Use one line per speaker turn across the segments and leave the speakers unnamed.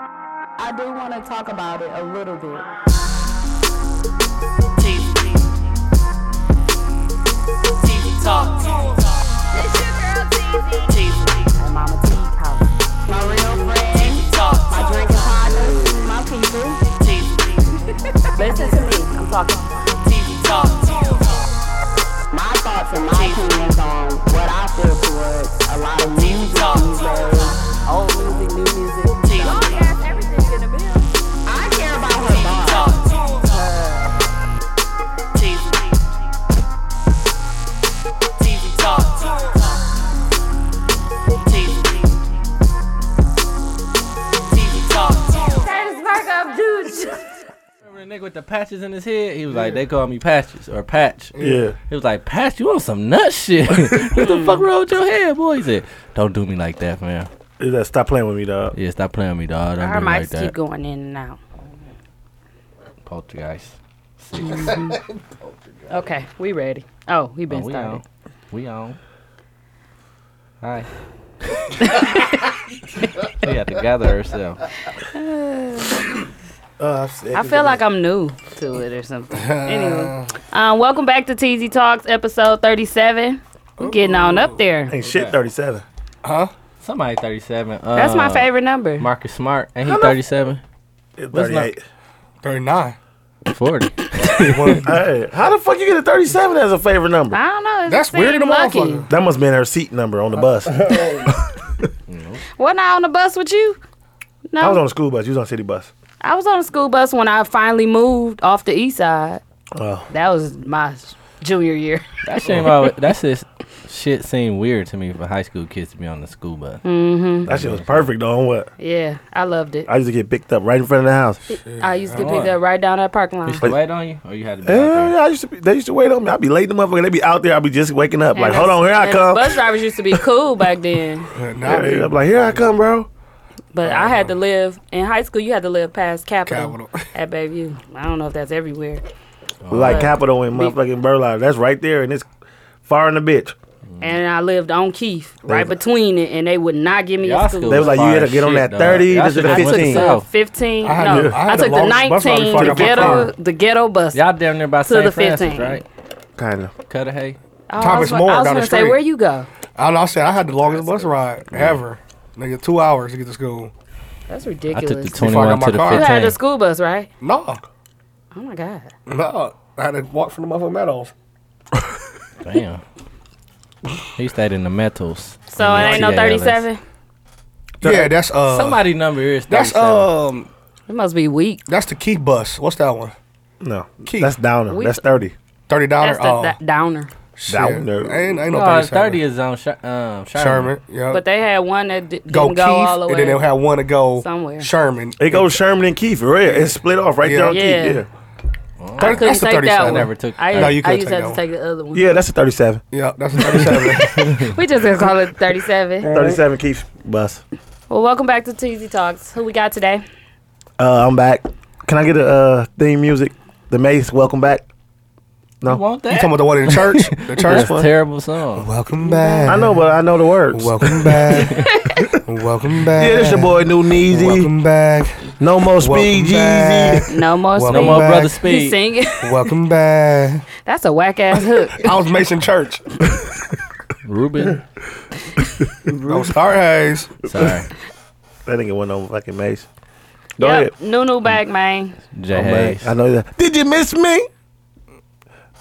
I do want to talk about it a little bit.
TV. TV talk. TV.
My mama T Collins. My real friend,
TV talk.
my drinking partners, my people.
TV.
Listen to me. I'm talking
TV talk.
my thoughts and my opinions on what I feel towards a lot of music these days. Old music, new music.
TV talk.
I care about her
TV
thoughts.
talk.
Uh,
TV. TV talk. TV. TV talk.
Remember the nigga with the patches in his head? He was like, they call me Patches or Patch.
Yeah.
He was like, Patch, you on some nut shit. what the fuck wrong with your head, boy? He said, don't do me like that, man.
Is that stop playing with me, dog?
Yeah, stop playing with me, dog. Don't
Her
do me like
mics keep
that.
going in and out.
Poltergeist.
Okay, we ready. Oh, we been
Oh, we on.
started.
We on. Hi. we had to gather ourselves.
Uh,
I feel like I'm new to it or something. anyway, um, welcome back to TZ Talks, episode 37. We're getting on up there.
ain't shit. Thirty-seven.
Somebody 37. Uh,
That's my favorite number.
Marcus Smart. Ain't he 37?
It's
What's not-
Thirty-eight.
39.
40.
One- hey, how the fuck you get a thirty-seven as a favorite number?
I don't know. It
That's
seemed
weird than
lucky.
motherfucker.
That must have been her seat number on the bus.
Wasn't I on the bus with you? No,
I was on the school bus. You was on city bus.
a school bus when I finally moved off the east side.
Oh,
That was my s- junior year.
That shit, always, that shit, shit seemed weird to me for high school kids to be on the school bus.
that shit was perfect though. On what?
Yeah, I loved it.
I used to get picked up right in front of the house.
I used to get picked up right down that parking lot.
Used to wait on you, or you had to be
Yeah,
out
yeah, I used to. Be, they used to wait on me. I'd be late, the motherfucker. They'd be out there. I'd be just waking up. Like,
And
hold on, here I
and
come.
Bus drivers used to be cool back then,
Now
Yeah,
they
I'm like, here I come, bro.
but I had to live in high school. You had to live past Capitol,
Capital.
at Bayview. I don't know if that's everywhere.
Like Capitol and motherfucking Burlap. That's right there, and it's far in the bitch.
And I lived on Keith, right
was-
between it, and they would not give me
there.
a school.
They was like, you
far
gotta
as
get on
shit,
that
dog.
30,
Y'all
this is
should
the
I
have
took
went
15.
the
south.
fifteen.
I had
No,
the- I
I
had
took
the
the
longest bus ride
nineteen,
before I
the
got my
ghetto,
car.
the ghetto bus.
Y'all down there by
To the
St. Francis,
15.
right?
Kind of.
Cut a hay.
Oh, I
Thomas
was, gonna-
More
I was
down the
gonna say,
street.
where you go?
I, I said I had the longest bus ride ever. Nigga, two hours to get to school.
That's
I
ridiculous.
took the
I got
21
my
to the
car.
you had
15.
a school bus, right?
No,
Oh my god.
no, I had to walk from the motherfucking Meadows.
Damn. He stayed in the metals.
So it ain't no thirty-seven.
Yeah, that's uh,
Somebody number is
that's
37.
um,
It must be weak.
that's the Keith bus. What's that one?
No.
Keith.
That's downer.
We-
that's 30.
Thirty dollar.
That's the
Oh,
da- downer.
shit.
Downer.
Ain't, ain't no
No,
37.
30 is on Sh- um, Sherman.
Sherman. Yeah.
But they had one that di- didn't
go
go,
Keith,
all the way.
and then they'll have one to go
Somewhere.
Sherman.
It goes Sherman and Keith. Right? It's split off right there on
Yeah.
Keith. Yeah.
I couldn't
that's the
take that
37.
one.
I never took-
I,
No,
you
I
couldn't
used to
take
have to
that
take the other one.
Yeah, that's a 37.
Yeah, that's the thirty-seven.
We just gonna call it thirty-seven.
37 Keith bus.
well, welcome back to TZ Talks. Who we got today?
Uh, I'm back. Can I get a uh, theme music? The Mace, welcome back.
You want
you
that?
talking about the one in the church? The church
That's a
one.
terrible song.
Welcome back.
I know, but I know the words.
Welcome back. Welcome back.
Yeah, this your boy New Neasy.
Welcome back.
No more Speed
Welcome
Jeezy.
back.
No more
Well,
No
speed.
more
back.
Brother
He's
Speed.
singing.
Welcome back.
That's a whack ass hook.
I was Mason Church.
Ruben.
No Star Hayes.
Sorry.
That nigga went on fucking Mace. Go ahead.
Yep. Nunu back, man.
J.
Oh, man,
Hayes.
I know that. Did you miss me?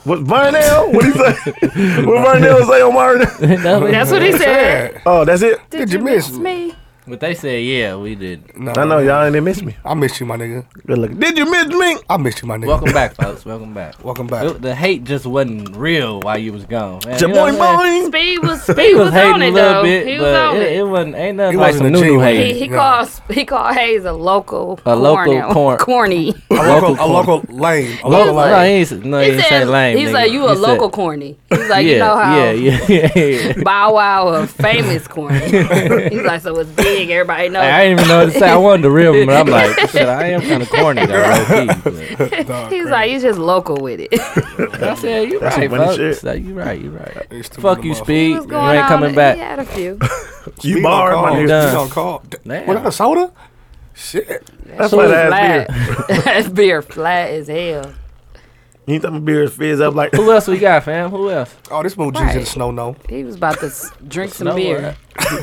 What Varnell? What he say? what Varnell say on Martin?
That's what he said.
Oh, that's it.
Did,
you miss
me?
But they said, yeah, we did.
No,
I know y'all didn't miss me.
I miss you, my nigga.
Good looking. Did you miss me?
I miss you, my nigga.
Welcome back, folks. Welcome back.
Welcome back.
It- the hate just wasn't real while you was gone. Man,
Your
You know
boy
what I'm saying?
Boeing.
Speed was
He
Speed
was,
was
hating
on
a
it
little
though.
bit,
he was
but
on
it,
it.
it wasn't ain't nothing
He
like some
wasn't a
new new
genuine
He,
hate.
he
No.
calls he called Hayes a local
A local
cornel-
corn-
corny.
A local, a
Local
local lame. A
Local
local
no, he
lame.
ain't, s- no, he, didn't say lame.
he's
nigga.
like you
He
a
said-
local corny. He's like
yeah,
you know how
yeah, yeah, yeah.
Bow Wow a famous corny. he's like so it's big. Everybody knows.
Like, I didn't even know what to say. I wanted to rib him, but I'm like, shit, I am kind of corny though. low-key, but-
He's like you just local with it.
I said, you
That's some
right,
funny
folks.
shit.
Like, you right, you right.
Used to be
Fuck
the
you,
motherfucker.
Speed. You
What's
ain't
going on?
coming
He
back.
had a few.
He
You
gonna
barred my
call.
nigga.
He
Done.
gonna call.
Damn.
Was that a soda?
Damn.
Was
Shit. That's
She
why
was
that ass
flat.
beer.
That beer flat as hell.
You think my beer is fizz up like
Who else we got, fam? Who else?
Oh, this move
Right.
G's in the snow no.
He was about to s- drink some
Snow
beer.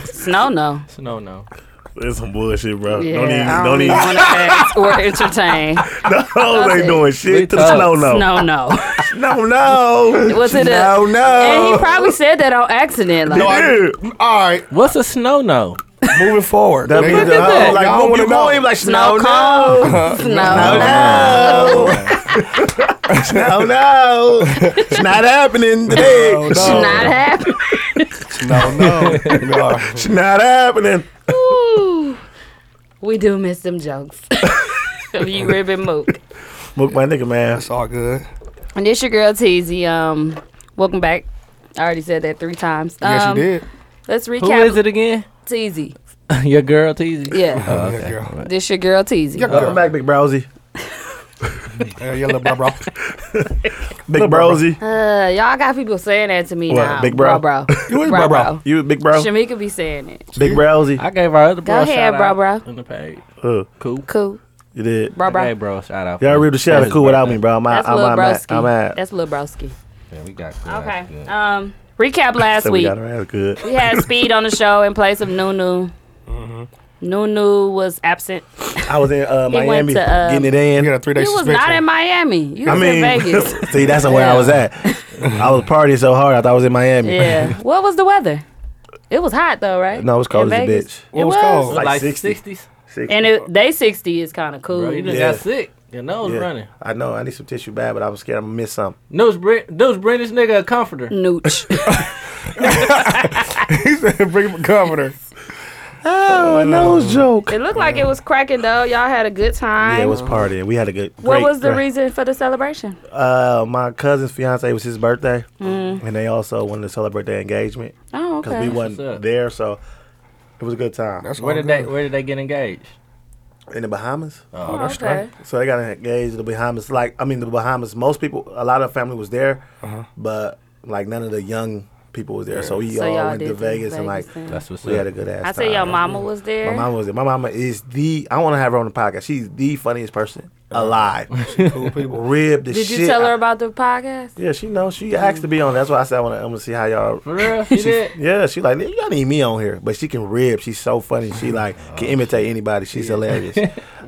Snow no.
It's a no, no.
That's some bullshit, bro.
Yeah,
don't even,
I
don't
even
even.
want to ask or entertain.
The hoes ain't doing shit to the
talk.
snow. No,
Snow no.
no, no.
Was it a-
no,
And he
no?
probably said that on accident. Like,
No, I-
Yeah.
All right,
What's a snow no?
moving forward.
That
Nigga,
means
the
the
hoe,
hoe
that.
like,
y'all
who
wanna
you going? He
know.
be like,
Snow
snow,
cone.
no,
no.
no, no, no. It's not happening today.
No,
Should not happen.
No, no. no.
It's not happening.
Ooh. We do miss them jokes. Of you ribbon mook.
Look, my nigga, man.
It's all good.
And this your girl Teasy. Um, welcome back. I already said that three times. Um,
Yes, you did.
Let's recap.
Who is it again?
Teasy.
Your girl Teasy.
Yeah.
Oh,
Yeah,
okay.
girl.
This your girl Teasy.
Yeah,
Welcome back, Big Browsy.
Yeah, yeah, little bro, bro.
Big Browsy.
Uh, y'all got people saying that to me
What,
now.
big bro?
bro,
You
bro,
is bro, bro.
bro.
You a Big Bro?
Shamika be saying it.
Big Browsy.
I gave our other bro a
ahead,
shout
bro,
out
bro.
on the page.
Uh,
Cool.
Cool,
you did.
bro, bro.
Hey, bro, shout out.
Y'all read the shout out
That's
cool
his
without
birthday.
me, bro. I'm out.
That's
I'm
Lil
out. I'm out.
Broski.
I'm out.
That's Lil Broski.
Yeah, we got good.
Okay.
Good.
Um, recap last
So we
week.
got her ass good.
We had Speed on the show in place of Nunu.
Mm-hmm.
Nunu was absent.
I was in uh,
went
Miami
to, uh,
getting it
You got
in.
a three day
You was
suspension.
not in Miami. You was
I mean,
in Vegas.
see, that's where I was at. I was partying so hard, I thought I was in Miami.
yeah. What was the weather? It was hot though, right?
No, it was cold
In
as a
Vegas?
bitch.
What
It
was
was.
cold?
Like
Like
60.
60s.
And it, day sixty is kind of cool.
Bro, you just
Yeah.
got sick. Your nose running.
I know. I need some tissue bad, but I was scared I'm gonna miss something.
Nose bring, nose bring this nigga a comforter.
Nooch.
He said, bring him a governor.
Oh, a nose joke.
It looked like it was cracking though. Y'all had a good time.
Yeah, it was partying. We had a good.
what
great-
was the
great-
reason for the celebration?
Uh, my cousin's fiance it was his birthday, and they also wanted to celebrate their engagement
Oh,
because
Mm. okay.
we
what's
wasn't
up.
there, so it was a good time.
That's
Where
all
did they
good.
Where did they get engaged?
in the Bahamas.
oh,
that's
okay.
So they got engaged in the Bahamas. Like I mean, the Bahamas. Most people, a lot of family was there,
Uh-huh.
but like none of the young people was there. So we
So
all
y'all
went
did
to
the
Vegas, and like
Vegas thing.
That's what's
we had
up.
a good ass.
I said
time.
your mama was there.
My mama was there. My mama is the. I want to have her on the podcast. She's the funniest person
Uh-huh.
alive.
Cool people.
Rib the
Did
shit.
you tell her
out-
about the podcast?
Yeah, she knows. She asked to be on. That's why I said I want to. I'm gonna see how y'all.
For real? She did?
Yeah, she like y'all need me on here, but she can rib. She's so funny. She like can
Oh,
imitate anybody. She's hilarious.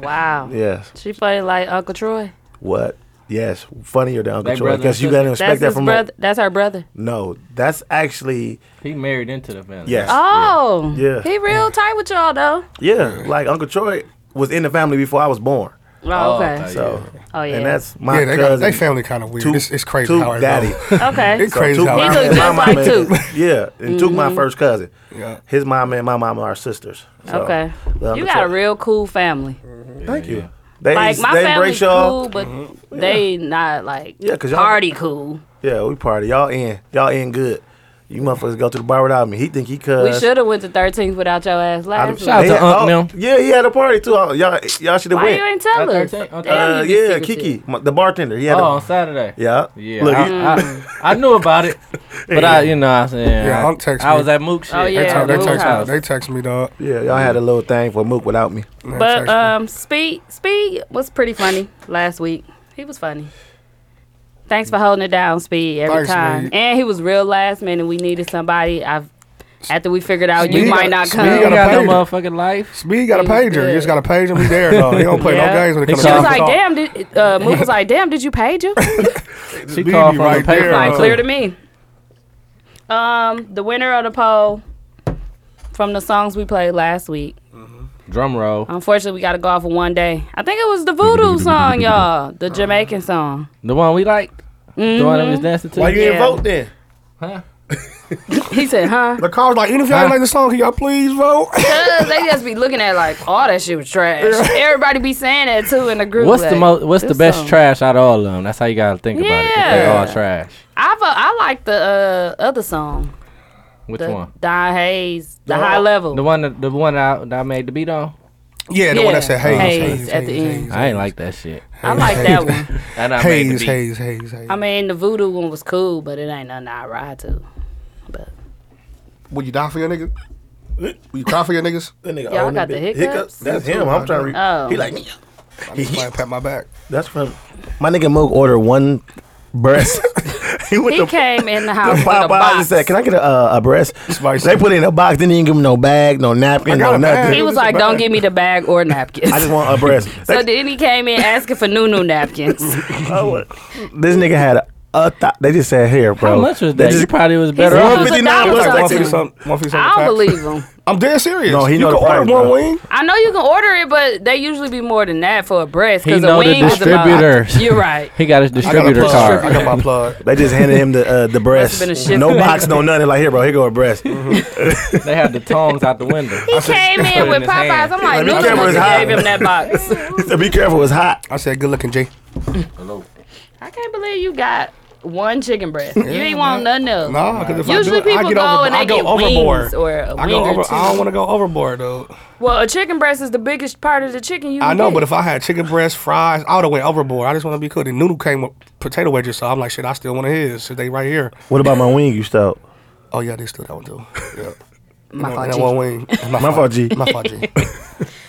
Wow.
yes.
She played like Uncle Troy.
What? Yes, funnier than Uncle
They
Troy
brother
because
and
you
sister.
gotta expect
That's
that
his
from
brother. That's her brother.
a no. That's actually
He married into the family.
yes,
Oh.
Yeah.
He real tight with y'all though.
yeah. Like Uncle Troy was in the family before I was born,
Oh,
okay.
okay.
so
Oh yeah.
and that's my
Yeah, they, got,
cousin.
they family kind of weird.
Took-
it's, it's crazy
Took
how it
daddy.
goes.
okay.
It's crazy
Took
how
my
it
He
goes.
look
mama
just
and my
like Mm-hmm.
mama-
Took.
Yeah, and Took my first cousin.
Yeah.
His mom and my mama are sisters. So,
Okay.
the Uncle
You got a
Troy-
real cool family.
Thank you. They
Like
ain't-
my
they ain't break
family's
y'all. Mm-hmm.
cool, but they not like
Yeah, 'cause y'all-
party cool.
Yeah, we party. Y'all in. Y'all in good. You motherfuckers go to the bar without me. He think he cuz.
We should have went to 13th without your ass
Uh, I-
last
Shout out
week.
to
Yeah,
Unc
oh,
them.
Yeah, he had a party too. Y'all, y'all should have
Why
went.
you ain't tell
At
us?
13th? Okay.
Damn,
uh,
you be
yeah,
secretive.
Kiki, my- the bartender. He had
Oh,
a-
on Saturday.
yeah.
Yeah.
Look, he-
I, I, I knew about it. But I you know I'm saying
Yeah,
I,
Unc text
I
me.
was at Mook shit.
Oh,
They,
Yeah,
text, they,
Lil
text
House.
me, they text me, dog.
yeah, y'all had a little thing for Mook without me.
They
But
text me.
um, Speed Speed was pretty funny last week. He was funny. Thanks for holding it down, Speed, every
Thanks,
time.
Speed.
And he was real last minute. We needed somebody. I've after we figured out you
Speed
might
got-
not
Speed
come.
You
got a
got no
pager.
motherfucking life.
Speed got a
He was
pager.
good.
You just got to page him. He there, dog. He don't play
Yeah.
no games when it
He
comes
she
to
was
called-
that
like,
talk.
"Damn!" Did, uh, Mook was like, "Damn, did you page her?"
She
Speed
called
be
from
right
the paper.
there,
line.
huh?
Clear to me. Um, the winner of the poll from the songs we played last week.
Drum roll.
Unfortunately, we got to go off for one day. I think it was the Voodoo song, y'all, the Jamaican song.
The one we liked. The one that we
Mm-hmm.
was dancing to.
Why you
Yeah.
didn't vote then?
He said, "Huh."
The car's like, even if y'all ain't like the song, can y'all please vote?
Cause they just be looking at like, all that shit was trash. Everybody be saying that too in the group.
What's the
like,
most? What's the
this
best
song.
trash out of all of them? That's how you gotta think about it. 'cause They
Yeah.
all trash.
I fu- I like the uh, other song,
Which
the
one?
Don Hayes, the High Level.
The one that the one that I, that I made the beat on.
Yeah, the one that said Hayes.
Hayes at the end.
I ain't like that shit.
I like that one.
That I made the
Hayes,
beat.
Hayes, Hayes, Hayes.
I mean, the Voodoo one was cool, but it ain't nothing I ride to.
Would you die for your nigga? You cry for your niggas?
That nigga
Y'all
old
got
that
the
bitch.
hiccups?
That's him. I'm trying to. Re-
Oh.
He like.
I need somebody to pat my back.
That's from my nigga Moog ordered one breast. he went
He
to
came in the house with a
Popeyes and
box.
said, "Can I get a, uh, a breast?"
Spicy.
They put it in a box. They didn't give him no bag, no
I
napkin,
got
no
a bag.
nothing.
He was
It's a
like, "Don't
bag.
give me the bag or napkins."
I just want a breast.
so then he came in asking for new new napkins.
oh, this nigga had a. a th- they just said here, bro.
How much was
They
that? You
just-
probably was better
said
off.
it was a
159
dollar
was
something.
like
One fifty
six-
something. One fifty something.
I
tax.
don't believe him.
I'm dead serious.
No, he
you
know
can
the
order
price,
one
bro.
wing.
I know you can order it, but they usually be more than that for a breast.
He
'cause
know
a
the
wing is about-
distributor.
You're right.
He got his distributor
I got a plug. I
card.
got my plug.
They just handed him the uh, the breast.
been a shit
No
for
box, no nothing. Like here, bro. Here go a breast.
they had the tongs out the window.
He came in
in
with
his
Popeyes.
hand.
I'm like,
me
no,
camera
no,
is
you
hot.
gave him that box.
So be careful. It's hot.
I said, good looking, Jay.
I can't believe you got one chicken breast. You ain't want none else.
No, because if
Usually
I do, it,
people
I get
go
overboard.
and they
I go
get
overboard.
wings or a
I
wing
go
or
over. I
two.
don't want to go overboard though.
Well, a chicken breast is the biggest part of the chicken you.
I
can
know,
get.
but if I had chicken breast, fries, all the way overboard, I just want to be cooked. And Noodle came with potato wedges, so I'm like, shit, I still want his. So they right here.
What about my wing? You stole.
Oh yeah, they still that one too. Yeah.
My
And
fault,
that
G.
one wing. My,
fault, G.
My fault, G. I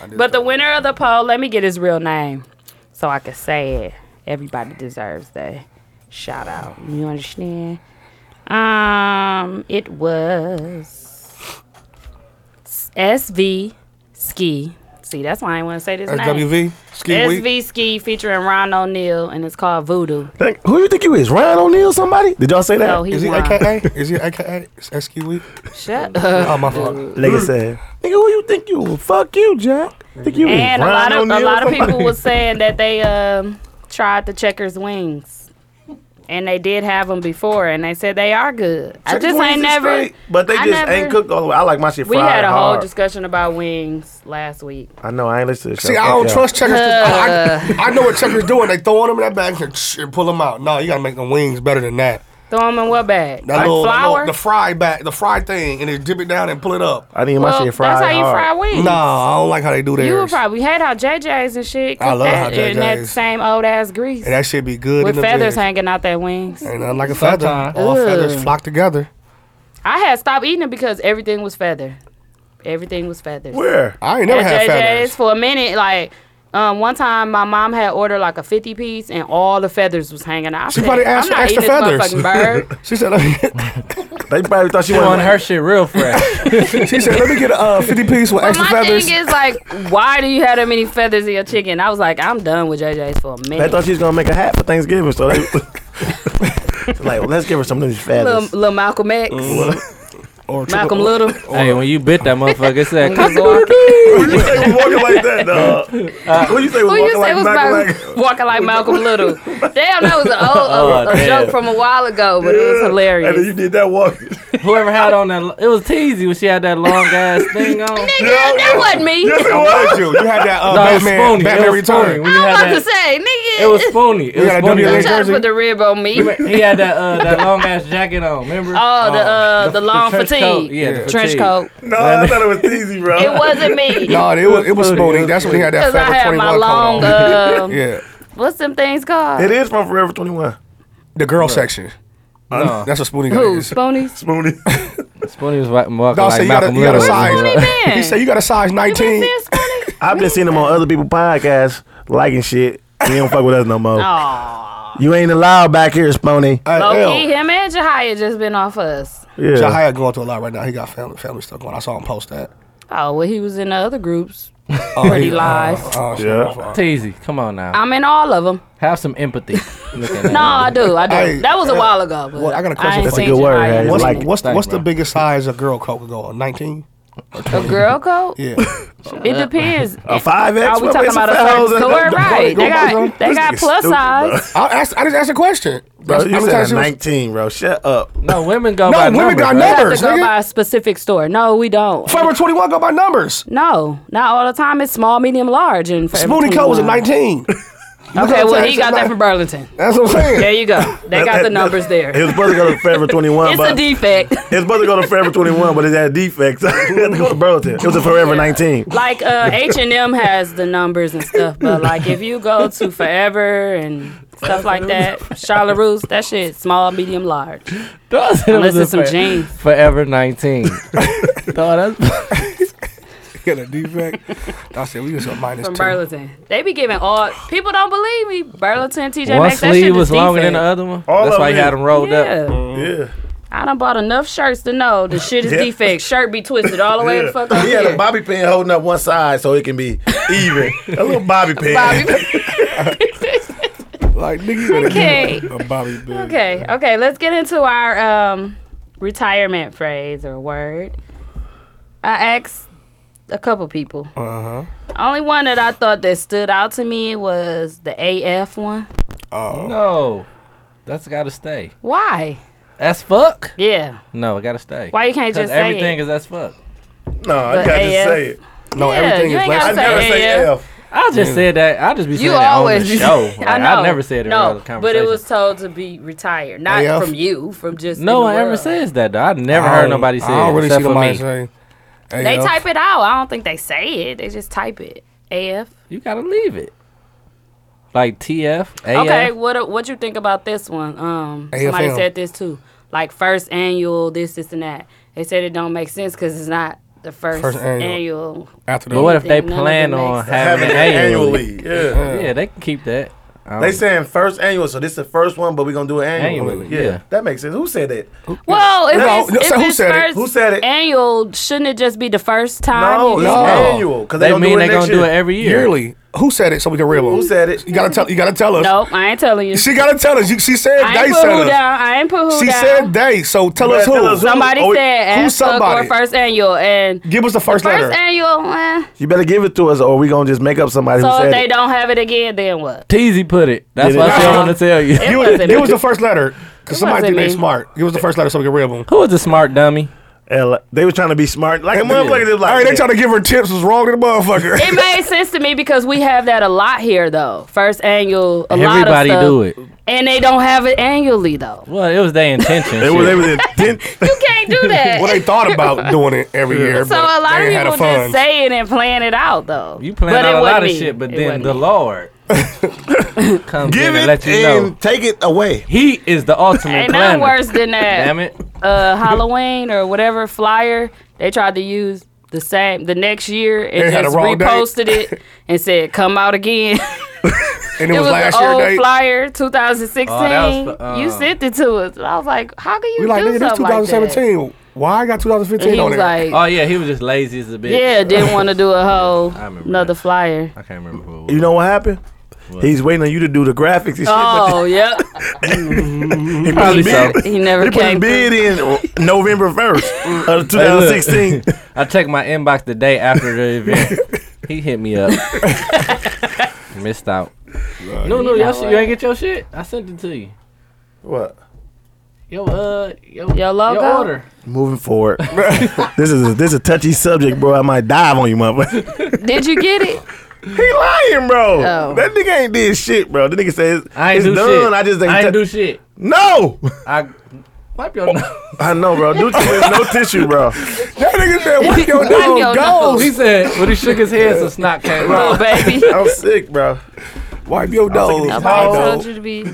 did
But the
that.
winner of the poll, let me get his real name so I can say it. Everybody deserves that shout out. You understand? Um, it was SV Ski. See, that's why I want to say this name.
SWV Uh, ski week.
SV Ski featuring Ron O'Neal, and it's called Voodoo.
Think- Who you think you is? Ryan O'Neal? Somebody? Did y'all say that?
So he
Is he
won.
AKA? Is he AKA? It's ski week.
Shut up.
Oh my fault.
Nigga said, "Nigga, who you think you? is? Fuck you, Jack. Think you is
And a
Ryan
lot of a
O'Neal
lot of
or somebody?"
people was saying that they um, tried the checkers wings, and they did have them before, and they said they are good. I
Chicken
just
wings
ain't
is
never.
straight, but they
I
just
never-
ain't cooked all the way. I like my shit
We
fried.
had a whole
hard.
discussion about wings last week.
I know. I ain't listen to the show.
See, I
Fuck
don't
y'all.
trust checkers. 'cause I, I know what checkers doing. They throwing them in that bag and, sh- and pull them out. No, you gotta make the wings better than that.
Throw them in what bag?
That
like
little, that
flour.
little- the fry bag, the fry thing, and then dip it down and pull it up.
I need
well,
my shit fried.
that's how you
hard.
fry wings.
No, I don't like how they do theirs.
You would probably had how JJ's and shit.
I
cooked
love
that
how
in that
JJ's.
same old ass grease
and that should be good
with
in the
feathers
bitch.
hanging out their wings.
Ain't nothing like a feather.
Sometimes.
All feathers
Ugh.
flock together.
I had stopped eating it because everything was feather. Everything was feathers.
Where?
I ain't never
at
had
JJ's
feathers.
for a minute. Like um, one time, my mom had ordered like a fifty piece, and all the feathers was hanging out. I
She
said,
probably asked
I'm
for
not
extra
eating this
feathers."
motherfucking bird.
She said, let me,
They probably thought
She
you wanted
wanted her shit real fresh.
she said, let me get a uh, 50 piece with
but
extra
my
feathers.
thing is like, why do you have that many feathers in your chicken? I was like, I'm done with JJ's for a
They
minute.
thought she was gonna make a hat for Thanksgiving, so they like, well, let's give her some of these
Little,
feathers. Mm.
little Malcolm X,
or triple-
Malcolm Little.
hey, when you bit that motherfucker, it said,
Who
Who you say was walking like that, dog? Who you say was
you
walking
say
like
was
Malcolm?
Malcolm-
Like,
walking like Malcolm Little? Damn, that was an old, a,
Oh,
a
damn.
joke from a while ago, but it was
and then
hilarious.
you did that walk. You
whoever had on that, it was Teasy when she had that long ass thing on.
Nigga, that wasn't me.
said,
I
what?
told you. You had that uh,
No, it was
Batman,
Spoonie.
Batman
it was Spoonie.
Return.
When you
I was
had
about to
that,
say, nigga.
it was Spoonie. It
You
was
got a
Spoonie.
WLA
that-
trying to put the rib on me.
He had that uh, that long ass jacket on. Remember?
Oh, the uh, the long
trench
fatigue.
coat. Yeah, the
trench
fatigue.
coat.
No, I thought it was easy, bro.
It wasn't me.
No, it was, it was
Spoonie.
Spoonie. That's when he had that
Because I
Forever
had
21
my
coat
long,
on.
uh,
Yeah.
what's them things called?
It is from Forever 21.
The girl section. That's what Spoonie
Who?
got. is.
Spoonies?
Spoonie.
Spoonie was walking, walking
Dawg
like
said you got a-
Malcolm
you got a
Little.
size.
Spoonie man.
He said, you got a size
You been
19.
seeing Spoonie?
I've been seeing him on other people's podcasts, liking shit. He don't fuck with us no
Oh.
more. You ain't allowed back here, Spony.
Hey,
Low key,
L.
him and Jahia just been off us.
Yeah.
Jahia going through a lot right now. He got family family stuff going. I saw him post that.
Oh, well, he was in the other groups.
Oh,
Pretty
he-
live.
Oh, shit,
Yeah.
my fault.
Teasy, come on now.
I'm in all of them.
Have some empathy. Look at that.
No, I do. I do.
Hey,
that was a
uh,
while ago. But
what- I got a question.
ain't
That's a
seen
good word,
Jahia
hey.
in a
What's,
Like-
minute.
what's, the,
Thanks,
what's the
bro.
biggest size a girl coat could go on? 19?
a girl coat?
Yeah.
It depends.
A 5X?
Are we
What
talking
makes
about a
fat hoes
certain
and-
color? Right. They got they
This
got
nigga
plus
stupid, bro.
size.
I, asked, I just asked a question.
Bro,
That's-
you
I'm
said
telling
a 19, bro. Shut up.
No, women go
No,
by
women
numbers,
got
right?
numbers.
have to go
nigga.
by a specific store. No, we don't.
Forever 21 go by numbers.
No, not all the time. It's small, medium, large, and for
Spoonie coat was a 19.
Okay, well, he got that from Burlington.
That's what I'm saying.
There you go. They got the numbers there.
His brother go to Forever 21,
It's
but
a defect.
his brother go to Forever 21, but it had defects. it was Burlington. It was a Forever 19.
Like uh, H and M has the numbers and stuff, but like if you go to Forever and stuff like that, Charlotte Roos, that shit small, medium, large.
Unless
Unless it's some jeans.
Forever 19. Dog, that's
Get a defect. I said we just a minus
From
two.
Burlington, they be giving all people don't believe me. Burlington, TJ
one
Maxx, that shit
sleeve
is
was longer than the
defect.
other one.
All
that's
of
why you
them.
had them rolled up.
Yeah,
Yeah.
I done bought enough shirts to know the shit is
Yeah.
defect. Shirt be twisted all the way the fuck up
He had
here.
a bobby pin holding up one side so it can be even. a little bobby pin.
Like nigga, you better
Okay.
get a Bobby Bill.
Okay, okay, let's get into our um, retirement phrase or word. I asked a couple people.
Uh-huh.
Uh huh.
Only one that I thought that stood out to me was the AF one.
Oh,
No. That's gotta stay.
Why?
As fuck?
Yeah.
No, it gotta stay.
Why you can't
'Cause
just say
everything
it?
is as fuck.
No, I
But
gotta
AF.
just say it.
no,
Yeah,
everything
you
is
ain't
less.
I
gotta
never say
AF.
F.
I just said that. I just be saying
You
that
always
on the show. Like,
I know.
never said it
no,
in other conversations.
but it was told to be retired, not
AF?
from you, from just
No
in the
one ever
world.
says that. Though. I never
I
heard
don't-
nobody say
Oh, I
it
don't really see
except for
nobody
me.
say.
They
AF.
type it out. I don't think they say it. They just type it. AF.
You gotta leave it. Like TF, AF.
Okay, what what you think about this one? Um, somebody
AFL.
said this too. Like first annual, this, this, and that. They said it don't make sense because it's not the first,
First annual.
annual.
after
But what
the
if they
None of it
plan
makes
on
sense.
having
Having
it
it
annually?
annually. Yeah.
Yeah, they can keep that. Um,
They saying first annual, so this is the first one, but we're gonna do it annually.
Annually, yeah.
That makes sense. Who said that?
Well, if
No,
it's,
no,
if
so who
it's
said it?
first
Who said it?
annual, shouldn't it just be the first time?
No,
you
it's
do
No.
it?
Oh. annual. Because
Oh. they
they,
mean
they
they're gonna do it
year.
every year.
yearly. Who said it? So we can read
Who said it?
You gotta tell. You gotta tell us.
Nope, I ain't telling you.
She gotta tell us. You, she said
I
they
ain't put
said
who
us.
down. I ain't put who
She
down.
said they. So tell
Yeah,
us who.
tell us who.
Somebody
Oh,
said
who
ass fuck
somebody?
or first annual and
Give us the
first
first, letter.
annual. eh.
You better give it to us, or we gonna just make up somebody who
So
said
if they
it.
don't have it again, then what?
Teasy put it. That's
Did
what
it?
I
Uh-huh.
want to tell you.
It
Give us-
wasn't
Give us the first letter. Cause
It
somebody
wasn't
think they
me.
smart. Give us the first letter so we can read them.
Who was the smart dummy?
Ella- They was trying to be smart. Like a motherfucker, they was like,
All right, they
yeah.
trying to give her tips. Was wrong to the motherfucker.
it made sense to me because we have that a lot here though. First annual, a
Everybody
lot of stuff,
do it.
and they don't have it annually though.
Well, it was their intention.
They
shit.
were, they was intent.
You can't do that.
well, they thought about doing it every year,
so
but
a lot
they
of
ain't had
people
the
just
funds.
say it and plan it out though.
you plan
But it
out a
wasn't
lot of
me.
shit, but
It
then
wasn't
the
me.
Lord comes
Give
in and
it
let you
and
know
take it away.
He is the ultimate
Ain't nothing
planner.
worse than that.
Damn it!
Uh, Halloween or whatever flyer they tried to use the same the next year and
They had
just
the wrong date.
reposted it and said come out again.
and it,
it
was,
was an
last
old
year date.
flyer, 2016.
Oh, that was for-
you
uh,
sent it to us. I was like, how can you
We like,
do
nigga, this
something like that?
2017. Why I got
And
2015
he
on
was
there?
like,
Oh yeah, he was just lazy as a bitch.
yeah, didn't want to do a whole
Oh, remember
another
that.
flyer.
I can't remember who. It was.
You know what happened? He's waiting on you to do the graphics and shit.
Oh, yep.
he
Probably
probably
so.
He never
He put
came.
a bid in November 1st of 2016.
I checked my inbox the day after the event. he hit me up. Missed out. No, no, y'all shit, you ain't get your shit. I sent it to you.
what?
Yo, uh, yo,
Your logo?
your order.
Moving forward. this is a, this is a touchy subject, bro. I might dive on you, motherfucker.
through. Did you get it?
he lying, bro.
Oh.
That nigga ain't did shit, bro. The nigga says
I ain't
it's
do
done.
shit.
I just ain't,
I ain't
tou-
do shit.
No.
I wipe
Oh.
your nose.
I know, bro. Dude, there's no tissue, bro.
that nigga said, "Wipe your
Wipe your
nose,
nose."
goes.
Oh, He said, but he shook his head, so snot came
Oh,
out.
baby.
I'm sick, bro.
Wipe your nose."
Nobody
I
told
know.
you to be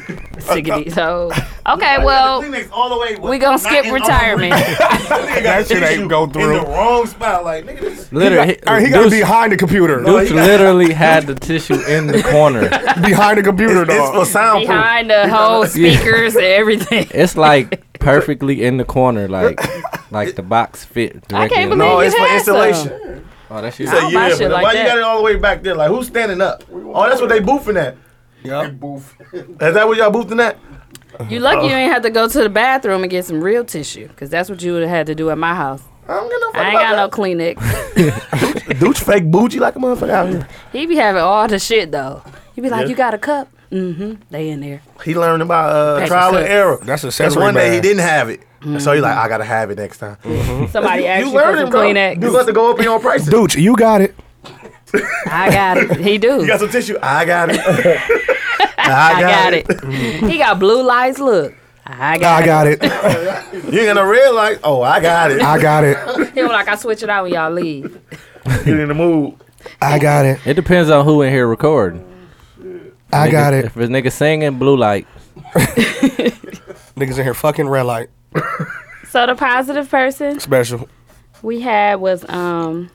sick of these hoes. Okay, well,
all the way.
we gonna skip retirement.
That shit ain't go through.
wrong spot, like nigga. This
Literally,
All right, he got to be behind the computer.
Deuce literally had the tissue in the corner.
behind the computer,
it's for
dog.
soundproof.
Behind the whole speakers and everything.
It's like perfectly in the corner, like like the box fit. Directly
I can't
in the-
no,
You
it's for
had some.
installation.
Oh, that's you.
Say,
don't buy
yeah,
shit
but
like
why
that.
you got it all the way back there? Like who's standing up? Oh, that's what they boofing at.
Yeah.
Is that what y'all boofing at?
You lucky you ain't had to go to the bathroom and get some real tissue, because that's what you would have had to do at my house.
I don't get no fuck
I ain't got no
about
Kleenex.
that. Dude, you fake bougie like a motherfucker out here.
He be having all the shit though. He be like,
Yeah.
"You got a cup? Mm-hmm. They in there.
He learned about uh,
That's
trial and
what's up.
error.
That's
Cause
accessory.
one day he
bag.
didn't have it, so he's like, I gotta have it next time.
Somebody asked you, for some
bro.
Kleenex.
You got to go up in your prices.
Dooch, you got it.
I got it. He do.
You got some tissue? I got it. I
I got it. he got blue lights. Look, I got.
I got it.
You're gonna realize. Oh, I got it.
I got it.
it. He was like, I switch it out when y'all leave.
Get in the mood.
I got it.
It depends on who in here recording.
I
Nigga-
got it.
If it's nigga singing, blue light.
Niggas in here fucking red light
So the positive person
special.
we had was um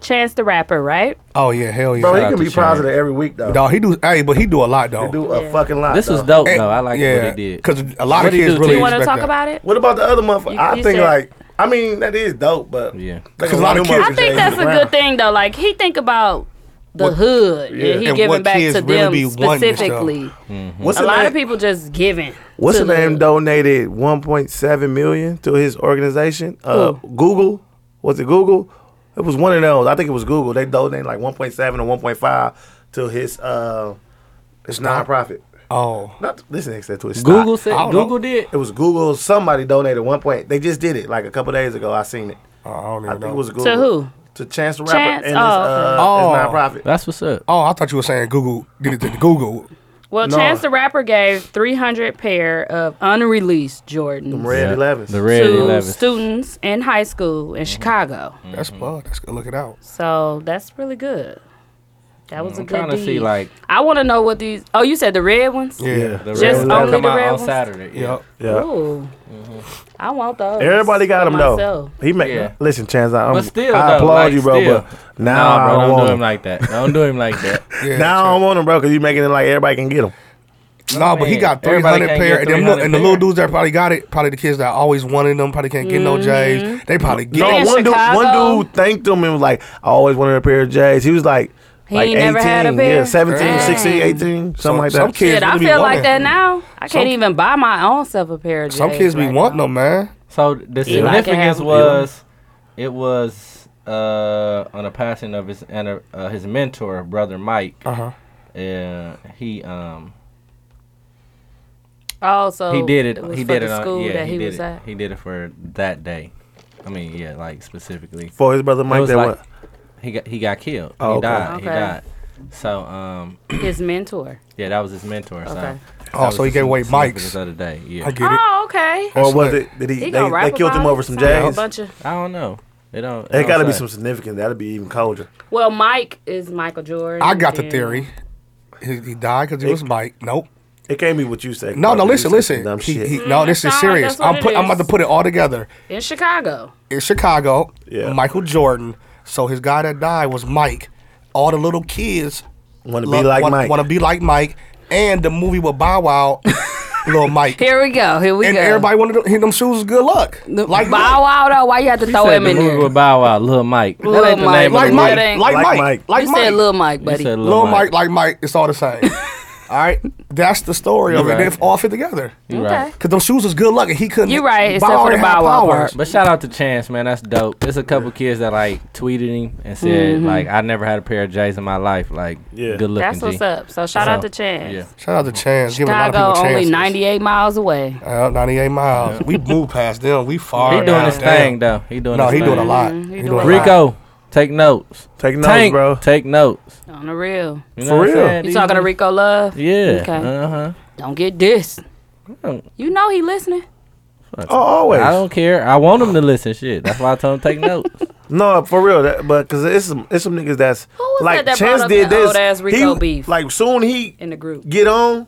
Chance the Rapper, right?
Oh yeah, hell yeah.
Bro, he
out to
can be
Chance.
positive every week though.
Dog, he do. Hey, but he do a lot though.
He do a fucking lot.
This was
though.
dope though. I like what he did.
Because a lot
What'd
of
he
kids
do,
really
T?
You want to talk
respect that.
about it?
What about the other motherfucker?
You-
I
you
think
said-
like I mean that is dope, but
Yeah.
Because
Because a lot of kids-
I think that's a good thing though. Like he think about the hood and he
And
giving
what
back
kids
to
really
them
be wanting and stuff.
specifically.
What's
A
the
lot
name?
of people just giving.
What's
to
the name?
the-
Donated 1.7 million to his organization. Uh, Google was it Google? It was one of those. I think it was Google. They donated like 1.7 or 1.5 to his uh, his nonprofit.
Oh,
Not this next to his stock.
Google said
I don't know.
Google did.
It was Google. Somebody donated one point. They just did it like a couple days ago. I seen it.
oh, I don't even
I think
know.
it was Google.
who?
To Chance the Rapper
Chance?
and his,
Oh,
uh,
okay.
his nonprofit.
That's what's up.
oh, I thought you were saying Google did it to Google.
Well,
No.
Chance the Rapper gave 300 pair of unreleased Jordans
Red
Yeah,
11s.
The
to
red Mm-hmm. 11.
students in high school in Chicago.
That's blood. That's good. Look it out.
So that's really good. That was
Mm, I'm
a good
trying to
deed.
see like
I want to know what these. Oh, you said the red ones.
Yeah.
Yeah.
the
Just
red
only
ones come
the
out
red
on
ones?
Saturday.
Yep.
Yeah.
Ooh,
Mm-hmm.
I want those.
Everybody got
for
him though.
myself.
He make
Yeah.
listen, Chance. I, I'm,
But still,
I
though,
applaud
like,
you, bro.
still.
But now
Nah,
I
bro,
don't
don't
want
do
him.
him like that. Don't do him like that.
Yeah,
now I don't want him, bro, because you making it like everybody can get him.
No, but he
man.
got three
Everybody
hundred
can't
pair,
get
and, them, little-
300
and the little
pair.
dudes that probably got it, probably the kids that always wanted them, probably can't get no
Mm-hmm.
J's. They probably get.
No,
in
one dude,
Chicago?
one dude thanked him and was like, "I always wanted a pair of J's." He was like,
He
like
ain't
18,
never had a
yeah,
pair?
17,
Dang.
16, 18, something
Some-
like that.
some kids-
Shit, I
really be
feel
wanting.
like that now. I can't
Some-
even buy my own self a pair of
Some
J's
kids be
right
wanting
now.
them, man.
So the
Eli can have
significance
'em.
was it was uh, on the passing of his and uh, his mentor, brother Mike.
Uh huh.
Uh, he um
Oh, so
he did it.
was
he
for
did
the
it on
school
yeah.
that
he,
he,
did
was
it.
at.
He did it for that day. I mean, yeah, like specifically.
for his brother
it
Mike.
was
That
like
went,
he got he got killed.
Oh,
he
okay.
died. He
Okay.
died. So um
His mentor.
yeah, that was his mentor. So
Okay.
Oh,
that was
so he
the
gave away
significance
Mike's.
of the day. Yeah,
I
I,
get it.
Oh, okay.
or was
slick.
it? Did he?
He
they,
gonna
they
rap
killed him
about
over
it.
some
Sound like a
J's.
bunch of-
don't know. It don't.
It
don't
got to be
say.
some significance. That'd be even colder.
Well, Mike is Michael Jordan.
I got the
and-
theory. He, he died because it was Mike. Nope.
It can't be what you say.
No,
bro,
no.
'cause you said
Listen,
some
listen.
Dumb
He-
shit.
he- no, this is
sounds like
serious.
that's what
I'm
it
put. I'm about to
is.
put it all together.
in Chicago.
in Chicago,
Yeah.
Michael Jordan. So his guy that died was Mike. All the little kids
Want to be like Mike?
Want to be like Mike. And the movie with Bow Wow, little Mike.
Here we go. Here we
and
go.
everybody wanted to hit them shoes. Good luck.
like
Like
Bow
Mike.
Wow though. Why you have to
He
throw
said
him
the
in
movie
there?
with Bow Wow, Lil Mike. That
Lil
ain't the
Mike.
name
Like
of the
Mike.
movie.
ain't-
Like
Like
Mike.
Mike.
Like
you
Mike.
said Lil Mike,
You
buddy.
said Lil
Little
Mike.
Mike, like Mike, it's all the same. all right, that's the story of
You
it. They
right.
all fit together.
You
okay.
right.
Cause them shoes was good luck, and he couldn't.
You right,
Bow
except
Wow
for the
had
Bow Wow
powers.
But shout out to Chance, man. That's dope. There's a couple kids that like tweeted him and said like, "I never had a pair of J's in my life." Like,
Yeah.
good looking.
Mm-hmm. That's what's
G.
up. So shout out
So,
to Chance.
Yeah,
Shout out to Chance, giving a lot of
Chicago
people
only
chances.
98 miles away.
Uh, 98 miles. We moved past them. We far.
he doing
down
his
there.
thing though. He doing.
No,
his
he
thing.
doing a lot.
Mhm, he
He
doing
doing a
a
lot.
Rico, take notes.
Take notes,
Tank,
bro.
take notes.
On the real.
You
For
what I'm
real.
saying?
You
These-
talking to Rico Love?
Yeah.
Okay.
Uh huh.
Don't get this. You know he listening.
Oh, always.
I don't care. I want him to listen. Shit. That's why I told him take notes.
No, for real. That, but because it's some it's some niggas that's
Who was
like
that that
Chance
brought up
did
that
this.
old-ass Rico beef?
Like soon he
In the group.
get on.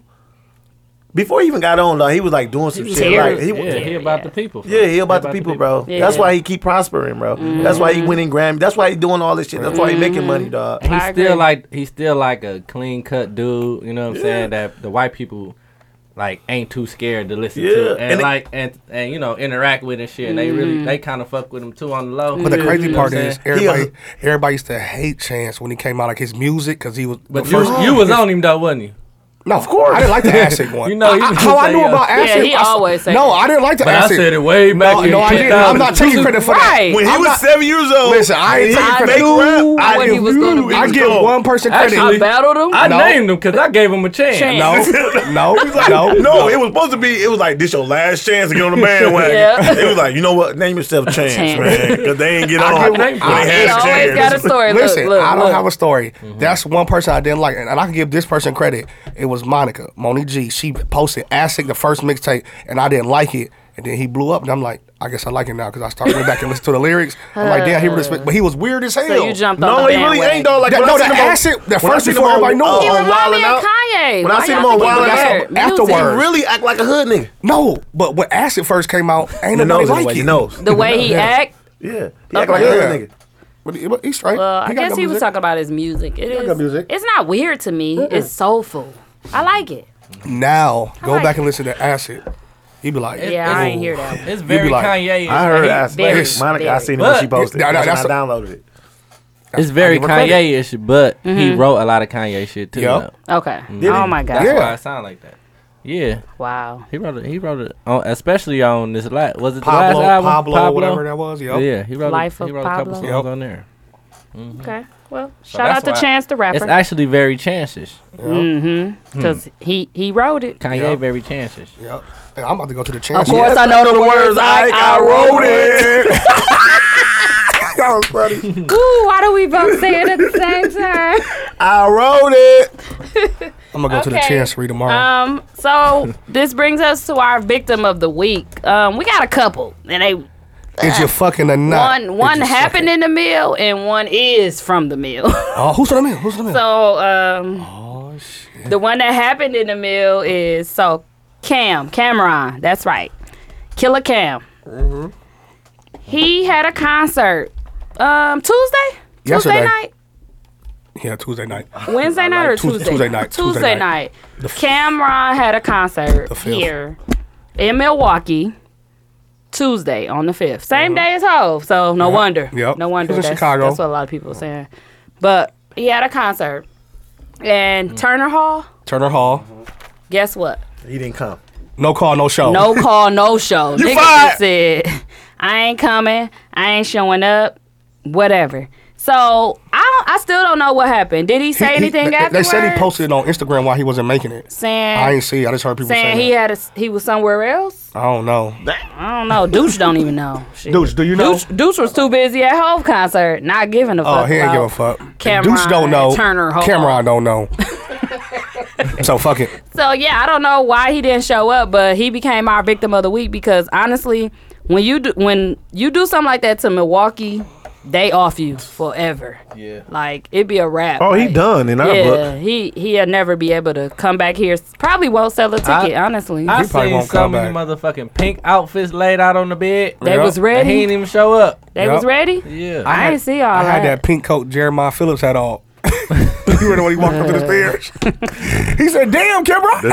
Before he even got on, though, he was like doing some shit. Like, he,
yeah,
yeah,
he about the people. bro.
he about the people, bro.
Yeah. Mm-hmm.
That's why he keep prospering, bro. That's why he winning Grammy. That's why he doing all this shit. That's why he making money, dog.
He's
I agree.
still like he's still like a clean cut dude. You know what I'm saying? That the white people like ain't too scared to listen
Yeah,
to and,
and it-
like and and you know interact with and shit. And they really
Mm-hmm.
they kind of fuck with him too on the low.
But the
You
crazy
know
part
what I'm
is
saying?
everybody,
He
everybody used to hate Chance when he came out like his music because he was.
but
the
you,
first-
you was on him though, wasn't you?
No, of course. I didn't like the acid one.
You know,
I-
he
I-
was
how I
say,
knew
uh,
about
Yeah,
acid.
he
I s-
always say
No,
that.
I didn't like the
But I
acid.
said it way back
no,
in
no, I didn't.
2000.
I'm not taking credit for
Right.
that.
When he
I'm
was
not-
seven years old,
Listen, I ain't
and he
taking
could
credit.
make rap, I
what he
knew
was gonna
it
do.
I
was
give
gone.
one person credit.
Actually,
I battled him.
I
No.
named him because I gave him a chance.
Chance.
no, no, no,
No, it was supposed to be. It was like this your last chance to get on the bandwagon.
Yeah.
It was like you know what? Name yourself Chance,
Chance.
man, because they ain't get on.
Oh,
give
when
name for it.
they
he
had
always got
a
a
chance.
story.
Listen,
look, look,
I don't
look.
have a story. That's one person I didn't like, and, and I can give this person credit. It was Monica, Monique G. She posted Acid the first mixtape, and I didn't like it. And then he blew up, and I'm like, I guess I like it now because I started going back and listening to the lyrics. I'm like, damn, he respect, but he was weird as hell.
So you jumped on
No,
the
he really
bandwagon.
ain't though. Like
That-
when I
no,
seen
that
him on-
acid, that
when I
first
seen him
before
on,
everybody knew
uh,
him.
He
Oh,
remind me
Wildin'
of
Out,
Kanye.
When I
Why
seen
y'all
him on
think
Wild 'N
about
Out,
music?
afterwards.
He really act like a hood nigga.
No, but when Acid first came out, ain't
Your
nobody
nose is
like
way.
it.
Your nose.
The way he
Yeah.
act.
Yeah, he act like a
Okay.
hood nigga.
But he, but he's straight.
Well, Uh, I
got
guess
good
he was
music.
talking about his music. It
got
is.
music.
It's not weird to me. It's soulful. I like it.
Now, go
like
back
it.
and listen to Acid. He'd be like,
Yeah, I ain't hear that.
It's very
be like,
Kanye.
I heard acid.
very,
Monica, I
very.
seen it when she
But-
posted.
No, no,
That's when
that's a-
I downloaded it.
It's very
give her credit.
Kanye ish, but he
Mm-hmm.
wrote a lot of Kanye shit too.
Yup.
though.
Okay. Oh my god.
That's
Yeah.
why it sound like that. Yeah,
Wow.
he wrote it. He wrote it, on, especially on this last. Was it the
Pablo,
last album?
Pablo, whatever that was. Yup.
Yeah, he wrote.
Life
a, he
of
wrote a couple
Pablo.
songs
Yup.
on there.
Okay. Well, shout
that's
out to
why-
Chance the
It's
rapper
actually very chances.
Mm. because he he wrote it.
Kanye
Yup.
very chances.
Yup. Hey, I'm about to go to the chance.
I know the words.
I, I wrote it.
That was funny.
Ooh, why do we both say it at the same time?
I wrote it.
I'm gonna go to the
Okay.
chancery tomorrow.
Um, so this brings us to our victim of the week. Um, we got a couple, and they
Is you fucking or not?
one one
Is you
happened in the mill, and one is from the mill.
fucking- Oh, who's the man? Who's the man?
so um,
oh shit.
the one that happened in the mill is so Cam Cameron. That's right, Killer Cam. He had a concert um Tuesday,
Yesterday.
Tuesday night.
Yeah, Tuesday night.
Wednesday night or
Tues-
Tuesday?
Tuesday night,
Tuesday,
Tuesday
night.
night.
Cameron had a concert
The fifth.
here in Milwaukee. Tuesday on the fifth, same day as Hove, so no wonder.
Uh-huh. Yep.
No wonder
He was in
that's,
Chicago.
that's what a lot of people are saying. But he had a concert, and
Mm.
Turner Hall.
Turner Hall.
Guess what?
He didn't come.
No call, no show.
No call, no show.
You
Nigga
fired.
just said, I ain't coming. I ain't showing up. Whatever. So I don't, I still don't know what happened. Did he
He-
say
he-
anything
they, they
afterwards?
said he posted it on Instagram while he wasn't making it.
saying
I ain't see. it. I just heard people
saying
saying
he had a, he was somewhere else.
I don't know.
I don't know. Deuce don't even know. Shit.
Deuce, do you know?
Deuce, Deuce was too busy at Hove concert, not giving a fuck.
Oh, he ain't give a
about-
fuck.
Cameron
Deuce don't know.
Turner Hall.
Cameron don't know. so fuck it.
So yeah, I don't know why he didn't show up, but he became our victim of the week because honestly, when you do when you do something like that to Milwaukee, they off you forever. Yeah. Like it'd be a wrap.
Oh, he
Like,
done in our book.
Yeah, he he'll never be able to come back here. Probably won't sell a ticket. honestly,
I
He probably
seen
won't
so
come
many
back.
motherfucking pink outfits laid out on the bed.
they
Yeah.
was
And he
ready.
didn't even show up.
They
Yup.
was ready.
Yeah.
I,
had-
didn't see all
I
that.
had that pink coat Jeremiah Phillips had on. you were the one he walked up to the stairs. he said, "Damn, Cameron."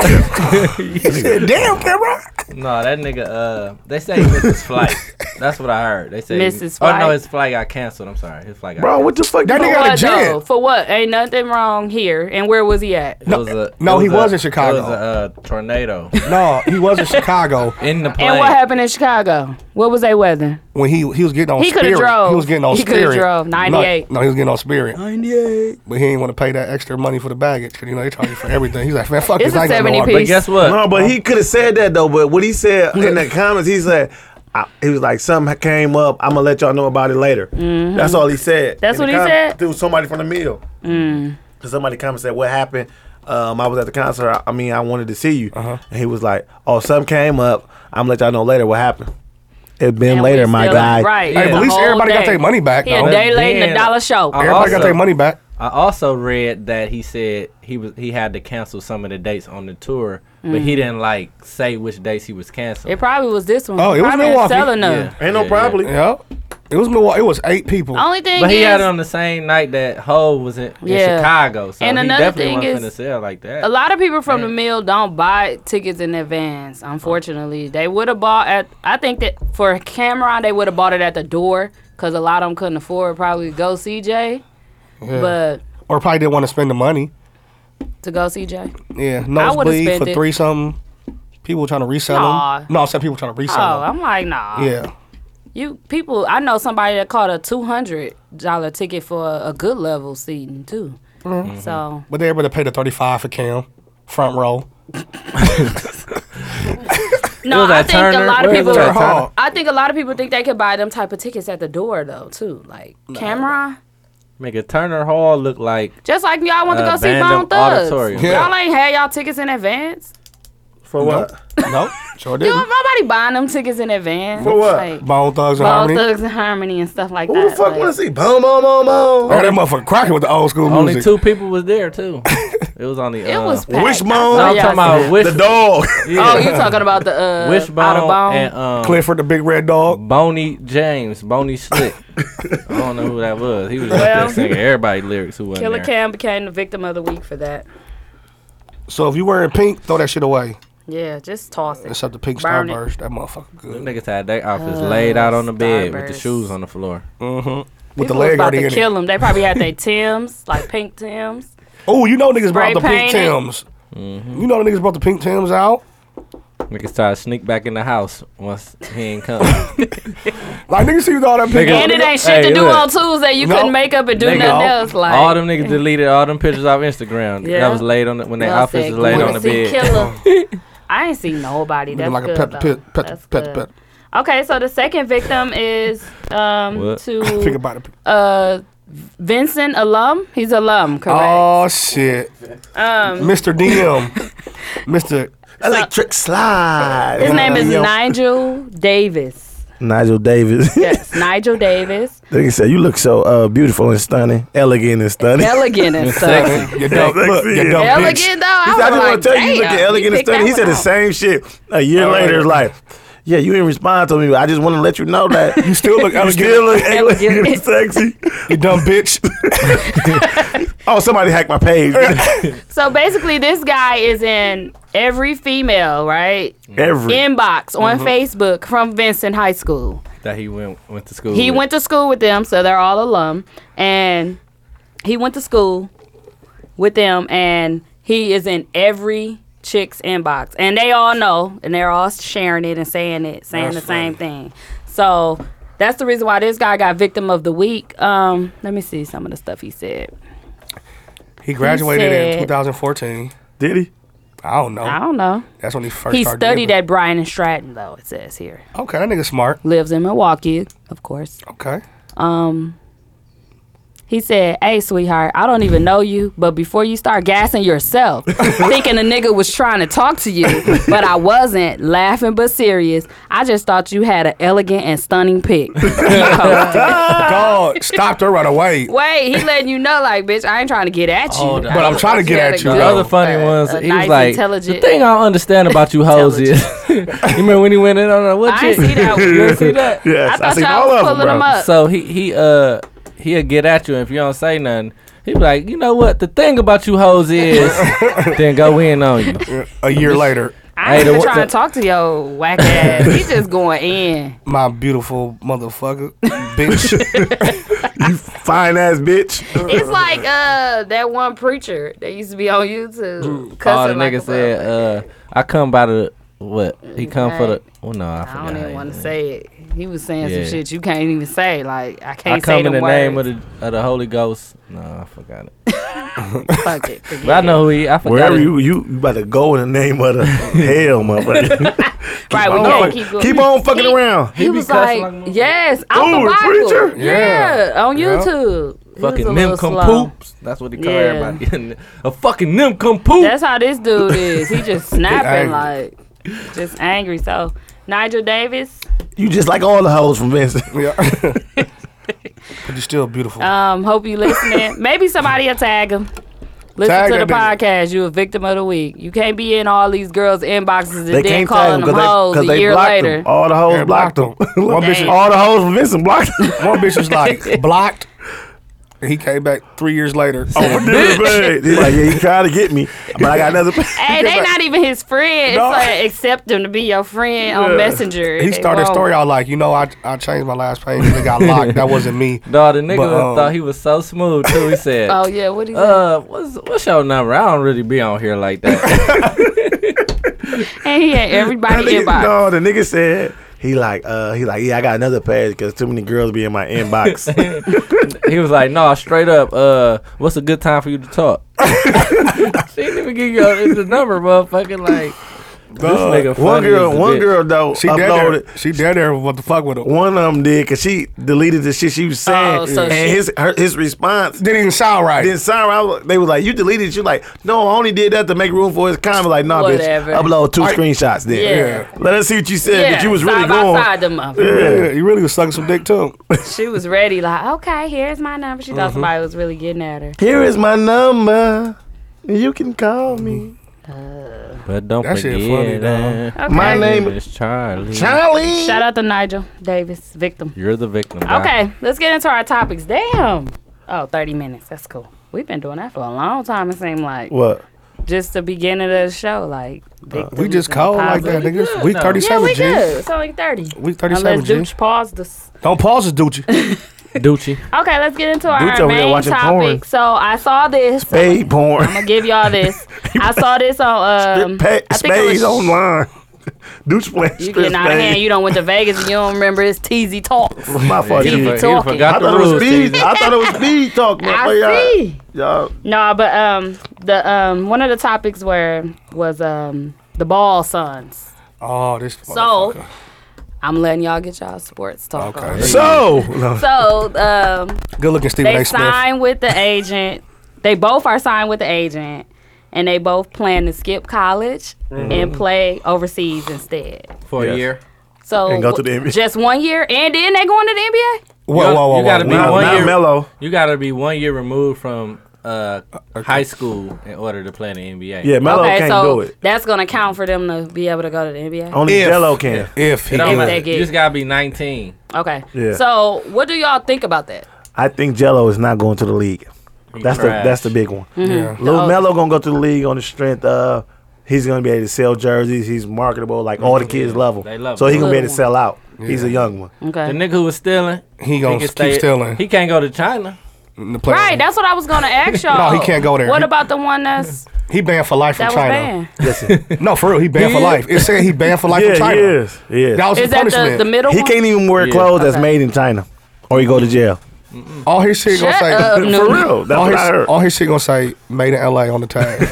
he said, "Damn, Cameron."
No, that nigga. Uh, they say Mrs. Flight. That's what I heard. They say
Mrs.
Oh no,
Flight.
his flight got canceled. I'm sorry, his flight got.
Bro, what the fuck?
That
you know-
nigga got a
But no,
jet.
for what? Ain't nothing wrong here. And where was he at?
canceled. It was a-
no,
it
he was
a-
in Chicago.
It was a uh, tornado
No, he was in Chicago
in the plane.
And what happened in Chicago? What was they weather?
when he he was getting on.
He coulda
Spirit.
drove.
He was getting on.
He coulda
Spirit.
drove,
No,
98.
No, he was getting on Spirit. Ninety eight. But he didn't want to pay that extra money for the baggage because you know they charge you for everything. He's like, "Man, fuck
It's
this." I
a
ain't got
70
no wallet."
But guess what?
No, but
um,
he could have said that though. But what he said in the comments, he said. I, he was like, something came up. I'm gonna let y'all know about it later. That's all he said.
Mm-hmm. That's
In the
what he said? Mm.
It was somebody from the mill. Cause somebody commented said, "What happened?" Um, I was at the concert. I, I mean, I wanted to see you, and he was like, "Oh, something came up. I'm gonna let y'all know later what happened." It been
And
later,
we
my
still-
guy.
Right.
Hey, but
the
at least
whole
everybody got
day.
their money back.
Yeah,
though. Uh,
they late in the
Then-
dollar show.
I
Everybody got
also-
their money back.
I also read that he said he was he had to cancel some of the dates on the tour, but he didn't like say which dates he was canceling.
Mm. It probably was this one.
Oh, it was
Probably didn't
Milwaukee.
sell enough.
Ain't no
yeah,
problem.
Yeah, it was Milwaukee. It was eight people.
Only thing
But
is,
he had um, it on the same night that Ho was in, in
Yeah.
Chicago, so
And
he
another
definitely
thing
wasn't
is,
gonna sell like that.
a lot of people from the mill don't buy tickets in advance. Unfortunately, they would have bought at. I think that for Cameron, they would have bought it at the door because a lot of them couldn't afford probably to go CJ. But
or probably didn't want to spend the money.
to go CJ.
Yeah,
I would've
nosebleed
spent
for
it.
three something. People trying to resell
Aw.
them. No, I said people trying to resell
Oh,
them.
I'm like, nah.
Yeah,
You people, I know somebody that caught a two hundred dollar ticket for a, a good level seating too. So
but they able to pay the thirty five for Cam front row.
no,
was
I
at
think a
Turner.
lot of
Where
people.
was it at
Turner?
I think a lot of people think they could buy them type of tickets at the door though too. Like Cameron,
Make a Turner Hall look like
just like y'all want to
Uh,
go see
Bandom
Bone Thugs.
Auditorium.
Yeah.
Y'all ain't had y'all tickets in advance.
For what?
Nope, sure
You
didn't.
nobody buying them tickets in advance.
For what?
Like,
Bone Thugs and
Bone
Harmony.
Thugs and Harmony and stuff like
Who
that.
the fuck
like-
want to see? Boom, boom, boom, boom.
Oh, that motherfucker cracking with the old school
only
music.
two people was there too. it was on the.
It
uh,
was
No,
packed.
Wishbone?
I saw
I'm
y'all
talking
see
about
that.
wish,
The dog.
Oh, you talking about the uh, Outer
wishbone
Bone?
and um,
Clifford the Big Red Dog.
Boney James, Boney Slick. I don't know who that was. He was up
Well-
there singing everybody lyrics who wasn't
Killer
there.
Cam became the victim of the week for that.
So if you wearing pink, throw that shit away.
Yeah, just toss it.
Except the pink
Burn it.
starburst. That motherfucker good.
Them niggas had their outfits laid out on the bed with the
Starburst.
shoes on the floor.
With the
People was
leg
about
already
to
in it.
kill them. They probably had their Tims, like pink Tims.
Oh, you know niggas
Spray
brought the pink
painted.
Tims.
Mm-hmm.
You know niggas brought the pink Tims out.
Niggas tried to sneak back in the house once he ain't come.
Like niggas see all that pink.
Nigga.
And
on the-
it ain't shit
Hey,
to do
look.
on Tuesday. You
No.
couldn't make up and do
Nigga,
nothing
all-
else. Like
all them niggas deleted all them pictures off Instagram.
Yeah.
That was laid on the, when their
Y'all
outfits
said,
was laid
"Wanna
on the
see
bed.
Killer?" I ain't seen nobody. That's
Looking like a
good,
pet-
though.
pet- pet-
That's
pet-
good.
pet.
Okay, so the second victim is um
What?
Think
to
about it.
uh Vincent alum. He's alum, correct?
Oh shit.
Um.
Mr. DM. Mr.
Electric slide.
His name is
Nigel,
Nigel Davis.
Nigel Davis.
Yes, Nigel Davis.
They said you look so uh, beautiful and stunning, elegant and stunning.
Elegant and stuff.
Your dumb, look, your dumb bitch.
Elegant though. I,
He
was
said, I just
like,
want to tell you, you look
"Damn,
elegant and
picked
stunning.
that
He said
one
the
out."
same shit a year
Oh,
later. It's like, yeah, you didn't respond to me, but I just want to let you know that
You still look
you
elegant.
still look
Elegant.
elegant and sexy.
you dumb bitch.
Oh, somebody hacked my page.
So basically, this guy is in every female right
Every
inbox on Facebook from Vincent High School.
That he went went to school.
He
with.
went to school with them, so they're all alum, and he went to school with them, and he is in every chick's inbox, and they all know, and they're all sharing it and saying it, saying the same thing. So that's the reason why this guy got victim of the week. Um, let me see some of the stuff he said.
He graduated in
said-
2014.
did he?
I don't know.
I don't know.
That's when he first
He
started.
studied
giving.
at Bryan and Stratton, though it says here.
Okay, that nigga smart.
Lives in Milwaukee, of course.
Okay.
He said, "Hey, sweetheart, I don't even know you, but before you start gassing yourself, thinking a nigga was trying to talk to you, but I wasn't. Laughing but serious. I just thought you had an elegant and stunning pic. He posted.
Dog stopped her right away.
Wait, he letting you know, like, bitch, I ain't trying to get at you.
Oh, the-
But I'm trying to get
Yeah,
at you.
the
The
Oh,
other
though.
funny
uh,
ones,
a
he
nice,
was like,
intelligent-
the thing I don't understand about you hoes is, you remember when he went in on a what
I ain't
chick?
see that one.
You didn't see that?
Yes,
I
I,
thought
seen
y'all
all
was
of them,
pulling
bro.
them up.
So he he uh he'll get at you and if you don't say nothing. He be like, you know what? The thing about you hoes is, then go in on you.
A year later,
I ain't
Hey, the
even
one-
trying to
the-
talk to your whack ass. He just going in.
my beautiful motherfucker, bitch.
You fine ass bitch.
It's like uh that one preacher that used to be on YouTube.
All the
cussing like a
nigga said,
motherfucker.
uh, I come by the what? He come for the. Oh no, I
I
forgot.
don't
how
even
he
want to
said.
say it. He was saying
Yeah.
some shit you can't even say. Like I can't
I
say
come
the,
in the
words.
name of the of the Holy Ghost. No, I forgot it.
Fuck it. forget
But I
it.
know who he. I forgot.
Wherever
his-
you you you about to go in the name of the hell, motherfucker.
Right, we
on
can't
fucking-
keep going.
keep on fucking around.
He,
He be
was
cussing
like,
like a motherfucker.
"Yes, out
Ooh,
the
the
Bible,
preacher?
Yeah.
Yeah.
on
Yeah.
YouTube." He was a
fucking
little
nimcom
slow.
poops. That's what they call
Yeah.
everybody. a fucking nimcom poop.
That's how this dude is. He just snapping,
angry.
like just angry. So Nigel Davis,
You just like all the hoes from Vincent.
yeah. but you're still beautiful.
um, hope you listening. Maybe somebody will tag him. Listen
Tag
to the
that nigga.
podcast. You a victim of the week. You can't be in all these girls' inboxes and then
They can't tell
calling
them
them
because they,
hoes
'cause
a
they
year
blocked
later.
them. All the hoes
They
blocked
blocked
them.
them. One
One
bitch-
bitch, all the hoes from Vincent blocked them.
One bitch was like blocked. and he came back three years later.
Oh, this bitch. He's like, yeah, you trying to get me, but I got another.
Hey, they not even his friend.
No.
It's like accept them to be your friend
Yeah.
on Messenger.
he
They
started a
won't.
story out like, you know, I, I changed my last page. It got locked. That wasn't me.
Dog, the nigga
But, um,
thought he was so smooth too. He said,
Oh yeah, what he uh,
"Uh, what's what's your number? I don't really be on here like that."
and he had
That
everybody
nigga-
inbox.
No, the nigga said he like uh he like yeah I got another page because too many girls be in my inbox.
he was like, "No, straight up. Uh, what's a good time for you to talk?" she didn't even give you the number, motherfucker. Like
Dog,
nigga
one
funny
girl,
as a
one
bitch.
girl though
She dead
uploaded.
there. She dead there. What the fuck with him?
One of them did because she deleted the shit she was saying,
Oh, so
and
she-
his her, his response.
Didn't even sound right.
Then sorry, I was, they was like, "You deleted." it." She like, "No, I only did that to make room for his comment." Like, nah,
Whatever.
bitch, upload two screenshots. Then,
Yeah.
let us see what you said.
yeah,
That you was really
side by
going.
side them up.
yeah, you really was sucking some dick too.
She was ready, like, okay, here's my number. She thought somebody was really getting at her.
Here is my number. You can call me.
but don't
That shit
forget
funny,
that
Okay.
my
My
name
name
is Charlie.
Charlie.
Shout out to Nigel Davis, victim.
You're the victim. dog.
Okay, let's get into our topics. Damn. Oh, 30 minutes. That's cool. We've been doing that for a long time, it seemed like.
What?
Just the beginning of the show, like. victims
We just
and
cold like that,
positive-
niggas. We
no.
thirty
Yeah,
seven
we
G.
good. It's only 30.
We thirty seven
Unless
G.
Dooch paused this.
Don't pause it, Doochie.
Ducci.
Okay, let's get into
Dooch
our
over there
main
watching
topic.
porn.
So I saw this.
Spade porn.
I'm gonna give y'all this. I saw this on um,
Pa-
I think it was-
spades online. Deuce playing
You
strip
getting out of hand?
spades.
You don't went to Vegas and you don't remember it's TZ talks.
My fault.
He done
you
for- he done
talking.
I
forgot the
thought it was
rules.
speed.
Steve.
I thought it was speed talk.
I see.
Y'all, y'all
No, but um, the um, one of the topics where was um the ball sons.
oh, this.
So
motherfucker.
I'm letting y'all get y'all sports talk.
Okay.
on.
so no.
So um,
good looking Stephen
they
A. Smith.
signed with the agent. They both are signed with the agent, and they both plan to skip college
Mm-hmm.
and play overseas instead.
For
Yes.
a year.
So
And go to the
w-
NBA.
Just one year, and then they going to the NBA.
Whoa, whoa, whoa,
You gotta be
whoa. We-
Now,
one
now
year-
Melo.
You gotta be one year removed from uh, high school in order to play in the NBA.
Yeah, Melo
okay,
Oh, can't
so
do it. Oh,
that's gonna count for them to be able to go to the NBA.
Only
If-
Jello can.
If he
It don't
If
can.
matter.
they get-
You just gotta be 19.
Okay.
Yeah.
So what do y'all think about that?
I think Jello is not going to the league. That's the
trash.
that's the big one.
Yeah.
Lil
Oh.
Melo gonna go to the league on the strength of he's gonna be able to sell jerseys. He's marketable. Like all the kids love him.
They love
so
him.
he gonna be able to
Little
sell out. He's a young one.
Okay.
The nigga who was stealing,
He gonna
can
Oh, keep stealing.
He can't go to China.
The player-
Right, that's what I was gonna ask y'all.
No, he can't go there.
What
He-
about the one that's
He banned for life
that
from
was
China.
banned?
Listen,
No, for real, he banned for
He-
life. It said he banned for life
yeah,
from
he
China.
is. He is.
That was
Is
his
that the,
punishment.
the middle
He
one?
can't even wear
Yeah.
clothes that's
Okay.
made in China, or he go to jail.
all his shit gonna
Shut
say.
up,
For
Nunu.
For real, that's
all,
what
his,
I heard.
all his shit gonna say made in LA on the tag.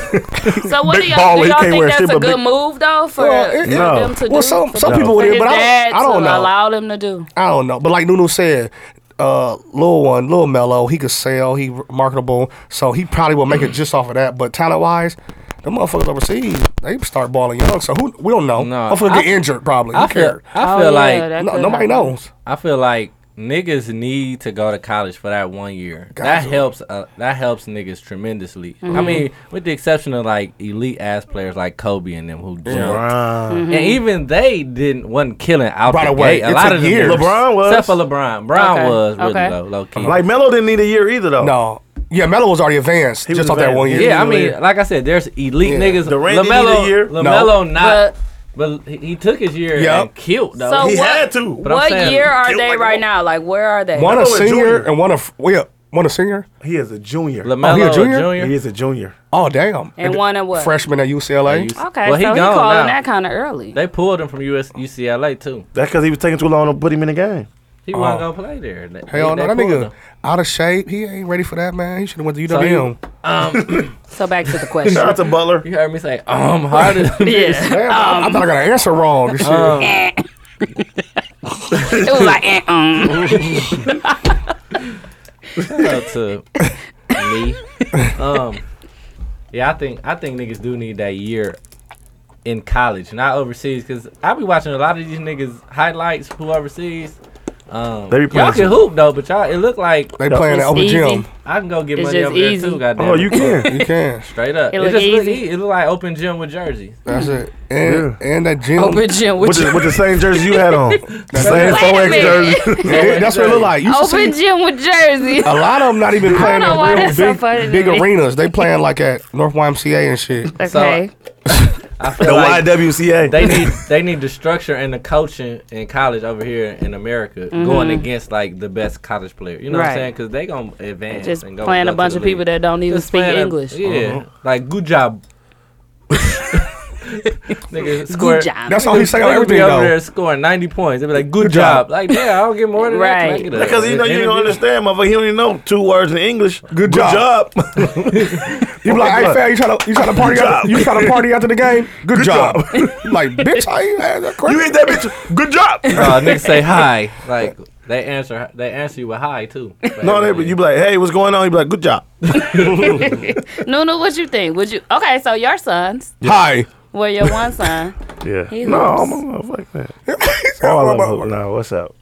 So what do
Big
y'all,
baller,
do y'all
he can't
think
wear
that's
shit
a
but
good
big-
move though for,
Well, it-
for
no.
them to
well,
do?
some
for
some
No.
people
his
would, but I
dad
don't, I don't
to
know.
allow them to do.
I don't know. But like Nunu said, uh, Lil One, Lil Mello, he could sell, he marketable, so he probably will make it just off of that. But talent wise, the motherfuckers overseas, they start balling young. So who we don't know.
No,
motherfuckers
I-
get injured probably.
I
Who
feel,
care?
I
Oh,
feel
yeah,
like
that
No,
could
nobody
happen.
knows.
I feel like niggas need to go to college for that one year. that helps. Uh, that helps niggas tremendously.
Mm-hmm.
I mean, with the exception of like elite ass players like Kobe and them who jumped,
LeBron.
Mm-hmm.
and even they didn't wasn't killing out
Right
the
away.
gate. A
It
lot
took
of them,
years.
LeBron was.
except for LeBron. Brown
Okay,
was really
okay.
low, low key.
Like Melo didn't need a year either though.
No. Yeah, Mello was already advanced
He was
just off that
advanced.
one year.
yeah, I
really
mean,
weird.
like I said, there's elite
Yeah.
niggas.
Durant didn't need
Lamelo,
a year. No.
Lamelo,
But
not. But he- he took his year
Yep.
and killed though.
So
he
what-
had to.
I'm
what
saying,
year are
kill
they
like a
right
wolf.
now? Like where are they?
One a
Mello is
senior
junior.
and one of yeah, one a senior.
He is a junior.
Lamelo
Oh, he a
a
junior?
junior?
He is a junior.
Oh damn.
And one of what?
Freshman at UCLA.
Yeah, you-
Okay,
Well, he
so he
gone
calling
now.
that kind of early.
They pulled him from US UCLA too.
That's because he was taking too long to put him in the game.
He wasn't
Oh.
gonna play there. They-
Hell
they
no, that
pulled
nigga
him.
out of shape. He ain't ready for that, man. He should have went to
So he-
UWM.
So back to the
Shout
question.
out to Butler.
You heard me say, um, hard as
yeah,
Damn, I, I thought I got an answer wrong. Uh, This shit.
it was like eh, um.
Shout out to me. Um, yeah, I think I think niggas do need that year in college, not overseas, because I be watching a lot of these niggas highlights who overseas. Um,
They be playing
y'all can
some-
hoop though, but y'all it look like
They playing
It's
at open
easy.
gym.
I can go get
It's
money
just
over there
easy.
too. Goddamn,
Oh, you can.
You can.
straight up.
It
It,
look
just look
easy.
easy. It look like open gym with jerseys.
That's it. And and that gym.
Open gym with
with, the,
jer-
with the same jersey you had on. same
Wait a
4X
minute.
jersey.
Yeah, that's what it look like. You should
Open
see
gym with jersey.
a lot of them not even playing
know
in
why
real big,
that's so funny to
big
me.
arenas. They playing like at North YMCA and shit.
Okay.
I feel
the
like
YWCA.
they need they need the structure and the coaching in college over here in America going against like the best college player. You know what
Mm-hmm. Right.
I'm saying? Because they gonna advance.
just
and go,
playing
go
a bunch of people that don't even speak English.
yeah,
Uh-huh.
like good job. Nigga, score.
Good job.
That's all he's saying
They
on
would be
everything
over
though.
there scoring 90 points. They'd be like, good,
Good job.
job. Like, yeah, I don't get more than that.
Right.
Can I get a-
Because you know you
interview?
don't understand, motherfucker. He don't even know two words in English.
Good job.
Good job.
You be like, hey, fam, you trying to you trying to party after you trying to party after the game? Good, job. like, bitch, I ain't had that
you
crazy.
ain't that bitch. Good job.
Uh, niggas say hi. Like, they answer they answer you with hi, too. Like,
no, they, you be like, hey, what's going on? You be like, good job.
Nunu, what you think? Would you Okay, so your sons.
Hi.
Well your one son.
Yeah.
He
no,
hoops.
I'm a motherfucker. man. All of them hoop. No, what's up?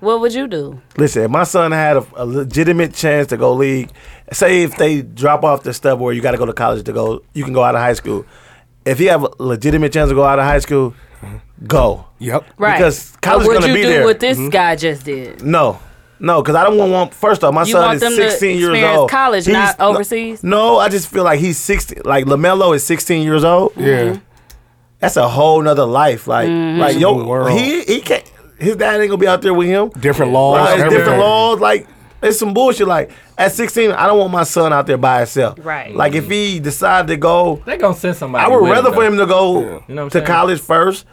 What would you do?
Listen, if my son had a, a legitimate chance to go league, say if they drop off the stuff where you got to go to college to go, you can go out of high school. If you have a legitimate chance to go out of high school, go.
Yep.
Right.
Because college
But what
gonna
you
be
do
there.
what this guy just did?
No, no, because I don't want, want. First off, my
You
son
want
is
them to
16 years
experience
old.
college, not
no-
overseas?
No, I just feel like he's 16. Like Lamelo is 16 years old.
Yeah.
That's a whole nother life. Like,
Mm-hmm.
like
It's a new
yo,
world.
he he can't. His dad ain't gonna be out there with him.
Different laws.
Like, Oh, it's
everything.
different laws. Like it's some bullshit. Like at 16, I don't want my son out there by himself.
Right.
Like if he decide to go,
They gonna send somebody.
I would
with
rather for
though.
him to go
You know what I'm
to
saying?
college first,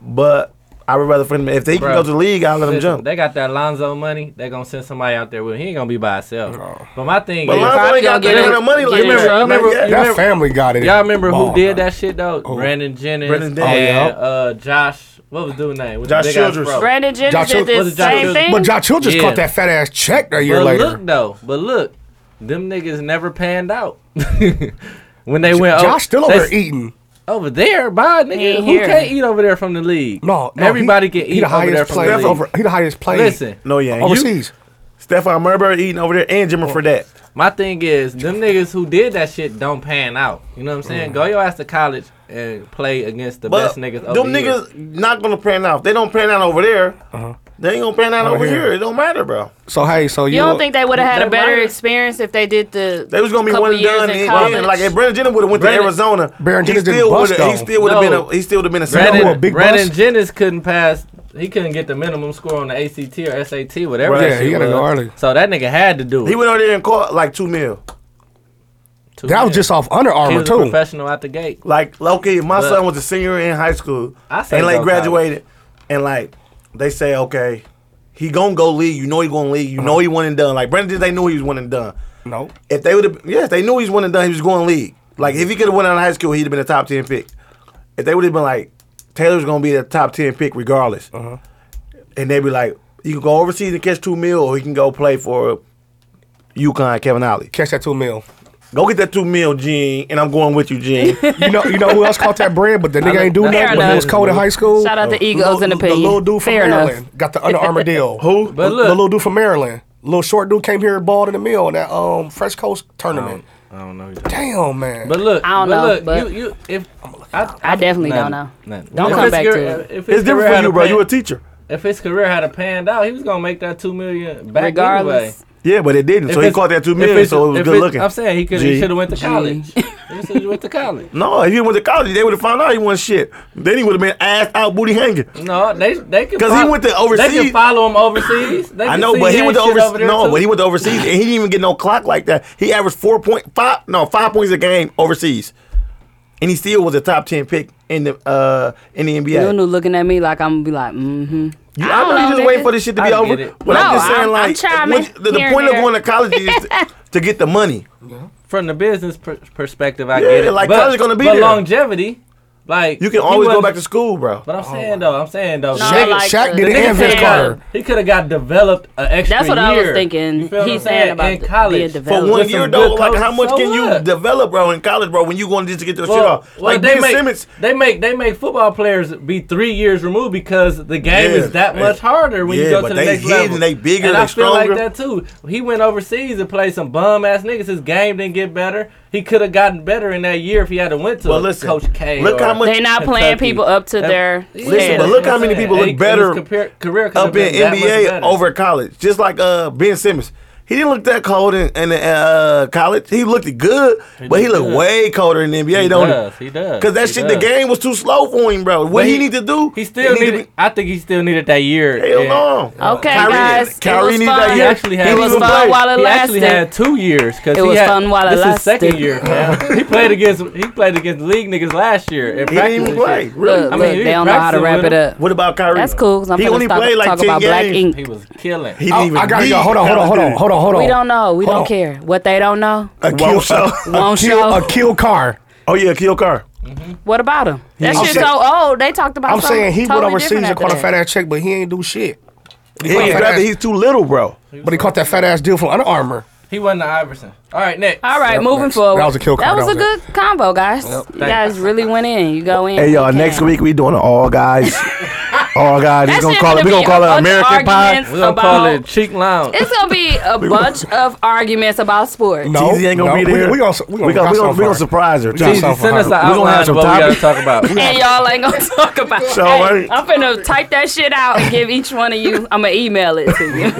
but. I would rather for him if they can
Bruh.
go to the league, I'll let him
Listen,
jump.
They got that Lonzo money. They gonna send somebody out there with. him. He ain't gonna be by himself. But my thing
But
is,
Lonzo
probably
ain't
gonna
got that
get
kind
in-
of money.
get
Like,
in
remember,
trouble.
remember,
That
yeah.
That family got it.
y'all remember who
Ball,
did
bro.
that shit though? Brandon Jennings
Brandon Jennings.
and
Oh,
uh, Josh. What was dude's name? With the
Josh
big ass
Childress.
fro.
Brandon Jennings
Josh-
did
was
this
it Josh
same
Jones?
thing.
But John Chill just
Yeah.
caught that fat ass check a year
But
later.
look though, but look, them niggas never panned out. when they went,
Josh still
over,
over
they
there
s-
eating.
over there. Bye, nigga.
ain't
Who
here.
can't eat over there from the league?
No, no
everybody
he,
can
He
eat
the
over there
highest
from
player.
the league.
Over, he the highest player.
Listen,
No, yeah.
Oh,
You,
overseas.
Stephon Marbury eating over there and Jimmer Fredette.
My thing is, them niggas who did that shit don't pan out. You know what I'm saying?
Mm-hmm.
Go your ass to college and play against the
But
best niggas. of
them
the year.
niggas not gonna pan out. If they don't pan out over there, they ain't gonna pan out
Over
over
here.
here. It don't matter, bro.
so hey, so you,
You
know-
don't think they would have had a
That
better
might-
experience if they did the
They was gonna be
couple
one and
years
done.
in
And,
college?
and like if Brandon Jennings would have went
Brandon-
to Arizona,
Brandon
he
Jennings didn't
still
bust,
would have. He
though.
still would have
No.
been. A, he still would have been a
Brandon-
senior.
a big
Brandon
bust?
Jennings couldn't pass. He couldn't get the minimum score on the ACT or SAT, whatever.
Right.
that
Yeah,
shit
he gotta
was.
go early.
So that nigga had to do it.
He went over there and caught like two mil.
Too
that
bad.
was just off Under
he
Armour
was a
too.
professional out the gate.
Like okay, my
Look.
son was a senior in high school
I say
and like
go
graduated, and like they say okay, he gonna go league. You know he gonna league. You
Uh-huh.
know he one and done. Like Brandon Jennings, they knew he was one and done.
No,
If they would have, yes, they knew he's one and done. He was going league. Like if he could have went out of high school, he'd have been a top ten pick. If they would have been like, Taylor's gonna be the top ten pick regardless,
Uh-huh.
and they'd be like, you can go overseas and catch two mil, or he can go play for UConn, Kevin Ollie.
catch that two mil.
Go get that two mil, Gene, and I'm going with you, Gene.
You know, you know who else caught that bread, but the nigga
mean,
ain't do
fair
nothing. But it
enough.
was cold in high school.
Shout out to
Lil-
Egos and
the,
Opinion.
little dude from
Fair enough.
Maryland got the Under Armour deal.
Who?
But
The-
look-
the little dude from Maryland. Little short dude came here and balled in the mill in that um Fresh Coast tournament.
I don't know.
Damn man.
But look,
I don't
but
know,
look,
but-
you, you, if I,
I definitely
Nah,
don't know.
nah.
Don't
If
come
his
back
career-
to it.
if his
it's
career
different for
had
you,
a
bro. You
pan-
a teacher.
If his career had a panned out, he was gonna make that two million back
Regardless.
anyway.
Yeah, but it didn't.
If
so he
it's-
caught that two
if
mil,
it's-
so it was
if
good
it's-
looking.
I'm saying he could
Gee.
he should have went to college. he should have went to college.
no, if he went to college, they would have found out he wasn't shit. Then he would have been ass out, booty hanging.
No, they they could
'Cause he
fol-
went to
They
overseas.
can follow him overseas. They
I
can
know,
see
but he
his
went to
shit
overseas.
over there,
no,
too.
but he went to overseas, and he didn't even get no clock like that. He averaged four point five, no, five points a game overseas, and he still was a top ten pick in the uh in the NBA.
Nunu looking at me like I'm gonna be like, mm-hmm.
You- I, know you just waiting for this shit to be
I get
over,
it.
but
No,
I'm just saying,
I'm- I'm
like,
chiming
what- the, the
here and
point of
there.
going to college is to, to get the money.
from the business per- perspective. I
Yeah,
get it.
like,
but,
college gonna be
but
there.
longevity. Like
You can
he
always go
wasn't-
back to school, bro.
But I'm saying though, I'm saying though,
No,
Shaq,
Shaq-
like
Shaq
the-
did
the
it
nigga
and Vince
said
Carter.
he could have got developed an extra
That's what I was
year.
thinking.
You feel what
He's
I'm
saying about
in
the- being
college
developed.
For
With
one
some
year
good
though, like
coaches,
how much
so
can you
what?
develop, bro, in college, bro, when you going just to get your shit off?
well,
Like
they
Ben
make,
Simmons,
They make they make football players be three years removed because the game
Yeah,
is that
man.
much harder when
Yeah,
you go
but
to the
they
next
hidden,
level.
they bigger,
and I
they
feel
stronger.
like that too. He went overseas and played some bum ass niggas. His game didn't get better. He could have gotten better in that year if he had a went to
But listen,
Coach K.
look
or-
how much
They not playing
Kentucky.
people up to
That-
their
Yeah,
Listen,
standard.
but look how
I'm
many
saying.
people look
He- his
better
compar- career could have
up in
been that much
NBA
better.
over college, just like uh Ben Simmons. He didn't look that cold in, in uh, college. He looked good, but he
did
looked
good.
way colder in the NBA,
He
don't
does.
he?
He does.
Because that
He
shit, the
does.
game was too slow for him, bro. What
But
he, need to do?
He still
need to
needed. I think he still needed that year.
be- hell
Yeah.
no.
Okay,
Kyrie-
guys, it
Kyrie
was
need
fun.
that
He
year.
actually had.
He
It was
didn't
fun
play.
while it
he
lasted.
actually had two years because
It
he
was
had,
fun while it
this is
lasted.
second year. now. he played against he played against league niggas last year. in
He didn't
practice
even
and
play.
shit.
Really?
Look,
I mean,
look,
he
they don't know how to
practicing
wrap
with
it
him.
up.
What about Kyrie?
That's cool because I'm
He
finna
only
stop-
played like
talk
10
about Black
games.
Ink.
He was killing.
He didn't
I,
even
I gotta
need
go. Hold on, hold on, hold on, hold on, hold on.
We don't know. We
Hold
don't
on.
care what they don't know.
A kill show.
Won't
Kill,
show.
a kill car.
Oh yeah, kill car.
What about him? That
I'm
shit's
saying-
so old. They talked about.
I'm
something
saying he went
totally
overseas
different
and
after
caught a
that.
fat ass check, but he ain't do shit. He
He
caught a
ain't
fat
grabbing.
ass-
He's too little, bro.
but he caught that fat ass deal from Under Armour.
He wasn't the Iverson. All right, next.
All right,
Yep,
moving
next.
forward.
That was a kill
That
card.
was a
That was
good combo, guys. you guys really went in. You go in.
Hey y'all,
you
next
can.
week we doing an all guys. all guys.
That
We gonna
shit
call it. We
finna
gonna
be
call
a
it
bunch of
American Pie.
arguments
We're gonna call
about-
it Cheek Lounge.
It's gonna be a bunch of arguments about sports.
No,
Jeezy ain't gonna
no,
be there.
We, we gonna we gonna,
we gonna, we
got
gonna,
so
we gonna
far.
surprise her.
got
too.
Jeezy,
so far.
send us an
We're
gonna
outline
have
of
some
what we gotta
topics.
talk about.
And y'all ain't gonna talk about it.
So,
Hey,
right.
I'm finna type that shit out and give each one of you. I'm gonna email it to you.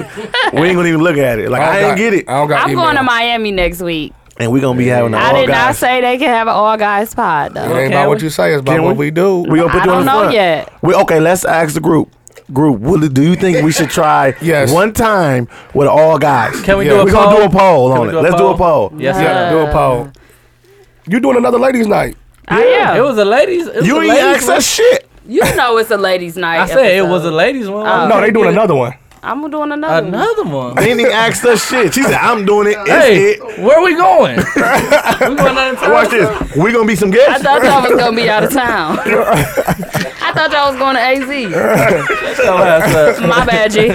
we ain't gonna even look at it. Like
I
I
don't
ain't
got-
get it.
I don't got
I'm
email.
going to Miami next week.
And we gonna be having an
I
all
did not
guys.
say they can have an all guys pod though.
It ain't
Okay,
about what
we-
you say. It's about
Can
what
we?
we do.
We gonna put
I
you on
don't
the
know
front.
yet.
We okay. Let's ask the group. Group, what, do you think we should try
Yes.
one time with all guys?
Can we
Yeah.
do a
We're
poll?
gonna do a poll
Can
on
we
it. Let's do a poll.
Yes,
yeah,
Uh,
sir.
do a poll. You doing another ladies' night?
I am.
It was a ladies. It was
You
a
ain't
ladies
asked us shit.
you know it's a ladies' night.
one. I said it
episode.
was a ladies one.
Oh.
No, they doing another one.
I'm doing another. one.
Another one.
Then he asked us shit. She said, "I'm doing it. It's
Hey,
it."
where we going? we going out of town?
Watch this. We gonna be some
I
guests.
thought y'all was gonna be out of town. I thought y'all was going to AZ.
Shut your ass up.
My bad, G.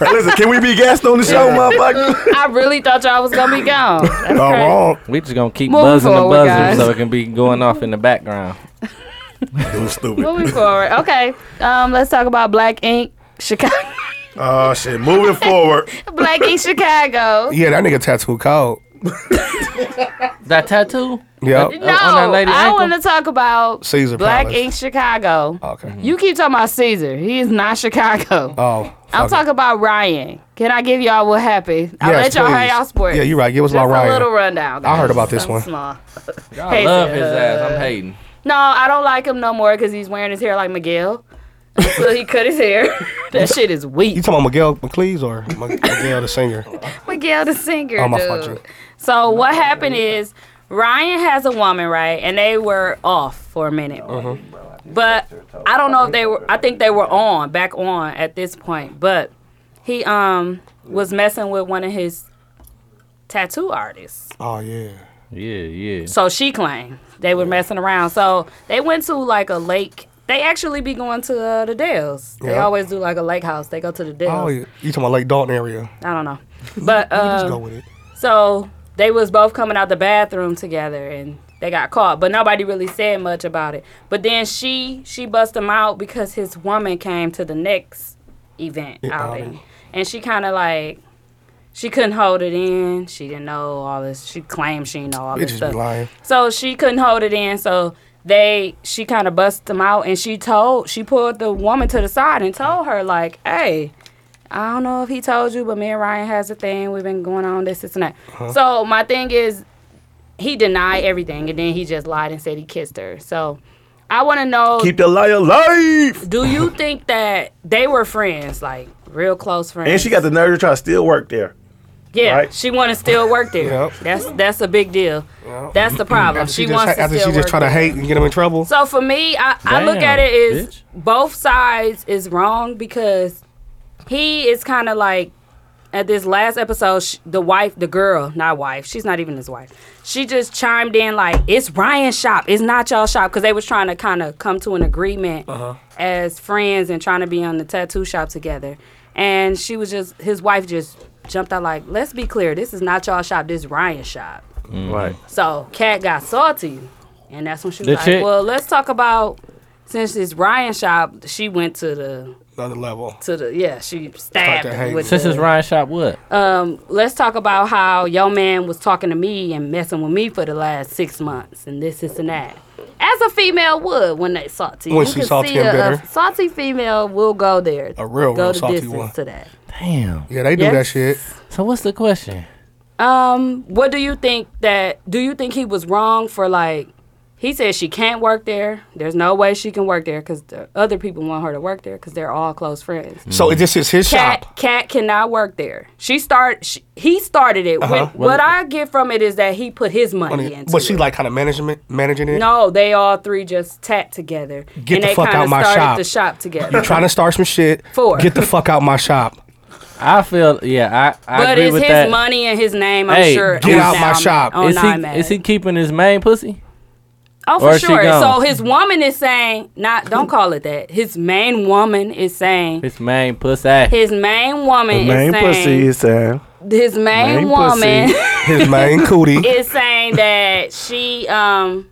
Listen, can we be guests on the show, motherfucker?
I really thought y'all was gonna be gone. That's
No,
crazy.
wrong.
We just gonna keep
Moving
buzzing
forward,
the buzzer
guys.
so it can be going off in the background.
Dude, stupid.
Moving forward. Okay. Um, let's talk about Black Ink Chicago.
Oh shit. Moving forward.
Black Ink Chicago.
Yeah, that nigga tattoo cold.
That tattoo?
Yeah.
No,
on that lady
I
ankle?
want to talk about
Caesar
Black
Palace.
Ink Chicago.
Okay.
You keep talking about Caesar. He is not Chicago.
Oh.
I'm
fuck it.
talking about Ryan. Can I give y'all what happened? I'll let
Yes,
y'all hear
please.
y'all sports.
Yeah, you're right. Give us
Just
my Ryan.
a little rundown.
I heard
guys.
about this
Something
one.
Small.
I
Hey,
love
sir.
his ass. I'm hating.
No, I don't like him no more because he's wearing his hair like Miguel. Until he cut his hair. that shit is weak.
You talking about Miguel McLees or Ma- Miguel the singer?
Miguel the singer,
Oh, my
dude.
fault, Drew.
So what happened is Ryan has a woman, right? And they were off for a minute. But I don't know if they were I think they were on, back on at this point. But he um was messing with one of his tattoo artists.
Oh yeah.
Yeah, yeah.
So she claimed they were messing around. So they went to like a lake. They actually be going to uh, the Dells. They
Yeah.
always do like a lake house. They go to the
Oh
Dells.
yeah. You talking about Lake Dalton area?
I don't know. But
Let's
uh,
go with it.
so they was both coming out the bathroom together and they got caught, but nobody really said much about it. But then she she bust him out because his woman came to the next event
Yeah,
outing.
outing.
And she kind of like she couldn't hold it in. She didn't know all this. She claimed she didn't know all this
Bitches
stuff.
be lying.
So she couldn't hold it in. So they, she kind of bust them out, and she told, she pulled the woman to the side and told her like, "Hey, I don't know if he told you, but me and Ryan has a thing. We've been going on this, this, and that." So my thing is, he denied everything, and then he just lied and said he kissed her. So I want to know,
Keep the lie alive.
do you think that they were friends, like real close friends?
And she got the nerve to try to still work there.
yeah,
right.
she want to still work there.
Yep.
That's that's a big deal. That's the problem. She,
just,
wants to
after
still
she just
work
try to
there.
hate and get him in trouble.
So for me, I, I look at
Damn,
it as
bitch.
both sides is wrong because he is kind of like at this last episode, sh the wife, the girl, not wife, she's not even his wife. She just chimed in like, "It's Ryan's shop. It's not y'all shop," because they was trying to kind of come to an agreement
Uh-huh.
as friends and trying to be on the tattoo shop together. And she was just his wife just jumped out like, "Let's be clear. This is not y'all shop. This is Ryan's shop."
Right.
So Cat got salty, and that's when she was
Mm-hmm. The
like,
chick-
"Well, let's talk about." Since it's Ryan's shop, she went to the
Another level.
to the yeah she stabbed
to
him
hate
with
Since
the-
it's Ryan Shop, what?
um, let's talk about how your man was talking to me and messing with me for the last six months and this, this, and that. As a female would when they salty.
When she salty and
a,
bitter.
a salty female will go there.
A real,
go
real
the
salty
distance
one.
to that.
Damn.
Yeah, they do
Yes.
that shit.
So what's the question?
Um, what do you think that do you think he was wrong for like he said she can't work there. There's no way she can work there because the other people want her to work there because they're all close friends.
So it just is his
Cat
shop.
Cat cannot work there. She start. She, he started it. When- what I get from it is that he put his money, into
But she
it.
like kind of management managing it.
no, they all three just tat together,
Get
and
the
they
fuck
kinda
out my
started
shop.
the shop
You're
together.
trying to start some shit.
Four.
Get the fuck out my shop.
I feel yeah, I, I
but
agree
it's
with
his
that.
money and his name. I'm
Hey,
sure.
get
on
out my
Nine-
shop.
On
is he
Nine
is
Man.
he keeping his main pussy?
Oh,
or
for
is she
sure. So
gone?
his woman is saying, not don't call it that. His main woman is saying.
His main pussy.
His main woman
The
is
main
saying.
pussy is saying.
his main,
Main
woman.
pussy.
His main cootie.
is saying that she um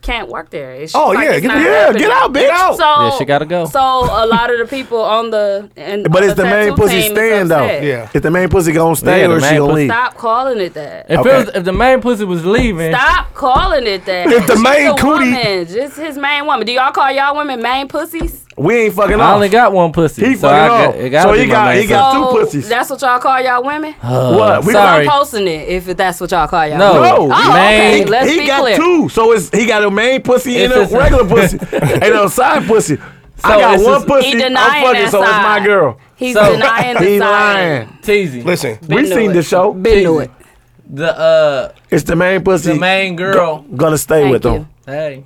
can't work there. It's
Oh
like,
yeah,
it's
get,
not
yeah,
happening.
get out, bitch.
So
Yeah, she gotta go.
So a lot of the people on the and
But
on
it's the main
tattoo
pussy
team is
stand though.
upset.
Yeah.
If the main pussy gonna stay
Yeah, the
or she
main
gonna
pussy-
leave.
Stop calling it that.
If
Okay.
it was, if the main pussy was leaving,
Stop calling it that.
If the
She's
main
a
cootie-
woman. just his main woman. Do y'all call y'all women main pussies?
We ain't fucking
I
off.
only got one pussy.
He
so
fucking
I
off.
got, it gotta
So
be
he
my
got-
main
he got-
pussy.
two
So,
pussies.
That's what y'all call y'all women.
what? We
sorry.
I'm posting it if that's what y'all call y'all.
No.
women.
No,
Oh,
Man.
okay. Let's
he
be
got
clear.
two, so it's he got a main pussy and
It's
a
his-
regular pussy, and a side pussy. I
So
got
it's
one
his-
He
pussy, I'm
denying
fucking,
that
so it's
side.
my girl.
He's
So-
denying the
He
side.
lying.
Teasy.
Listen,
We
knew
seen
it.
the show.
Been knew it.
the uh
It's the main pussy.
the main girl.
gonna stay
Thank
with
you.
them.
Hey,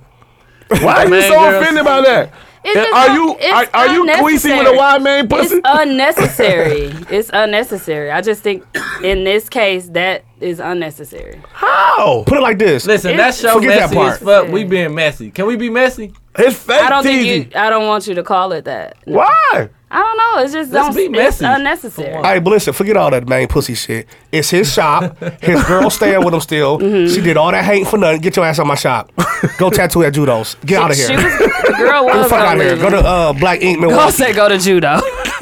Why are you
main
so
girl.
offended by that?
It's
And
just
are
un-
you are,
it's
are you queasy with a
unnecessary.
wide main pussy?
It's unnecessary. it's unnecessary. I just think in this case that is unnecessary.
How?
put it like this.
listen, that
It's-
show
Forget that
messy
part.
as fuck. We being messy. Can we be messy?
It's fake
I don't
teasing.
think you. I don't want you to call it that.
Why?
I don't know. It's just
Let's
don't.
be
It's
messy.
unnecessary.
Hey, but listen, forget all that main pussy shit. It's his shop. His girl staying with him still.
Mm-hmm.
She did all that hate for nothing. Get your ass out my shop. Go tattoo at Judo's. Get out of
She
here.
was
Get
the girl
the
was
fuck out of here. Go to uh, Black Ink
Go
Milwaukee.
say go to judo.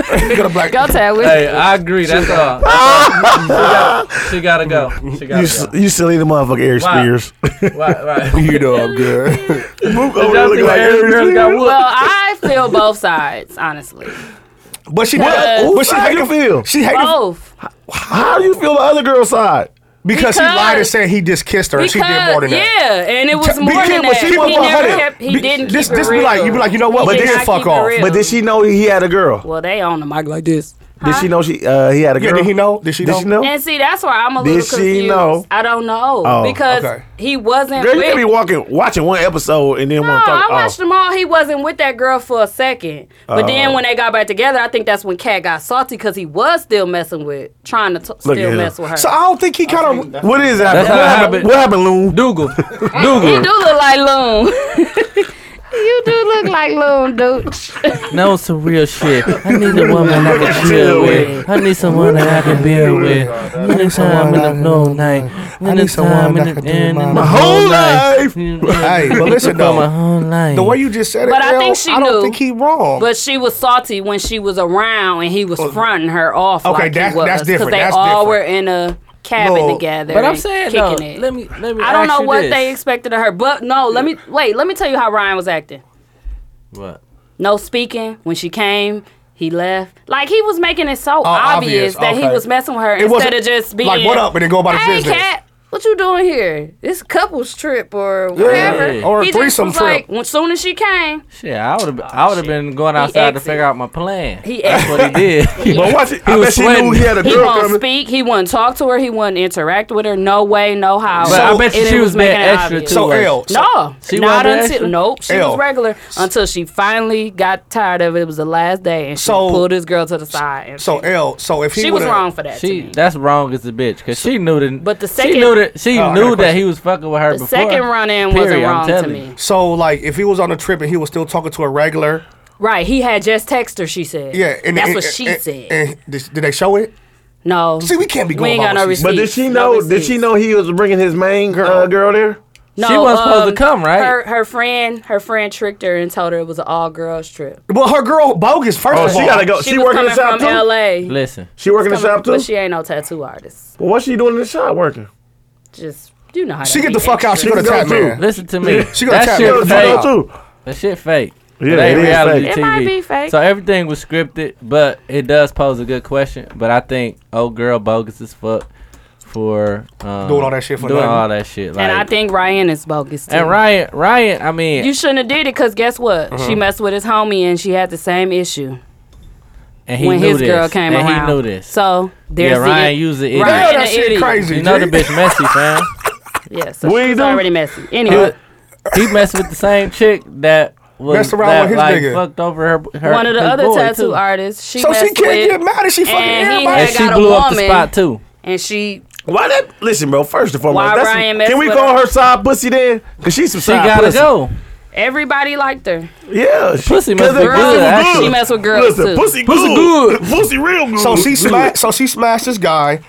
Go to Black
go tag with.
Hey, I agree. That's all. she, gotta, she gotta go. She
You
gotta
s-
go.
you silly the motherfucker Eric
Why?
Spears.
Right, right.
You know I'm good.
Mook
Did
over there
y'all see what
looking like
Aaron
Eric
Girls
Spears.
got whooped?
Well, I feel both sides honestly.
But she
Because-
but she
How you
hated
feel?
She hated
Both.
How do you feel the other girl's side?
because, he lied and
Because-
said he just kissed her and she did more than that.
Yeah, and it was
Be
more
careful,
than that.
she
He
was
never
100.
kept. He
Be-
didn't
this-
keep it
this be
real.
like- you be like, you know what,
He
but
did
then
not
fuck
keep it
off.
real.
But did she know he had a girl?
Well, they on the mic like this.
Did she know she uh, he had a
Yeah,
girl?
did he know? Did she
Did
know?
she know?
And see, that's why I'm a little
Oh. Did she
confused.
know?
I don't know
Oh,
because
okay.
he wasn't.
Girl, you
with,
can't be walking, watching one episode and then
no,
want to
I
talk.
watched
oh.
them all. He wasn't with that girl for a second, but then when they got back together, I think that's when Cat got salty because he was still messing with, trying to t-
Look at
still
him.
mess with her.
So I don't think he kind of.
What is that?
That's how
What
it
happened?
happened.
What happened, Loon?
Dougal.
you do
Dougal.
look like Loon. you do look like Loon, dude.
That was some real shit. I need a woman I can chill with. I need someone that I can build with. Anytime in the middle of night.
I need someone that can do my- My
whole life.
Hey, but listen
For my
though,
whole life.
the way you just said it,
But I
L,
think she
I don't
knew.
think he wrong.
But she was salty when she was around and he was
Oh.
fronting her off.
Okay,
like
that's-
he was,
that's
Because
different.
they
That's
all
different.
were in a cabin
No,
together.
but I'm
and
saying though,
kicking it.
let me let me.
I don't
ask
know
you
what
this.
they expected of her, but no, let me wait. Let me tell you how Ryan was acting.
What?
No speaking when she came. He left. Like he
Oh,
was making it so obvious,
obvious,
that he
okay.
was messing with her
It
instead
wasn't
of just being
like, what up, and then go about his
Hey,
business."
Cat, what you doing here? This couple's trip or whatever.
Yeah.
Or a
he just
threesome
was
trip.
like, when soon as she came,
Shit, I would have. I would have been going outside to
exited.
figure out my plan.
He
That's what he did.
But watch it. I
was
bet she
sweating.
knew he had a
he
girl
won't
coming.
speak. He wouldn't talk to her. He wouldn't interact with her. No way, no how.
But I
So-
bet you
And it
she was being
making it
extra
obvious.
too.
So
like-
L.
No,
She
not
wasn't
until
extra?
nope. She
L.
was regular until she finally got tired of it. It was the last day, and she
So-
pulled this girl to the side. And
So L. So if he
she was
would've-
wrong for that. to
She
me.
that's wrong as a bitch because she knew that.
But the
she
second-
knew that she
Oh, I got a
knew that
question.
he was fucking with her
the
before.
second run in wasn't
Period, I'm
wrong to
telling
me.
you.
So like if he was on a trip and he was still talking to a regular,
Right, he had just texted her. She said,
yeah, and
that's
and-
what
and-
she
and-
said."
and did, did they show it?
no,
See, we can't be
We
going
ain't
by
got
what
no
she
receipts.
said.
But did she
No
know? Did she
receipts.
know he was bringing his main girl, uh, girl there?
No, um,
wasn't supposed to come, right?
Her her friend her friend tricked her and told her it was an all girls trip.
Well, her girl bogus. First
Oh,
of
she
all,
gotta go. She,
was
working the
coming
shop
from
too.
L.A.
Listen,
She working the shop too.
But she ain't no tattoo artist.
well, what's she doing in the shop working?
Just you know how
She
that
get
be
the fuck out. She
extra.
go to
She
tap
go
man.
listen to me.
She gonna
that
tap
shit
me.
She
Hey.
fake.
know too.
That shit fake.
Yeah,
it ain't
it is
reality
fake.
It
TV.
might be fake.
So everything was scripted, but it does pose a good question. But I think old girl bogus as fuck for um,
Doing all that shit for
doing
nothing.
all that shit. Like,
And I think Ryan is bogus too.
and Ryan, Mm-hmm. Ryan, I mean,
you shouldn't have did it because guess what? She messed with his homie and she had the same issue
and he
when
knew
his
this,
girl came
and
around.
he knew this.
So there's
yeah,
the-
Ryan used
Ryan
it.
Yeah,
and
that
an
shit
idiot.
crazy.
You know the
G.
bitch messy, fam.
Yeah, so
We
she's
do.
already messy. Anyway,
But he messed with the same chick that was
Messed around
that,
with his
like,
nigga.
Fucked over her. her
one of the
his
other
boy,
tattoo
too.
artists, she
So
messed
Oh, she can't
with,
get mad if she fucking
and he
everybody.
And
had
she
got a
blew up the
woman.
spot too.
and she
Why that? Listen, bro. First and foremost,
Why
that's
Ryan messed
can we
with
call
her?
her side pussy then? Cause she's some
She
side
gotta
pussy.
go.
everybody liked her.
Yeah, she,
Pussy must
'cause
be
it-
good,
pussy
actually.
She mess with girls,
Listen,
too.
pussy good.
Pussy good.
Pussy real good.
So she smashed. So she smashed this guy,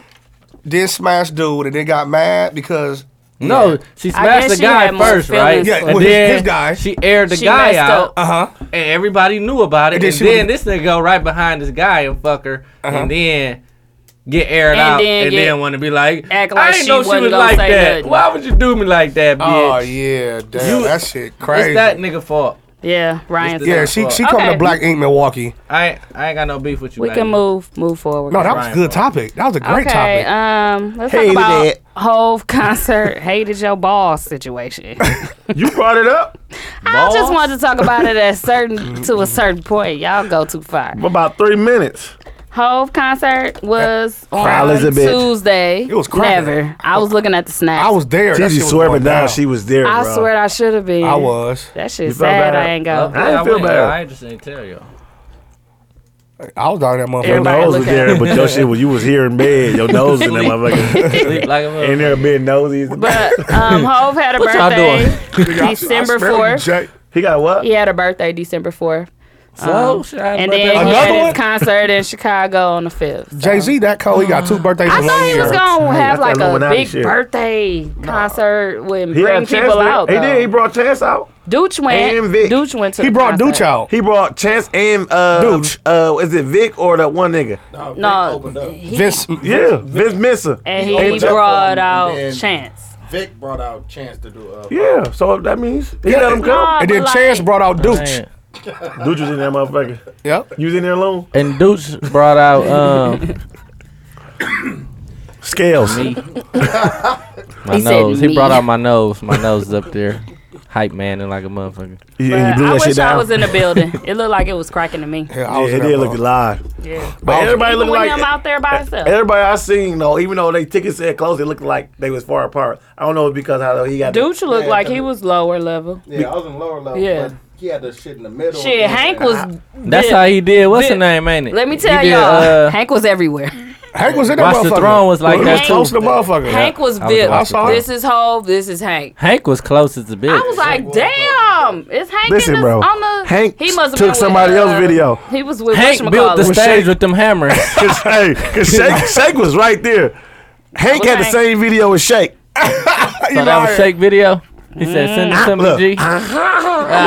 then smashed dude, and then got mad because
No, she smashed
guess
the
she
guy
had more
first,
feelings
right?
Yeah,
for- well,
and
his-
then
his guy.
She aired the
She
guy
messed
out,
up.
uh huh.
and everybody knew about it.
And
And then,
then she was- Uh-huh.
this nigga go right behind this guy and fuck her, and then get aired
And
out,
then
and
get-
then want to be like,
act
I
like
didn't
she
know she
wasn't
was
gonna
like
say
that.
nothing."
Why would you do me like that, bitch?
Oh yeah, damn,
You-
that shit crazy.
It's that nigga fault.
Yeah, Ryan's.
yeah, she she come
Okay.
to Black Ink Milwaukee.
I ain't, I ain't got no beef with you.
we
lady.
can move move forward.
No, that was a
Right.
good topic. That was a great
okay,
topic.
um, let's
Hated
talk about
it.
Hove concert hated your boss situation.
you brought it up
I just wanted to talk about it at certain to a certain point. Y'all go too far.
for about three minutes.
Hove concert was
Crowd
on
is a bitch.
Tuesday.
It was crowded.
Never. I was looking at the snaps.
I was there. That
She
shit was
swerving
going
down. She was there,
I
bro.
swear I should have been.
I was.
That shit
felt
sad.
bad?
I ain't go.
I didn't feel
went,
bad.
y'all. I just didn't tell y'all.
I was down that
Your
motherfucker.
Everybody
nose
look
was
at
there,
her.
but your shit was you was here in bed. Your nose in that motherfucker.
Sleep like a
In
mother.
there being nosy.
But um, Hove had a
What y'all
birthday December fourth.
Jay.
He got what?
He had a birthday December fourth,
So,
Um,
should I
and
let
then
that-
he
Another
had
one?
his concert in Chicago on the fifth.
Jay Z, that cold. He got two birthdays
Uh-huh. I
in one
thought he
year.
was gonna have
That's
like
that
a
Illuminati
big
shit.
birthday concert with
He
bring
had Chance
people
there.
out.
He
though.
did. He brought Chance out.
Dooch
And
went.
Vic.
Dooch went to.
He
the
brought
concert.
Dooch out.
He brought Chance and uh,
Dude.
uh, is it Vic or that one nigga?
No,
Vince.
Yeah, Vince Mensa.
and he,
opened up for
brought
him,
out
and-
Chance.
Vic brought out chance to do uh,
Yeah, so that means he let him go.
Nah,
And then
but like-
Chance brought out Dooch.
Man.
Dude was in that motherfucker.
Yep.
You was in there alone?
And Dooch brought out um
Scales.
me. my
He said
nose. He
me.
brought out my nose. My nose is up there. Hype man and like a motherfucker.
Yeah, he
But
blew
I
that
wish
shit
I
down.
was in the building. It looked like it was cracking to me.
Yeah, I
yeah,
was
it
in
did
that
look
motherfucker.
alive.
Yeah.
But everybody
Even
looked
when
like
him out there by himself.
everybody I seen though, even though they tickets said close, they looked like they was far apart. I don't know because how he got
Dooch looked
Yeah,
like he
kinda-
was lower level.
Yeah, I was in lower level.
Yeah.
But he had the shit in the middle.
Shit, Hank was.
That's
did-
how he did. What's
Vic.
the name, ain't it?
Let me
He
tell
did,
y'all,
uh,
Hank was everywhere.
Hank was in that
Watch
motherfucker.
the Throne was like
He
that
was close
too.
to the motherfucker.
Hank was
I was
Vic.
watching
I saw him.
This is Hove. This is Hank.
Hank was close as a bitch.
I was like, damn, it's Hank
Listen,
in the,
bro.
on the.
Hank
he must have
took
been with,
somebody else's
uh,
video.
He was with
Hank built the
whatchamacallit.
stage with them hammers.
Cause, hey, cause Shake, Shake was right there. Hank had the
Hank.
same video as Shake.
so that was Shake video. He said, send it to me,
Look.
G.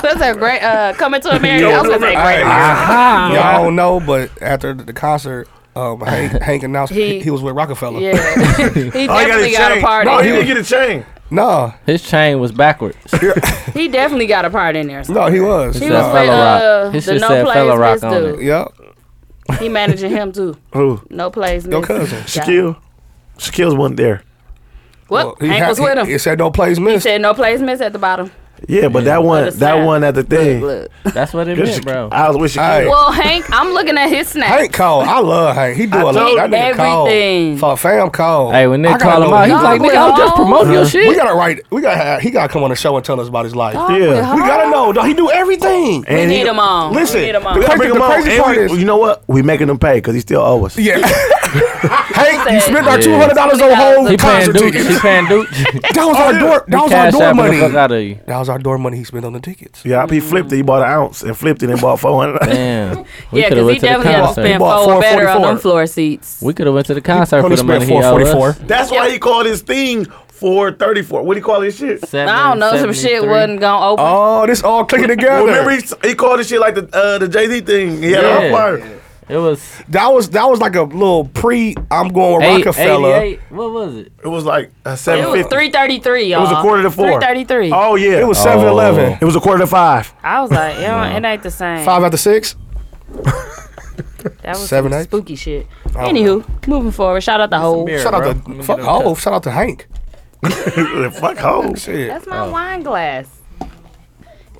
That's a great uh, coming to America. I was gonna say great.
Y'all don't know, but after the concert, um, Hank, Hank announced he,
He-
he was with Rockefeller.
Yeah, he
Oh, he got
definitely
his
got, a
chain.
part.
No,
in
he
there.
didn't get a chain.
No,
His chain was backwards.
He definitely got a part in there.
no, he was.
He
said
was
no.
with
Fella Rock.
uh,
He
the
should
No
said
Plays
Fella Rock
Miss
on
dude.
Yep.
He managing him too.
Who?
No Plays Miss.
cousin.
guy.
Skill. Shaquille's wasn't there.
Well,
he
Hank
ha-
was with him.
It said no plays
He
missed.
said no plays missed at the bottom.
Yeah, but that
Other
one,
side.
that one at the thing.
Look.
That's what it
Good
meant,
Shaqu-
bro.
I was with
Hey.
Shaquille.
Well, Hank, I'm looking at his snap.
Hank Cole, I love Hank. He do a
told
lot. That nigga
everything.
Cole. For fam Cole.
Hey, when they
I gotta
call him
know
out, he
him.
was like,
Dog
"Nigga, I was just
with
promoting your
hoes.
shit."
We gotta write. We gotta. Have, he gotta come on the show and tell us about his life.
Oh,
Yeah.
with her.
We gotta know. Dog, he do everything.
We
And
need
he-
him on.
Listen,
we need him
we
on.
gotta
Bring
The
him on.
crazy
And
part
we-
is-
you know what? We making him pay because he still owe us.
Yeah. Hank, you spent our
Yeah.
two hundred dollars on
He
whole
paying
concert
Duke. He
tickets.
paying Oh, Duke. That
That was our door. That was our door money.
fuck out of you.
That was our door money he spent on the tickets.
Yeah, he flipped it. He bought an ounce and flipped it and bought four hundred.
Damn. We
Yeah,
coulda
because he
went to the
definitely had to
concert.
spend
bought
four or better on
444.
them floor seats.
We could have went to the concert for
Only
the money
spent
he
four
owed
forty
us.
four.
That's why he called his thing four thirty four. What do you call his shit?
I don't know. Some shit
773.
wasn't gonna open.
Oh, this all clicking together.
Well, remember he, he called his shit like the uh, the Jay Z thing. He had
Yeah.
an umpire.
It was
that was that was like a little pre. I'm going with
eight,
Rockefeller.
88. What was it?
It was like a
It
seven
was
fifty.
three thirty three. It
was a quarter to four.
Three thirty three.
Oh yeah,
It was 7 Eleven.
It was a quarter to five.
I was like, yeah, it ain't the same.
Five after six.
that was
seven,
some
eight?
spooky shit. Anywho, moving forward. Shout out the whole.
beer.
Shout out
bro.
to
Let
fuck
me get
Hove. Shout out to Hank.
Fuck hoes.
Shit.
That's
Oh.
my wine glass.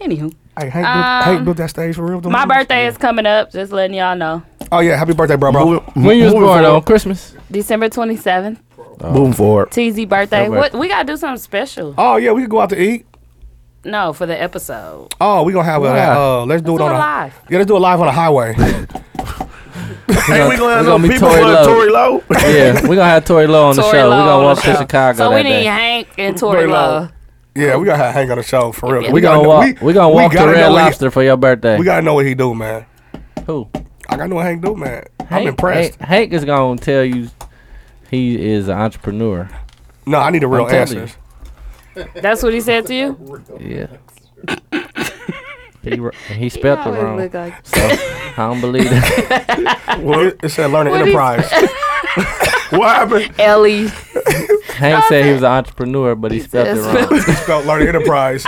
Anywho,
Hey, Hank, built, Hank built that stage for real. though.
Um, my birthday is coming up. Just letting y'all know,
Oh yeah, happy birthday, bro, bro.
When you was
Moving
born
forward.
on Christmas?
December twenty seventh.
Moving forward.
TZ birthday.
Okay.
What we gotta do something special?
Oh yeah, we could go out to eat.
No, for the episode.
Oh, we gonna have a
Why?
uh, let's do
Let's do
it on
it
a
live.
Yeah, let's do it live on the highway.
Hey, we gonna have
we gonna
some
be
people
Tory
for
Lowe.
Tory Low.
Yeah, we're gonna have Tori Lowe on the
Tory
show. We're
Lowe
gonna
on
walk
the
to
show.
Chicago
So we
that
need
day.
Hank and Tori
Lowe.
Love.
yeah, we gotta have Hank on the show for real.
Yeah.
We gonna
gotta-
walk. We gonna walk to
gotta
Red
know what he-
Lobster for your birthday.
We gotta know what he do, man.
Who?
I gotta know what Hank do, man. I'm
Hank-
impressed.
Hank, Hank is gonna tell you he is an entrepreneur.
No, I need a real
I'm telling
answer.
you.
That's what he said to you.
Yeah. he r- he spelt the
always
wrong.
look like-
so I don't believe that.
It, it said learning
What he-
enterprise.
What happened?
Ellie.
Hank said he was an entrepreneur, but he spelt it
said
wrong.
It spelled learning enterprise.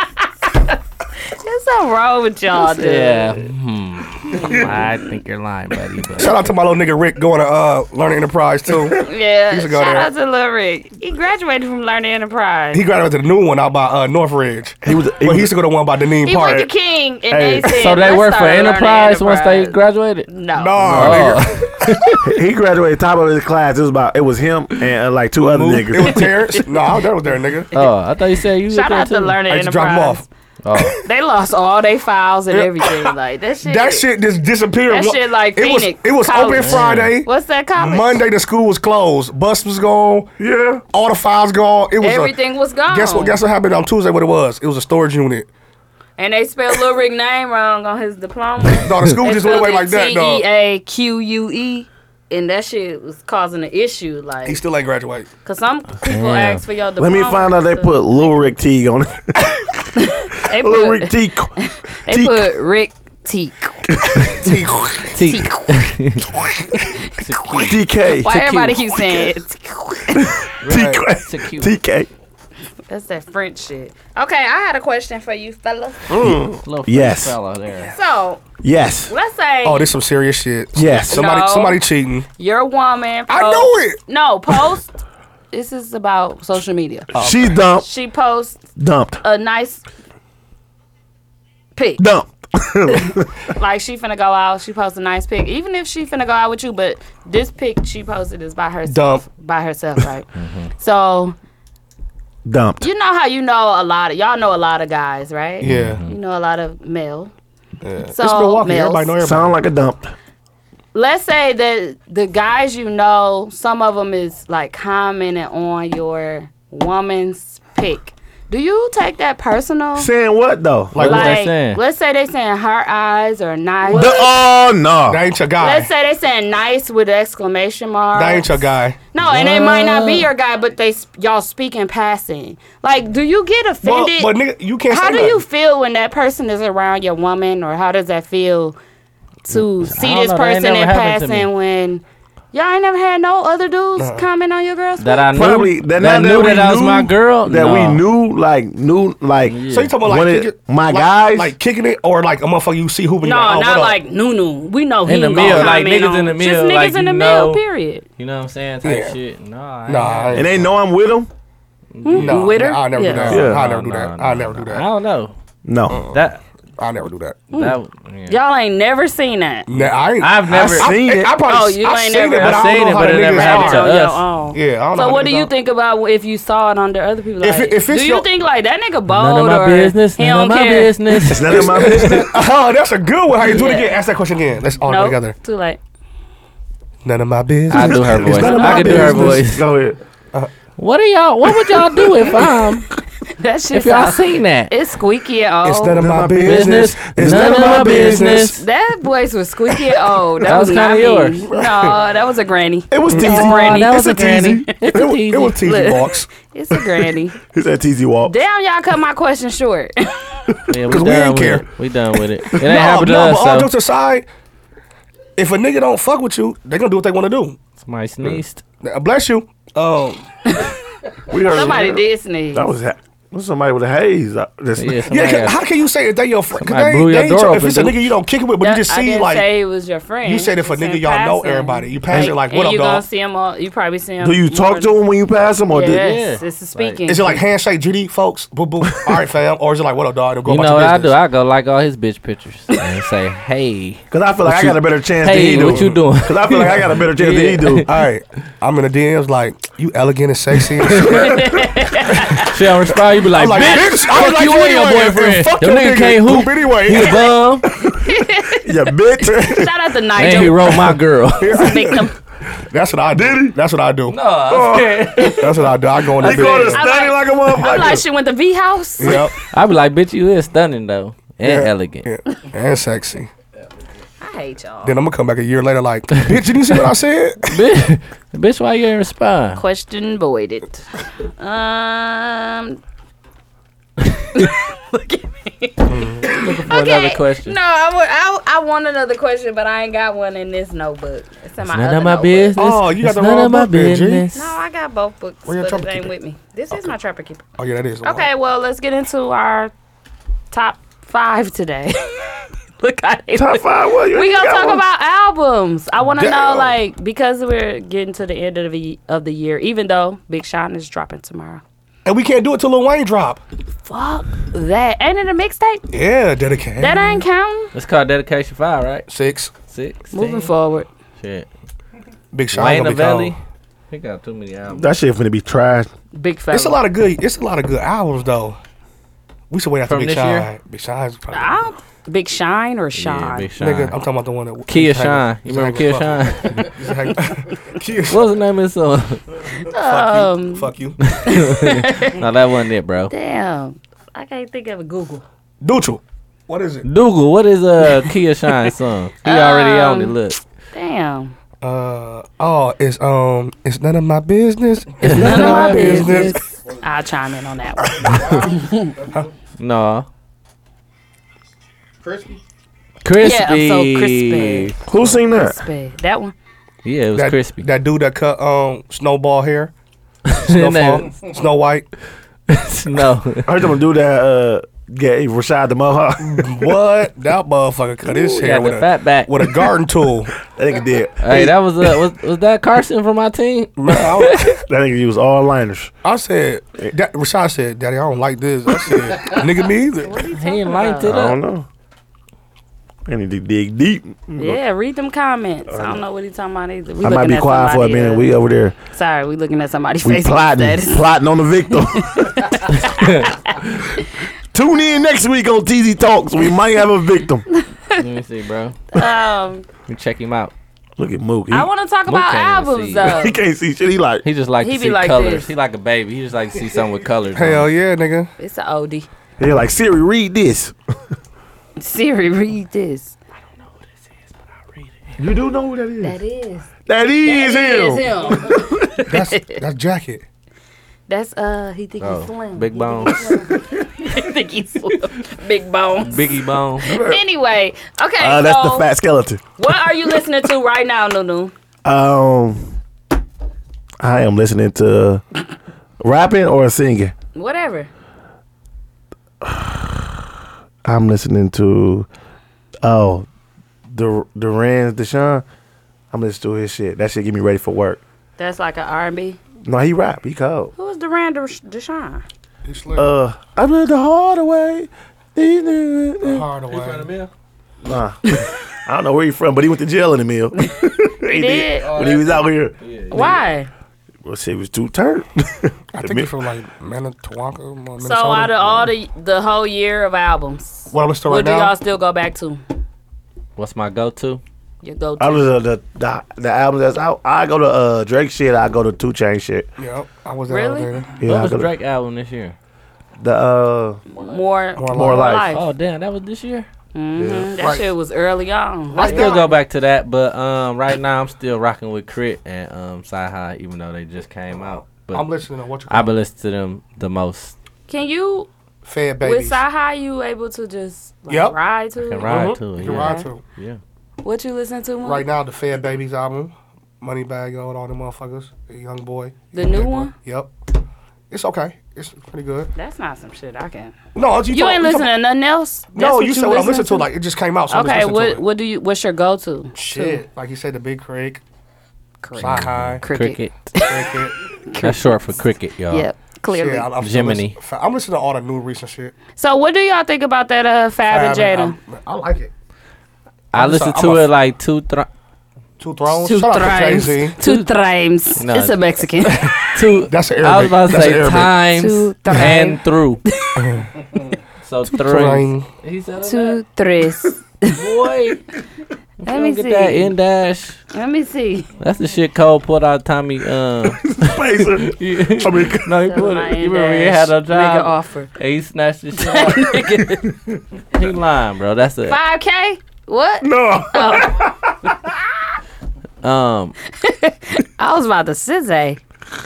There's something wrong with y'all, dude.
Yeah. Hmm. I think you're lying, buddy. But
Shout out to my little nigga Rick going to uh learning enterprise too.
Yeah,
used
shout
to go there.
out to Lil Rick. He graduated from Learning Enterprise.
He graduated to the new one out by uh, Northridge.
He was. He
But he
was
used to go to one by Deneen
He went to
Park.
King, and
Hey.
they said,
so they
"Let's
work for
start a Learning
Enterprise once they
Enterprise."
graduated.
No,
Nah, nigga.
he graduated top of his class. It was about. It was him and uh, like two other
It was
niggas.
Terrence. No, I was there with there, nigga.
Oh, I thought you said you was
shout
there
out to
too.
Learning
I used to drop him
Enterprise.
off.
Oh,
They lost all their files and everything. Like that shit.
That shit just disappeared.
That
One-
shit like
it was,
Phoenix
it was open
College.
Friday.
What's that college?
Monday the school was closed. Bus was gone.
Yeah.
All the files gone. It was a-
Everything was gone.
guess what? Guess what happened on Tuesday? What it was? It was a storage unit.
and they spelled Lil Rick name wrong on his diploma.
No, the school just went away like that,
T E
dog.
A Q U E, and that shit was causing an issue. Like,
He still ain't graduate.
Cause some people
Damn.
ask for your
Let
diploma.
me find out. They put Lil Rick T on it.
They
Lil
put-
Rick T.
They put Rick Teak.
E
T-
TK.
Why everybody keeps saying it?
It's a cute.
TK.
That's that French shit. Okay, I had a question for you, fellas.
Mm.
little
Yes.
fella there.
So
Yes.
let's say
Oh, this some serious shit.
Yes.
Somebody,
No.
somebody cheating.
you're a woman.
I
post-
know it.
No, post. this is about social media.
She's dumped.
She posts
Dumped.
a nice pic.
Dumped.
Like she finna go out. She posts a nice pic. Even if she finna go out with you, but this pic she posted is by herself. By herself, right? So
Dumped.
you know how you know a lot of y'all know a lot of guys, right?
Yeah.
You know a lot of male. So
It's Milwaukee.
males.
Everybody know everybody.
Sound like a dump.
Let's say that the guys you know, some of them is like commenting on your woman's pick. Do you take that personal?
Saying what though?
Like,
What they
Like,
saying?
let's say they saying her eyes are nice.
The oh no.
that ain't your guy.
Let's say they saying nice with exclamation mark.
that ain't your guy.
No, and they might not be your guy, but they s- y'all speak in passing. Like, do you get
Well,
offended?
but nigga, you can't.
how
say
do
nothing.
you feel when that person is around your woman or how does that feel to see
don't
this
know, that ain't
person in
never happened to me. Uh-uh.
passing when Y'all ain't never had no other dudes comment on your girls.
That I knew,
Probably
that,
that, now that,
knew
we
that I was
knew
my girl.
That
No.
we knew, like knew, like.
So you talking about
One
like,
of
kick it-
my
like-
guys?
like kicking it, or like a motherfucker you see hooping?
no,
you like, oh, what
not
up?
like Nunu. We know he
In the
ain't gonna
mill, like,
comment
niggas in the
on-
mill,
Just niggas
like,
in the
you
mill.
know.
Period.
You know what I'm saying? Type
Yeah.
shit. No, I ain't
Nah, I
and
ain't-
they know I'm with them.
nah,
With her?
nah, I never
Yeah.
do that.
Yeah.
I never do
No,
that.
no,
I
no,
never
no.
do
I
that.
don't know.
No,
That
I never do that.
that yeah.
Y'all ain't never seen that.
Nah, I ain't,
I've never-
I,
seen
I,
it.
I probably
Oh, you
I
ain't
seen
never-
it, but
I've
I
seen
don't
it,
know how
but
the
it never
niggas
happened
are.
to
on your
us.
own.
Yeah, I don't know
So
how
what
niggas
do you
are.
think about if you saw it under other people?
If
Like,
it- if it's
do you
your-
think like that nigga
none
bold
of my
or
business.
he
None
don't
of my
care?
business.
it's none of my business.
Oh, that's a good one. How you do it
Yeah.
again? Ask that question again. Let's all
Nope.
go together.
Too late.
None of my business.
I do her
It's
voice.
none of my
I can do her
business.
voice.
Go ahead.
What are y'all? What would y'all do if um
That shit.
if y'all
sound-
seen that?
It's squeaky and old.
It's none of my
business.
business. It's
None of my business.
That voice was squeaky and old. That,
That was
was not
kinda
me.
yours.
No, that was a granny.
It was TZ.
granny.
that was
It's a
a granny.
TZ. It wa-
TZ.
it was TZ
Look.
box.
It's a granny.
He said TZ Walk.
Damn, y'all cut my question short.
Yeah,
'Cause we
done
ain't
with
care.
It. We done with it. It ain't
No,
happened to
no, but all
us.
jokes
So
aside, if a nigga don't fuck with you, they gonna do what they wanna do.
somebody sneezed.
Now, Bless you. Um,
We heard
Somebody
it.
did sneeze.
That was ha- was somebody with a haze. Uh, That's,
Yeah,
yeah,
somebody
can,
got-
how can you say if they your friend? 'Cause
Somebody
they-
blew
they
your
ain't
door
your- if
open,
it's a
dude.
nigga you don't kick it with, but
That-
you just
I
see
didn't
like
say it was your friend.
you said it for
It's
nigga
in
y'all know
passing.
everybody. You pass it like
and
what up,
you gonna
dog?
see him all. You probably see him.
do you
more-
talk to him when you pass him, or
Yes,
do-
Yeah.
it's a speaking.
Is it like handshake, GD, folks? Boo boo. All right, fam. Or is it like what up, dog? It'll go
You
about
know
your
what I do?
business.
I go like all his bitch pictures and say, "Hey,
Because I feel like I
you-
got a better chance than he
hey,
do.
what you doing?"
Because I feel like I got a better chance than he do.
All right, I'm in the DMs like you elegant and sexy. and shit."
She don't respond. You be like,
I'm like,
"Bitch,
bitch, I
fuck
was like
you and your
anyway,
boyfriend.
and Fuck
Your
your
nigga can't hoop.
anyway.
He a bum
yeah, bitch.
Shout out to
and he
Nigel.
wrote my girl."
victim.
That's what I do. That's what I do.
I
That's what I do. I go in the
He going to
bed.
study like a
I'm like,
motherfucker.
she went to V House.
Yep.
be like, "Bitch, you is stunning though and
Yeah.
elegant."
Yeah. And sexy.
I hate y'all.
Then I'm gonna come back a year later like, bitch, did you see what I said?
Bitch, bitch, why you ain't respond?
Question voided. Um.
For another question.
No, I wa- I- I want another question, but I ain't got one in this notebook. It's in my
None
other
of my
notebook.
business.
Oh, you got
It's
the
none
wrong
of my
book then, G.
business.
No, I got both books,
Where your
but it
trapper
ain't
keeper?
with me. This is my trapper keeper.
Oh yeah, that is.
Okay, well, let's get into our top five today. Look, I
Top five. What? You
we
ain't
gonna
got
talk
one.
about albums. I want to know,
Damn.
like, because we're getting to the end of the ye- of the year. Even though Big Sean is dropping tomorrow,
And we can't do it till Lil Wayne drop.
fuck that. Ain't it a mixtape?
Yeah, dedicated.
That ain't counting.
It's called Dedication Five, right?
Six.
Six.
Moving forward,
Shit.
Big Sean.
Wayne
gonna
the
be cold.
Valley. He got too many albums.
That shit finna be trash.
big fella.
It's a lot of good. It's a lot of good albums though. We should wait after
From
Big
this
Sean.
year?
Big Sean's probably.
I don't- Big Shine or Sean?
Yeah, Big Sean.
Nigga, I'm talking about the one that
Kia Shine. You remember Kia Shine?
Shine? Kia
what was the name of his song?
Shine. Fuck you.
no, that wasn't it, bro.
Damn, I can't think of a Google.
Duchel. What is it?
Dougal, what is uh Kia Shine song? He already on it. Look,
Damn,
Uh oh, it's um, it's none of my business. It's none of my business.
I'll chime in on that one.
no,
Crispy.
crispy.
Yeah, I'm so crispy.
Who seen that?
Crispy. That one.
Yeah, it was
That,
crispy.
That dude that cut um snowball hair,
His
snowfall,
name-
Snow White.
no,
I heard them do that. Uh, get Rashad the Mohawk.
What that motherfucker cut his
He
hair
got
with
the
a
fat back.
with a garden tool.
that nigga did.
Hey, that was uh, was, was that Carson from my team?
Man, I,
That nigga used all liners.
I said, that, Rashad said, "Daddy, I don't like this." I said, "Nigga, me either."
He ain't liked it
I
up.
don't know. I need to dig deep.
Yeah, read them comments. I don't know what he's talking about either. We
I might
looking
be
at
quiet for a
somebody
minute.
else.
We over there.
Sorry, we looking at somebody's
We
Facebook
plotting,
status.
plotting on the victim. Tune in next week on TZ Talks. We might have a victim.
Let me see, bro.
Um,
Let me check him out.
Look at Mook. He,
I want to talk
Luke
about
can't even
albums
see.
though.
he can't see shit. He like
He just like
He
to
be
see
like
colors.
this.
He like a baby. He just like to see something with colors.
Hell
on it.
yeah, nigga.
It's an OD.
he like Siri. Read this.
Siri, read this.
You do know who that is?
That is.
That is him.
It's him.
That's that's jacket.
That's uh, he think he's
Oh,
slim.
big
He
bones,
think he's slim. Big bones.
biggie bone.
Anyway, okay.
Uh, that's
so
the fat skeleton.
what are you listening to right now, Nunu?
Um, I am listening to rapping or singing.
Whatever.
I'm listening to oh Dur- Duran Deshaun. I'm listening to his shit. That shit get me ready for work.
That's like an R&B.
No, he rap. He cold.
Who's Duran Dur- Deshaun?
Uh, I'm in the hard way. Nah,
Hard away.
I don't know where he from, but he went to jail in the mill. he
did?
when he was out here.
Why?
Well, shit, he was too turned.
I think it's from like Manitowoc. Minnesota.
So out of all the the whole year of albums,
what I'm listening to
what
right
do y'all
now,
still go back to?
What's my go-to?
Your go
Out
to.
of uh, the the, the the album that's out, I go to uh, Drake shit. I go to Two Chain shit.
yeah, I was there
Really?
earlier.
Yeah, I
what
go
was
to
Drake album this year?
the uh,
More,
More
More Life.
Oh damn, that was this year.
Mhm, That shit was early on.
I
Like,
still go back to that, but um, right now I'm still rocking with Crit and um, Sci High, even though they just came out. But
I'm listening to what you
I've
call
been listening to them the most.
can you
Fed
with
Babies.
Sahai you able to just like,
Yep.
ride to
Can
it?
ride
Mhm.
to it.
You can
Yeah.
ride to.
yeah.
What you listen to? Mo?
Right now, the Fed Babies album, Moneybag O and all them motherfuckers, the Young Boy.
The new one?
Yep. It's okay. It's pretty good.
That's not some shit I can.
No, you,
You
talk-
ain't
talk-
listening to nothing else. That's
No, you, said what I'm
listening
listening to. Like it just came out. So I'm just
okay,
listening to
what
it.
what do you? What's your go to?
shit? Like you said, the Big Creek,
Cricket.
Sci High,
Cricket.
Cricket.
Cricket.
That's short for cricket, y'all.
Yep. Clearly.
Shit, I'm, I'm still
Gemini.
listening- I'm listening to all the new recent shit.
So, what do y'all think about that uh, Fab and Jada?
I'm- I like it.
I
I'm
listened
sorry,
to
I'm a-
it like two, three,
Two
Oh,
Thrones.
Two
Shout out to Jay Z.
thrimes. Two thrimes.
No.
It's a Mexican.
two.
That's an
I was
Arabic.
about to
That's an
say
Arabic.
times
Two, three.
and through. so three.
Throne.
He said
Two threes.
Boy,
Let me
get that
see.
in dash.
Let me see.
That's the shit Cole pulled out Tommy. Um,
Pacer. I mean,
no, he
That's
pulled
my
it. You
in
remember he
dash.
had a
Nigga
job.
offer.
And he snatched the shit out. he lying, bro. That's a
5K? What?
no.
um.
I was about to scissor.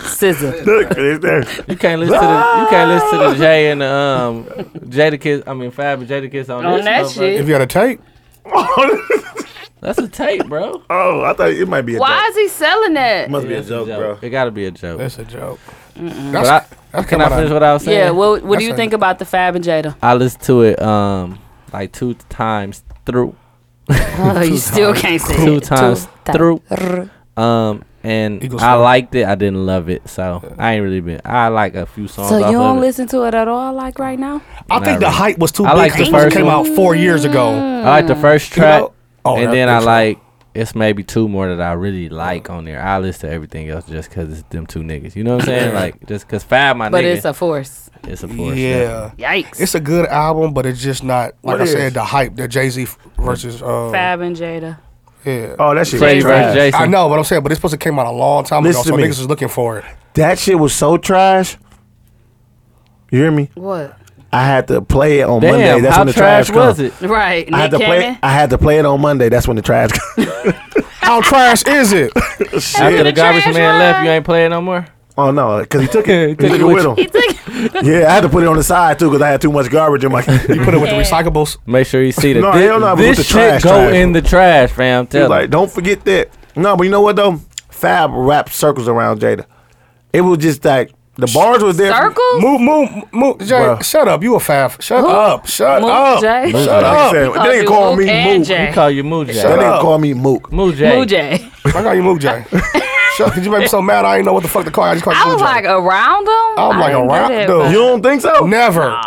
Scissor.
Look, it's there.
You can't listen to the, you can't listen to the Jay and the, um Jada Kiss. I mean Fab and Jada Kiss on,
On
this
that
stuff, bro.
shit.
If you got a tape,
That's a tape, bro.
Oh, I thought it might be a
Why
joke.
is he selling that?
It must be a
That's
joke, bro.
It gotta be a joke.
that's a joke.
but I,
That's, that's
can
come
I
out of-
finish what I was saying?
Yeah, well, what
That's
do you
a-
think about the Fab and Jada?
I listened to it um like two times through,
Oh, you still can't say
two
it.
times through, um, and
Eagle
I
Scout.
liked it. I didn't love it, so I ain't really been. I like a few songs.
So
off
you don't
of it.
listen to it at all, like right now?
I think the
Nah,
hype was too
I
big.
like the
because it
first
came
one.
out four years ago.
I like the first
You know-
track,
Oh,
and
that-
then I
that's-
like it's maybe two more that I really like on there. I listen to everything else just because it's them two niggas. You know what I'm saying? Like just because Fab my
But
nigga.
it's a force.
it's a force.
Yeah.
Yikes.
It's a good album, but it's just not like
What
I
is?
said. The hype that Jay Z versus uh,
Fab and Jada.
Yeah.
Oh, that shit.
Freddie
was
versus
trash.
Jason.
I know, but I'm saying, but it's supposed to came out a long time
Listen to
ago, so
me.
niggas is looking for it.
That shit was so trash. You hear me?
What?
I had to play it on
Damn,
Monday. That's
how
when the trash,
trash was
come.
it?
Right.
I had
Nick
to play.
Cannon?
I had to play it on Monday. That's when the trash. come.
How trash is it?
After
the
the garbage
trash
man left,
run.
you ain't playing no more.
oh no, because he took it. he took it
with
with him.
He took
Yeah, I had to put it on the side too because I had too much garbage in my.
You put it with the recyclables.
Make sure you see that
No,
thi-
hell no, but
this
with the
shit
trash,
go
trash.
in the trash, fam. Tell
like,
like,
don't forget that. No, but you know what though? Fab wrapped circles around Jada. It was just like the bars was there.
circles?
Move, move, move. Jay,
Bruh.
shut up. You a fav. Shut
Who?
up. Shut
Mook
up.
Jay?
Shut
Shut
up.
up.
They
Oh,
didn't
dude,
call me
Mook and
Mook.
Jay.
They
you call you Moo Jack.
Shut
didn't
up.
call me Mook.
Moo
Boo
Jack.
Jay.
Why got you move, Jay? Shut. Cause you made me so mad. I didn't know what the fuck the car. I just called you
I was
Move, Jay.
like around him.
I was like,
didn't
around-
get it,
dude.
but-
You don't think so,
Never.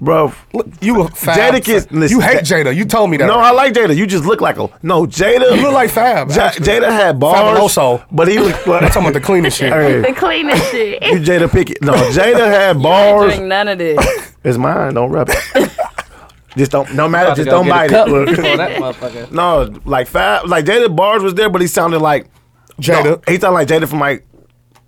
bro?
Look, You a fab.
Jada kids- listen,
you hate
Ja-
Jada. You told me that.
No, I like Jada. You just look like him. No, Jada.
you look like Fab.
Ja-
actually.
Jada had bars,
Fabuloso.
but he looked
I'm
like
talking about the cleanest shit.
hey,
The cleanest shit.
you Jada Pickett. No, Jada had
Ain't
bars.
doing none of this.
It's mine. Don't rub it. just don't. No matter.
About to
Just
go
don't
get a
bite
cup
it.
for that motherfucker.
no, like Fab, like Jada bars was there, but he sounded like
Jada.
He sounded like Jada from like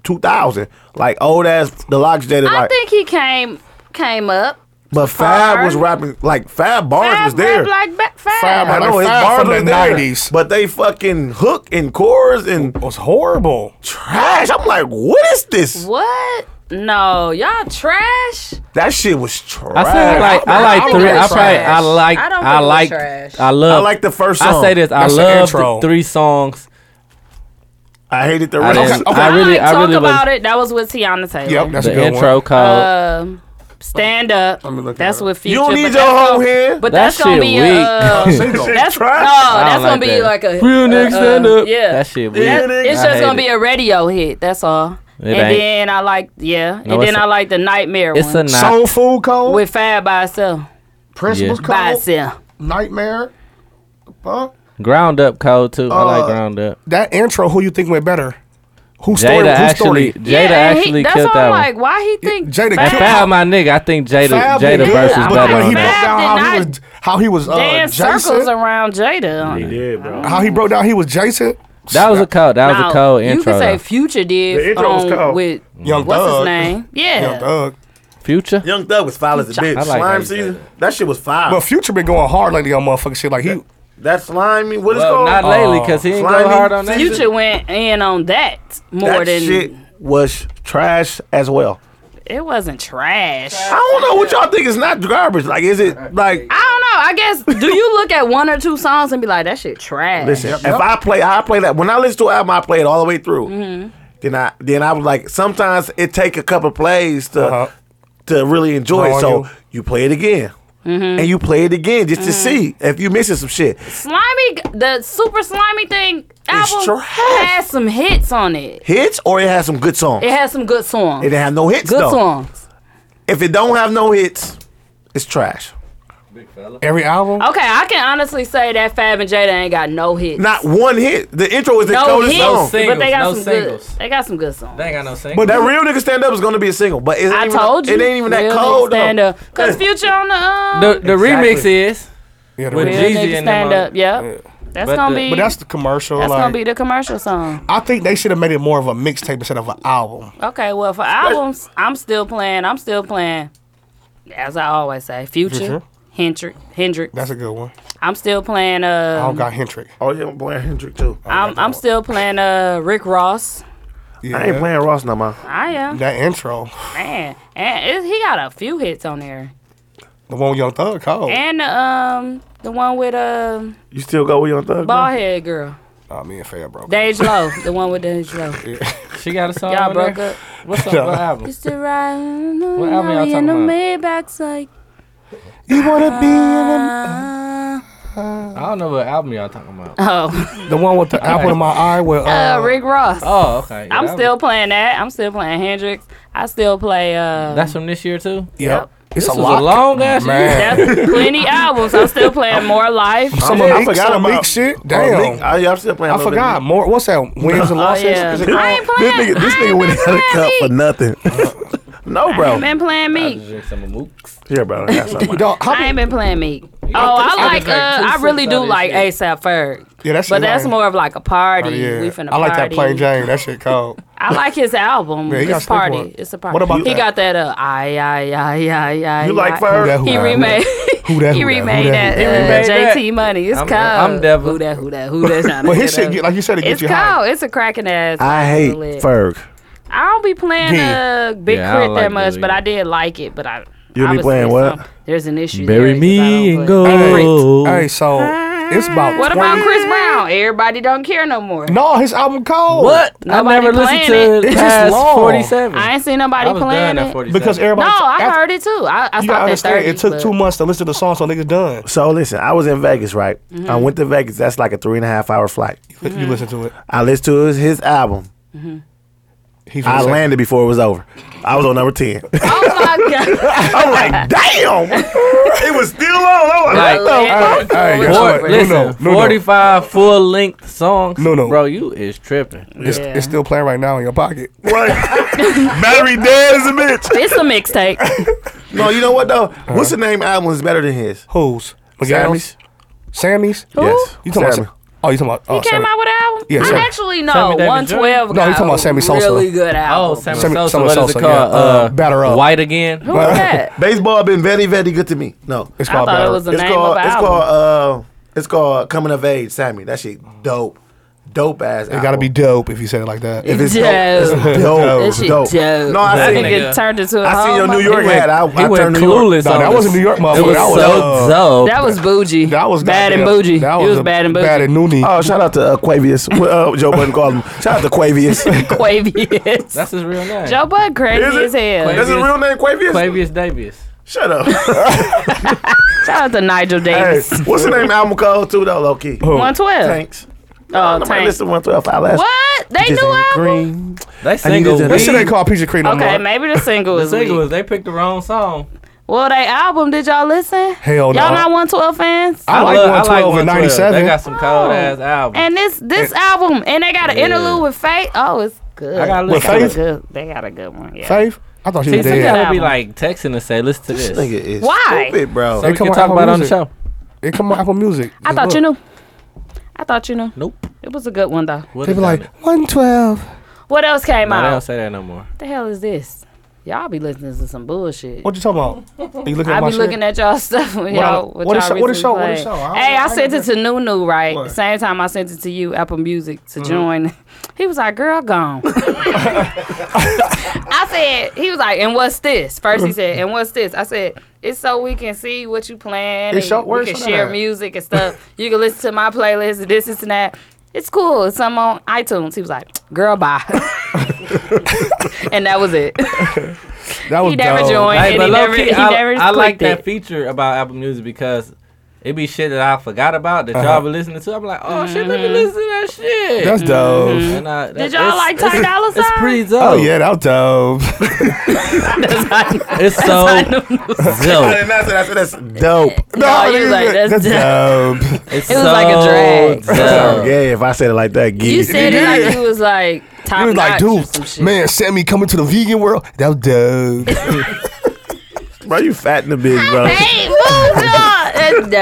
2000, like old ass the locks Jada.
I
Like,
think he came came up.
but Fab
Fab.
was rapping like Fab bars
Fab
Oh, was there.
rap like ba- Fab.
Fab
I
rap
know
like
his
Fab
bars
from
was
the
there,
90s.
but they fucking hook and chorus and
It was horrible.
trash. I'm like, what is this?
What? No, y'all trash.
That shit was trash.
I say like I
I
like
don't
three.
think
I
it's
probably I
trash.
like
I don't think
I
it's
like
trash.
I love.
I like the first song.
I say this. I
That's the
love
intro.
the three songs
I hated the
I
rest.
didn't-
okay.
I really,
Like,
I
talk
really
about
was
it. That was with Tiana Taylor.
Yep, that's a
the
good
intro
one.
called.
Um, stand up.
me look
That's
it up.
with Future.
You don't
but
need
that's
your
gonna-
whole hair.
But
That
that's gonna
shit
be
weak.
a. Uh,
She
that's no. oh,
tried.
That's
I don't
gonna
like
be
that.
like a
real nigga
uh,
stand up.
yeah.
that shit. Weird.
That-
It's
I
just
hate
gonna
it.
be a radio hit. That's all.
It
and
ain't.
then I like yeah.
No,
and
it's
then I
a-
like the nightmare
It's a
one
not.
Soul food code,
with Fab by itself.
principles
Yeah.
By
code,
itself.
nightmare. Fuck
ground up code too. I
uh,
like ground up.
that intro. Who you think went better? Who
Jada
story? Who
actually,
story?
Jada
yeah, and
actually
he, that's
killed
why
that
I'm
one.
like, why he think
Jada
And
killed-
Fab, my nigga, I think Jada
Fab did
Jada
good,
versus
but
better.
when
on
he
that.
broke down
Fab
how he
did
was how he was uh,
damn
Oh,
circles
Jason,
around Jada?
He did, bro.
how he broke down he was Jason.
That was a cold. That was
Now,
a cold
you
intro.
could say
though.
Future did
The intro was
on
cold.
with
Young
what's
Thug.
his name?
Young
Yeah,
Thug.
Future.
Young Thug was foul as a bitch.
I like how
slime
you say
season. That. shit was foul.
But Future been going hard lately on motherfucking shit. Like he,
that slime, what is it
Well,
called?
not lately because he didn't go
Slimy
hard on that.
Future.
Future went in on that more
that
than
shit was trash as well.
it wasn't trash.
I don't know what y'all think is not garbage. Like, is it like?
I don't know. I guess do you look at one or two songs and be like that shit trash?
Listen, if I play, I play that. When I listen to an album, I play it all the way through.
Mm-hmm.
Then I, then I was like, sometimes it take a couple plays to
Uh-huh.
to really enjoy
Go
it.
on
So
you.
you. play it again,
Mm-hmm.
and you play it again just to see if you missing some shit.
slimy, the super slimy thing
It's
album
trash.
has some hits on it.
Hits or it has some good songs.
It
It,
has some good songs.
didn't have no hits
good
though.
songs.
If it don't have no hits, it's trash.
every album.
Okay, I can honestly say that Fab and Jada ain't got no hits.
Not one hit. The intro is the
no
coldest
hits,
song.
sing-
but they got
No
some
singles.
good. They got some good songs.
They ain't got no singles.
But that real nigga stand up is gonna be a single. But it ain't
I
even,
told you
it ain't even that
real niggas
cold though.
Stand up, cause Future on the um,
the the remix is
Yeah, the
With
remix.
real
Jeezy
niggas
and them
stand
on-
up. Yep, that's
But
gonna
the-
be.
but that's the commercial.
that's
like,
gonna be the commercial song.
I think they should have made it more of a mixtape instead of an album.
Okay, well for albums, I'm still playing. I'm still playing. As I always say, Future,
Future.
Hendrick, Hendrick.
That's a good one.
I'm still playing.
I
Uh,
don't got Hendrick.
Oh yeah, I'm playing Hendrick too.
I'm I'm still playing. Uh, Rick Ross.
Yeah,
I ain't playing Ross no more.
I am
that intro.
man, and it, he got a few hits on there,
The one with Young Thug called.
and um the one with uh
You still go with Young Thug?
bald head girl,
Oh, me and Fab broke.
Dage Low, the one with Dage Low.
she got a song.
Y'all
on
broke
there?
up.
What's up? What album?
Used to ride in the
What album y'all
alley
talking
in the
about?
Maybach, like
You wanna be in
I don't know what album y'all talking about.
uh, oh,
the, the one with the apple in my eye with uh,
uh, Rick Ross.
Oh, okay.
I'm
Yeah, that was-
still playing that. I'm still playing Hendrix. I still play. Uh,
That's from this year too.
Yep. It's
This
a
was
lot.
a long ass year.
Man.
that's plenty albums. I'm still playing more life.
Some
Yeah, I
of Meek,
forgot
some
about-
Meek shit.
Oh,
Damn.
Meek- I, yeah, I'm still playing.
I
a little bit.
forgot more. What's that? Wins and losses.
Oh, yeah.
Is it
I ain't
called?
This
playing.
nigga, this
I
nigga
ain't
went
been
out of the cup
playing
for
me.
nothing. no, bro.
Been playing
I just
me.
drink some of Mook's.
Here, bro. I got something.
Dog,
I
how
ain't
many-
been playing me. Oh,
just-
I
I
like.
just
Uh,
drank two
I really
sips
do
of
like
that
ASAP Ferg.
Yeah, that shit
But that's
lame.
more of like a party.
Oh, yeah.
We finna
I like that
party.
plain Jane. That shit cold.
I like his album.
Yeah, he got
it's
Slick
party.
one.
It's a party.
What about
he
that?
got that? Uh, I I I I I.
You like
Who that,
Ferg?
who
He
that,
remade.
Who that? Who that?
He
Who
remade that.
that? Who
uh,
that?
remade that.
JT Money. It's
I'm-
cold.
I'm devil.
Who that? Who that? Who that? trying to
But
get
his shit,
up.
get, like you said, it
It's
gets you
cold.
high.
It's a cracking ass.
I hate
lit.
Ferg.
I don't be playing
Yeah.
uh, Big
Yeah, I
Crit
don't
that
like
much,
Big
but
Crit.
I did like it. But I.
You be
obviously
playing what?
some- There's an issue.
Bury
there 'cause
me
I don't
and
play-
go.
Hey, so it's about
What
20
about Chris Brown? Everybody don't care no more.
No, his album cold.
What?
Nobody
I never
playing
listened to
it. It's just
past
long.
47.
I ain't seen
I
nobody
was
playing
done at
it.
47.
Because
No,
everybody.
I
after-
heard it too. I, I
You gotta
stopped at
understand.
thirty.
It took
but-
two months to listen to the song, so niggas done.
So listen, I was in Vegas, right?
Mm-hmm.
I went to Vegas. That's like a three and a half hour flight.
You listen to it.
I listened to his, his album.
He's
I landed before it was over. I was on number ten.
Oh my god!
I'm like, damn, it was still on. I'm like,
Like,
Atlantic
hey,
Forward.
that's
Four,
what- no,
listen,
no, no, no.
45 full length songs.
No, no.
Bro, you is tripping.
It's,
Yeah.
it's still playing right now in your pocket.
right. battery dead as a bitch. Uh-huh.
It's a mixtape.
No, you know what though? What's the name album is better than his?
Who's?
Sammy's?
Sammy's?
Yes.
You talking
Sammy.
about? Oh, you talking about? Oh,
He came
Sammy.
out with an album.
Yeah,
I
Sammy-
actually know
Sammy Davis Jr.
one twelve.
No, he talking about Sammy Sosa.
Really good
Oh,
album.
Sammy
Sammy-
Sosa.
Sammy
What is
Sosa,
it
yeah,
called?
uh, Batter Up.
White Again.
Who was that?
Baseball been very, very good to me. No,
It's
I
called
thought it
Better.
was a
it's
name
called
of an
it's
album.
called uh it's called Coming of Age, Sammy. That shit dope. dope ass.
It gotta be dope if you say it like that.
If it's dope,
Dope.
it's
That
dope.
shit dope.
No, I
that
seen,
nigga
nigga-
turned into a
I seen
whole
your New
mother-
York hat. I,
He
I
went
turned New York.
clueless.
No,
on
that
us.
wasn't New York, motherfucker.
It was
That was,
so
uh,
dope.
That was bougie.
That was
bad and
goddamn-
bougie.
That
He was
a
bad and bougie.
Bad and noonie.
Oh, shout out to uh, Quavius. Well, uh, Joe Budden called him. Shout out to Quavius.
Quavius.
That's his real name.
Joe Bud crazy as
Is it?
hell.
Quavius.
That's his real name, Quavius.
Quavius Davis.
Shut up.
Shout out to Nigel
hey,
Davis.
what's the name? Album called too though, low key.
Who?
112.
Thanks.
Oh,
Nobody
Tank.
listen to one twelve. I last.
What? They knew album?
They
to-
single.
That
That shit
weak.
ain't called Peachy Creek no
Okay,
more.
maybe the single
The
is
single
weak.
is they picked the wrong song.
Well, they album, did y'all listen?
Hell no.
Y'all not 112 fans?
I, like
love-
112 and
112.
97.
They got some cold ass albums.
And this this album, and they got an
Yeah.
interlude with Faith. Oh, it's good.
I gotta
They
listen
got a
to it.
good- They got a good one. Yeah.
Faith? I thought she
See,
was
some
dead.
gotta be
Album.
like texting and say, "Listen to this."
This nigga is
Why?
stupid, bro.
So we
They come
can
out
talk
with
about it on the
music.
show.
It come on Apple Music.
I
Just
thought you
look.
knew. I thought you knew.
Nope.
It was a good one though.
What
They
is
be like,
that?
112.
What else came
no, they don't
out?
say that no more.
What the hell is this? Y'all be listening to some bullshit.
What you talking about? Are you looking
I
at my
be
shit?
looking at y'all stuff when
What I-
y'all what,
what is
y'all
show- what is
recently
show- what is
played.
show? I don't-
Hey,
I
I,
ain't
sent
got
it to Nunu right.
What? Mm-hmm.
Same time I sent it to you, Apple Music to join. He was like, "Girl, gone." I said, "He was like, and what's this?" First he said, "And what's this?" I said, "It's so we can see what you playing.
It's
and
show- where
we
is
can
show that
share
at?"
music and stuff. you can listen to my playlist and this, this, and that." It's cool. It's something on iTunes. He was like, "Girl, bye," and that was it.
That was
He never
dope.
joined.
Hey,
and
but
he
low
never,
key,
he never
I, I like
clicked it.
that feature about Apple Music because it be shit that I forgot about that y'all
Uh-huh.
been listening to. I'm like, oh shit, let me listen to that shit.
That's dope.
And I- that-
Mm-hmm. Did y'all
it's-
like Ty Dolla Sign?
It's pretty dope.
Oh, yeah, that was dope.
it's so
I
dope.
did not say that. I said that's dope.
No, you
nigga,
was like, that's,
dope.
It's
It was
so
like a drag.
dope.
yeah, if I said it like that, get
You
it.
said it like you was like top
He was like,
notch or some
dude,
shit.
man, Sammy coming to the vegan world. That was dope.
bro, you fat in the bitch, bro.
Hey, move on.
That
No,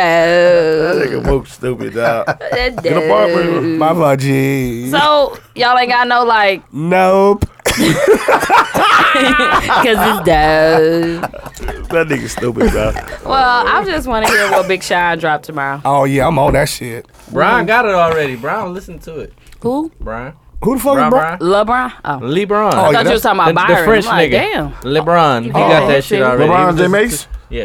nigga Mook stupid, dog. Get a
no.
barber.
My bad, G.
Mm. So y'all ain't got no like,
nope.
cause it's dope.
That nigga stupid, bro.
Well, I just want to hear what Big Sean dropped tomorrow.
Oh, yeah, I'm on that shit.
Brian got it already. Brian, listen to it.
Who?
Brian.
Who the fuck
Brian.
is Oh, Brian?
Brian.
LeBron. Oh,
LeBron.
Oh,
I
yeah,
thought you was
that's-
talking
the,
about Byron.
the French
I'm like,
nigga.
damn. Oh,
LeBron. He got that shit already.
LeBron
He was listening
James.
to- Yeah.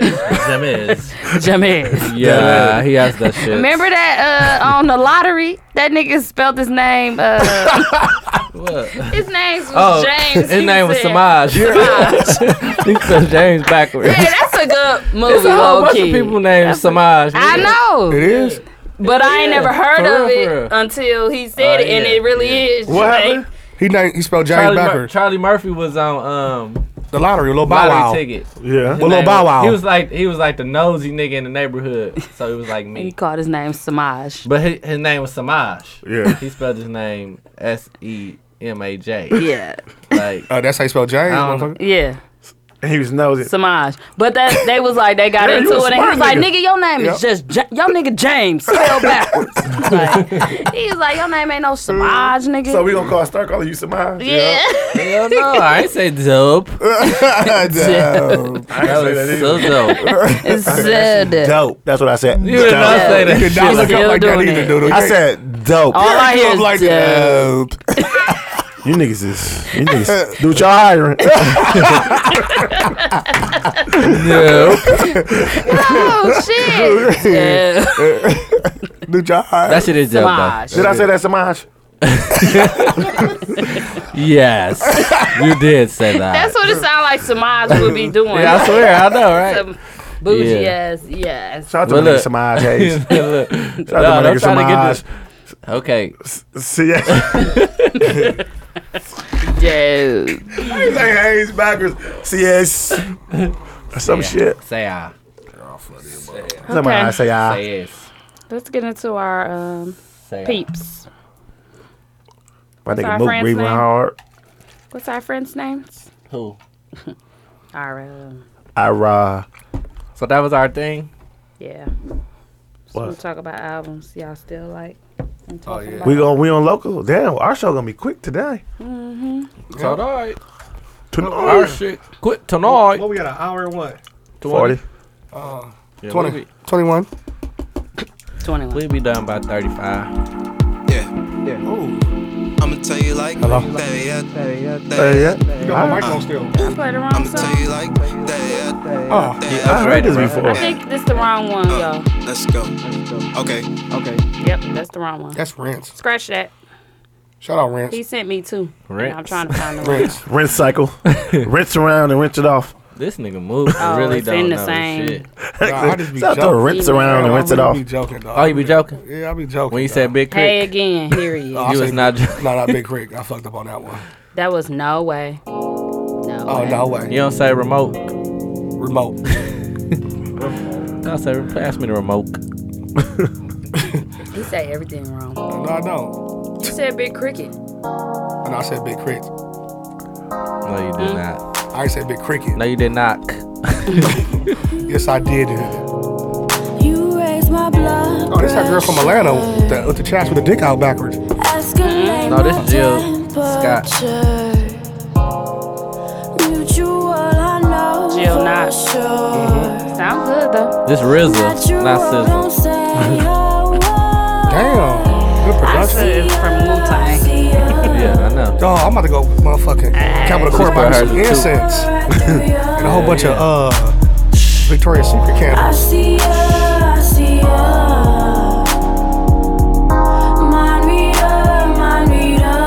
James.
Jameis.
Yeah, he has that shit.
Remember that uh, on the lottery? That nigga spelled his name. Uh,
What?
his name was
Oh,
James.
his
He
name was
said-
Samaj. he said James backwards.
Hey, that's a good
There's
movie,
a whole
low
bunch
key.
of people named Samaj.
I
nigga.
know,
It is?
but I ain't
Yeah,
never heard
for
of
real,
it
for real.
until he said
Oh,
it, and
yeah,
it really
yeah.
is.
What
Jay.
happened?
He named, he spelled James
Charlie, Mur-
backwards.
Charlie Murphy was on um
the lottery, Lil Bow
lottery
Wow.
ticket. His
Yeah.
Well, Lil
name
Bow
was-
Wow.
He was like he was like the nosy nigga in the neighborhood, so he was like
He
me.
called his name Samaj.
But his, his name was Samaj.
Yeah.
He spelled his name S E M A J.
Yeah,
Like
Uh, that's how you spell James,
I don't
motherfucker.
yeah,
And he was nosy.
Samaj. But that they was like they got
Yeah, you
into
a
it, and he
smart
was like,
nigga.
"Nigga, your name is just J- your nigga James spelled backwards." like, he was like, "Your name ain't no Samaj, nigga."
So we gonna call start calling you Samaj?
yeah.
hell no, I ain't say dope.
dope.
I
That
didn't say
was
that
so
either.
dope.
It's said.
Dope. That's what I said.
You did not
Dope.
say that.
You did not
shit.
look
Still
up like that
doing
either,
it.
dude. You
I
ain't-
said dope.
All I
you
hear
look like
is
uh,
dope.
dope.
You niggas is you niggas do what y'all hiring.
Dope.
Oh shit! Yeah.
Dude, y'all high?
That shit is dope. though.
Samaj.
Did I say that Samaj?
Yes, you did say that.
That's what it sounds like Samaj would be doing.
yeah, I swear, I know, right?
Some bougie
Yeah.
ass, yes.
Shout out to
Well,
my nigga
look.
Samaj Hayes.
Look, look.
Shout out to
No,
my
don't
nigga
try to get
Samaj.
this- Okay.
See, yeah.
Dude.
He's like Hayes backwards. CS. Or some shit.
Say I.
Somebody I say ah.
Say yes.
Let's get into our um,
Say I.
peeps.
My nigga
our
Mook
friend's
breathing
name?
hard.
What's our friends' names?
Who?
Our um,
I raw.
So that was our thing.
yeah. So we'll talk about albums y'all still like. And talk
Oh, yeah.
about.
We gon' we on local. Damn, our show gonna be quick today.
So all right. Our
Tonight.
shit. Quit tonight.
we got, an hour and what?
40.
Yeah,
20,
We be,
21.
Twenty one.
we be done by 35.
Yeah. there. I'ma tell you like
Hello?
that, yeah, that, yeah,
Uh,
Hey, Uh, yeah.
that.
You got my mic on still.
I played the wrong
I'ma tell
song.
you like that, yeah,
Oh,
that,
I heard this
Right,
before.
I think this the wrong one,
Uh.
y'all.
Let's go. Okay.
Yep, that's the wrong one.
that's Rinse.
Scratch that.
Shout out Rinse.
He sent me two.
Rinse.
I'm trying to find the one.
Rinse.
Rinse cycle. rinse around and rinse it off.
This nigga moves
Oh,
I really
it's
don't
been the
know
same.
shit.
Nah, I just be
So I throw
joking.
rinse around and
I
rinse it
really
off.
Be joking, dog.
Oh, you be joking?
Yeah, I be joking.
When you
dog.
said Big Creek,
Hey again, here he
Oh,
is.
I
you
said-
was not joking.
No, not Big Creek. I fucked up on that one.
That was no way. No.
Oh
way.
no way.
You don't say remote.
Remote.
I say pass me the remote.
He said everything wrong.
no, I don't.
You said big cricket.
And I said Big Creek.
No, you
Mm.
did not.
I ain't said Big Cricket.
No, you did not.
Yes, I did. do that.
You raise my blood.
Oh, this that girl from Atlanta with the, with the chest with the dick out backwards.
Escalate
No, this
my
Jill
temperature. Mutual, I know
Jill
for
Knott.
sure.
Sound good though.
This
That you
RZA, not
won't say a word.
Damn. Good production.
It's from Wu Tang.
See
SZA.
ya.
Yeah, I know.
Dog, I'm about to go motherfucking Capitol Court buy me
probably
some
hers is too.
incense and a whole bunch
yeah.
of uh Victoria's Secret
I
candles.
see ya, I see ya. Mind reader, mind reader.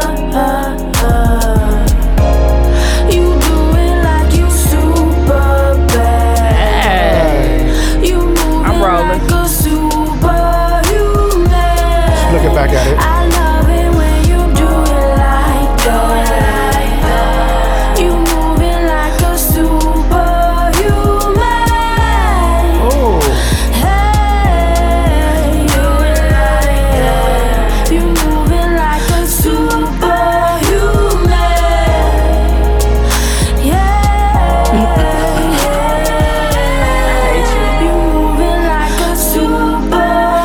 You do it like you super bad. You move
I'm rolling.
like a superhuman.
Looking back at it.
I love it when you do it like that. You move it like a superhuman.
Oh,
Hey, you it like that. You move it like a superhuman. Yeah, you move it like a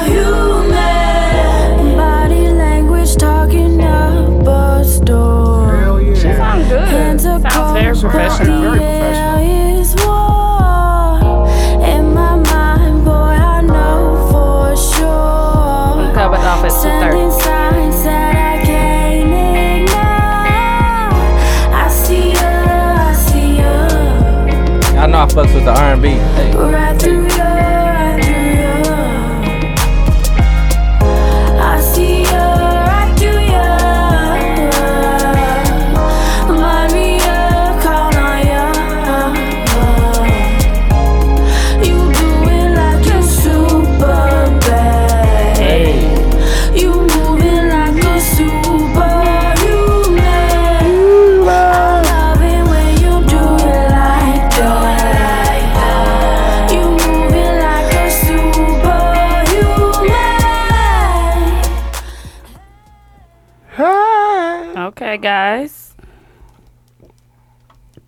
superhuman. Body language talking up a storm.
hell yeah.
Sound good.
Hands are
Sounds
cold,
very
the
professional.
Very professional.
air is warm. In my mind, boy, I know for
I'm
sure.
covered off at
Sending
2:30.
signs that I can't ignore. I see her, I see her.
I know I fucks with the R&B. Hey,
Right through ya, right through ya. I see ya, right through ya. Mind me up, call on ya. You do it like you're super bad. You move it like a superhuman. I love it when you do it like that. You move it like a superhuman.
Okay, guys.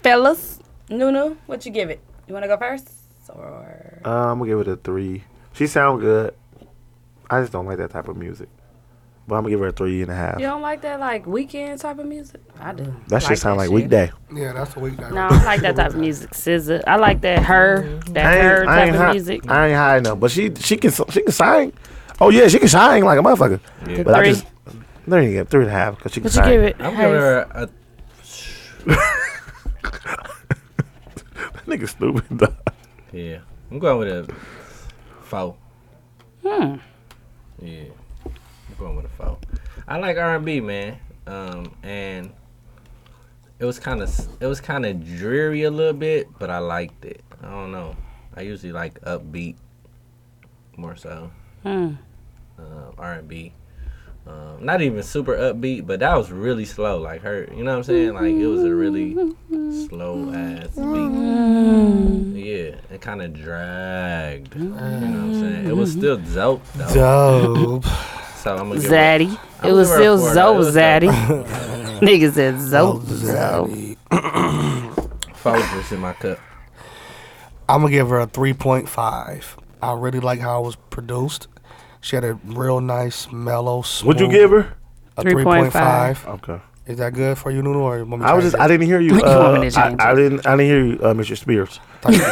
Fellas, Nunu, what you give it? You want to go first? Or
Uh, I'm gonna give it a three. She sound good. I just don't like that type of music. But I'm gonna give her a three and a half.
you don't like that like weekend type of music? I do.
that shit sound like
shit.
weekday.
Yeah, that's the week.
No, I like that type of music. SZA. I like that her, that
I
her
ain't, I
type
ain't
of
high.
music.
I ain't high enough. But she she can she can sing. Oh yeah, she can sing like a motherfucker.
Yeah.
But I
Three.
just there you go, three and a half because she can
What you
sing.
give it?
I'm giving her a.
Nigga stupid. dog.
Yeah, I'm going with a four. Hmm. Yeah, I'm going with a four. I like R&B, man. Um, and it was kind of it was kind of dreary a little bit, but I liked it. I don't know. I usually like upbeat more so.
hmm.
Um, R&B. Um, not even super upbeat, but that was really slow. Like her, you know what I'm saying? Like it was a really slow ass beat. Yeah, it kind of dragged. You know what I'm saying? It was still dope though.
Dope.
So I'm gonna give it-
Zaddy. It
I'm
was
giving
still
her a four, though. It
Zo
was dope.
Zaddy. Nigga said Zo Zo.
Four juice in my cup.
I'm gonna give her a 3.5. I really like how it was produced. She had a real nice, mellow.
Would you give her?
a
3.5?
3.5?
Okay.
Is that good for you, Nunu? Or you want me to
I was
change
just
it?
I didn't hear you.
You
uh,
want me to
I,
change
I
it?
didn't I didn't hear you, uh, Mr. Spears.
Thank you,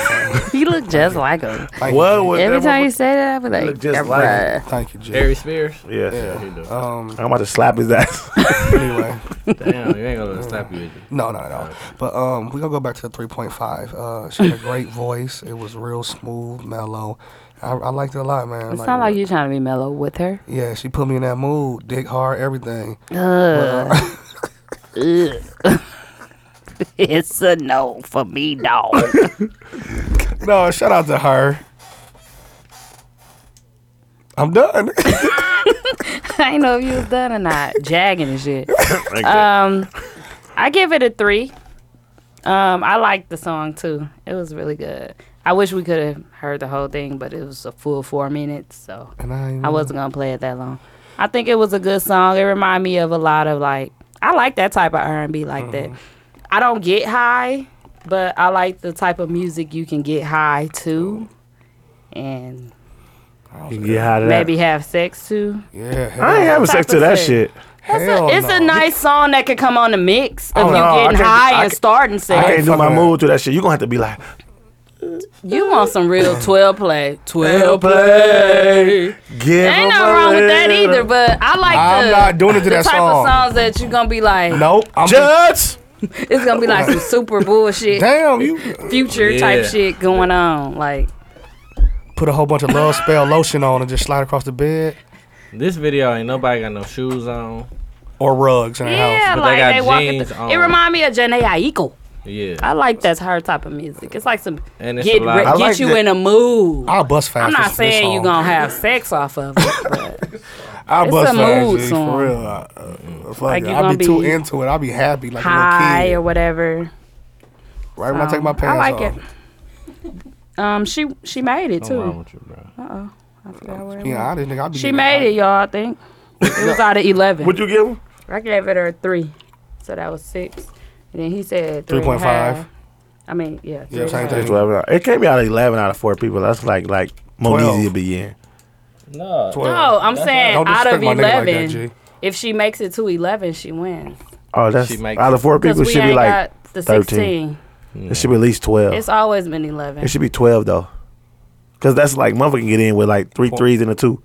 Jay.
You look just like him.
Thank
What?
You,
was
Every
that
time you
motherfucker-
say that, I be like,
look just
"Bruh."
like him.
Jay. Thank you, Jay.
Harry Spears.
Yes.
Yeah, he do.
Um,
I'm about to slap his ass.
anyway,
Damn, you ain't gonna let him slap you. With you.
no, no, no. But um, we gonna go back to the three point five. Uh, she had a great voice. It was real smooth, mellow. I, I liked it a lot, man.
It sounds like you trying to be mellow with her.
Yeah, she put me in that mood. Dick hard, everything.
Ugh. Ugh. it's a no for me, dog.
No, shout out to her. I'm done.
I ain't know if you was done or not. Jagging and shit.
Like that.
Um, I give it a three. Um, I liked the song too. It was really good. I wish we could have heard the whole thing, but it was a full four minutes, so
and I, ain't-
Mm-hmm.
I wasn't gonna play it that long. I think it was a good song. It reminded me of a lot of like I like that type of R and B like that.
Mm-hmm.
I don't get high, but I like the type of music you can get high to, and
You can get high to that.
maybe have sex to.
Yeah, hell,
I ain't having
Type
sex to
of
that
shit.
shit.
It's,
hell
a, it's a
no.
nice song that could come on the mix if
Oh,
you
no, I
getting
can't- I
high and
can't-
starting
I
sex.
can't do my
fucking-
move to that shit. You gonna have to be like,
You want some real twelve play, twelve
play.
play.
give
Ain't
him
nothing
a
wrong with that
little-
either, but I like
I'm
the,
not doing it to
the
that
type
song.
of songs that you're gonna be like,
Nope. I'm
Judge.
it's gonna be like some super bullshit.
damn you.
future type
Yeah.
shit going on. Like
Put a whole bunch of love spell lotion on and just slide across the bed
This video ain't nobody got no shoes on.
or rugs in the
yeah,
house.
But they
like
got
they, walking.
jeans
Th-
on.
it remind me of Janae Aiko.
Yeah,
I like that's her type of music. It's like some
and it's
get
a
re-
lot.
I
get
like
you
that-
in a mood.
I'll bust fast.
I'm
this-
not
this
saying you
song.
gonna have sex off of it, but
I'll
it's
bust
a
fast.
mood
G,
song. Mm-hmm.
For real. I, uh, fuck
Like,
it.
you
I'll
gonna
be, too
be
into it. I'll be happy like a
high
little
or
kid.
whatever.
Right when I take my
Um,
pants
I like
off.
it. Um, she she made it
Nothing wrong
too.
with you, bro.
I forgot where it
Yeah,
was.
I didn't think I'd be.
She
getting
made
high.
it, y'all. I think it was out of eleven.
Would you give him?
I gave it her a three, so that was six. And then he said three and a
3.5.
half. I mean, yeah, three
Yeah,
and a
same
half.
thing.
It's whatever. It can't be out of eleven out of four people. That's like like
Twelve.
Monizy to be in.
No,
No, I'm saying
Don't
out
disrespect
of
my nigga like that,
eleven,
G.
if she makes it to eleven, she wins.
Oh, that's
She makes
out of four
Because
people.
we
Should
ain't
be like
got the
13.
sixteen.
it should be at least twelve.
It's always been eleven.
It should be twelve though, because that's like motherfucker can get in with like three threes and a two.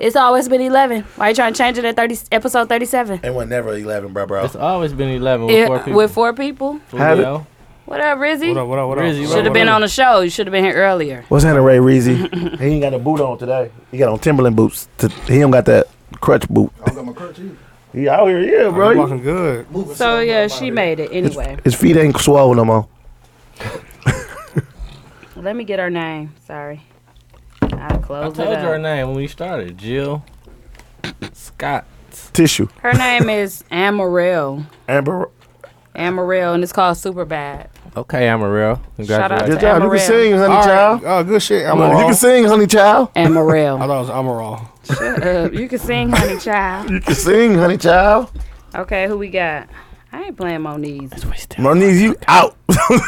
It's always been eleven. Why you trying to change it at thirty episode thirty seven?
It was never eleven, bro, bro.
it's always been eleven with four people.
With four people.
Have it.
Yo,
What up, Rizzy?
What up? What up? What up?
Rizzy,
Should have been on the show. You should have been here earlier.
What's happening, Ray Reezy? he ain't got a boot on today. He got on Timberland boots. To, he don't got that crutch boot.
I got my crutch either.
He out here, yeah,
Bro, you
bro.
walking good.
So yeah, she made it anyway.
His feet ain't swollen no more.
Let me get her name. Sorry. I
I
closed
told you
it up.
her name when we started. Jill Scott.
Tissue.
Her name is Amarel.
Amber,
Amarel, and it's called Super Bad.
Okay, Amarillo.
Shout out
Congratulations.
good
to
job. You can
Amaral.
sing, honey
All right.
child.
Oh, good shit. I'm
You can sing, honey child.
I
Amarel.
thought it was Amaral.
uh, you can sing, honey child.
You can sing, honey child.
Okay, who we got? I ain't playing Moniz.
Moniz, you out.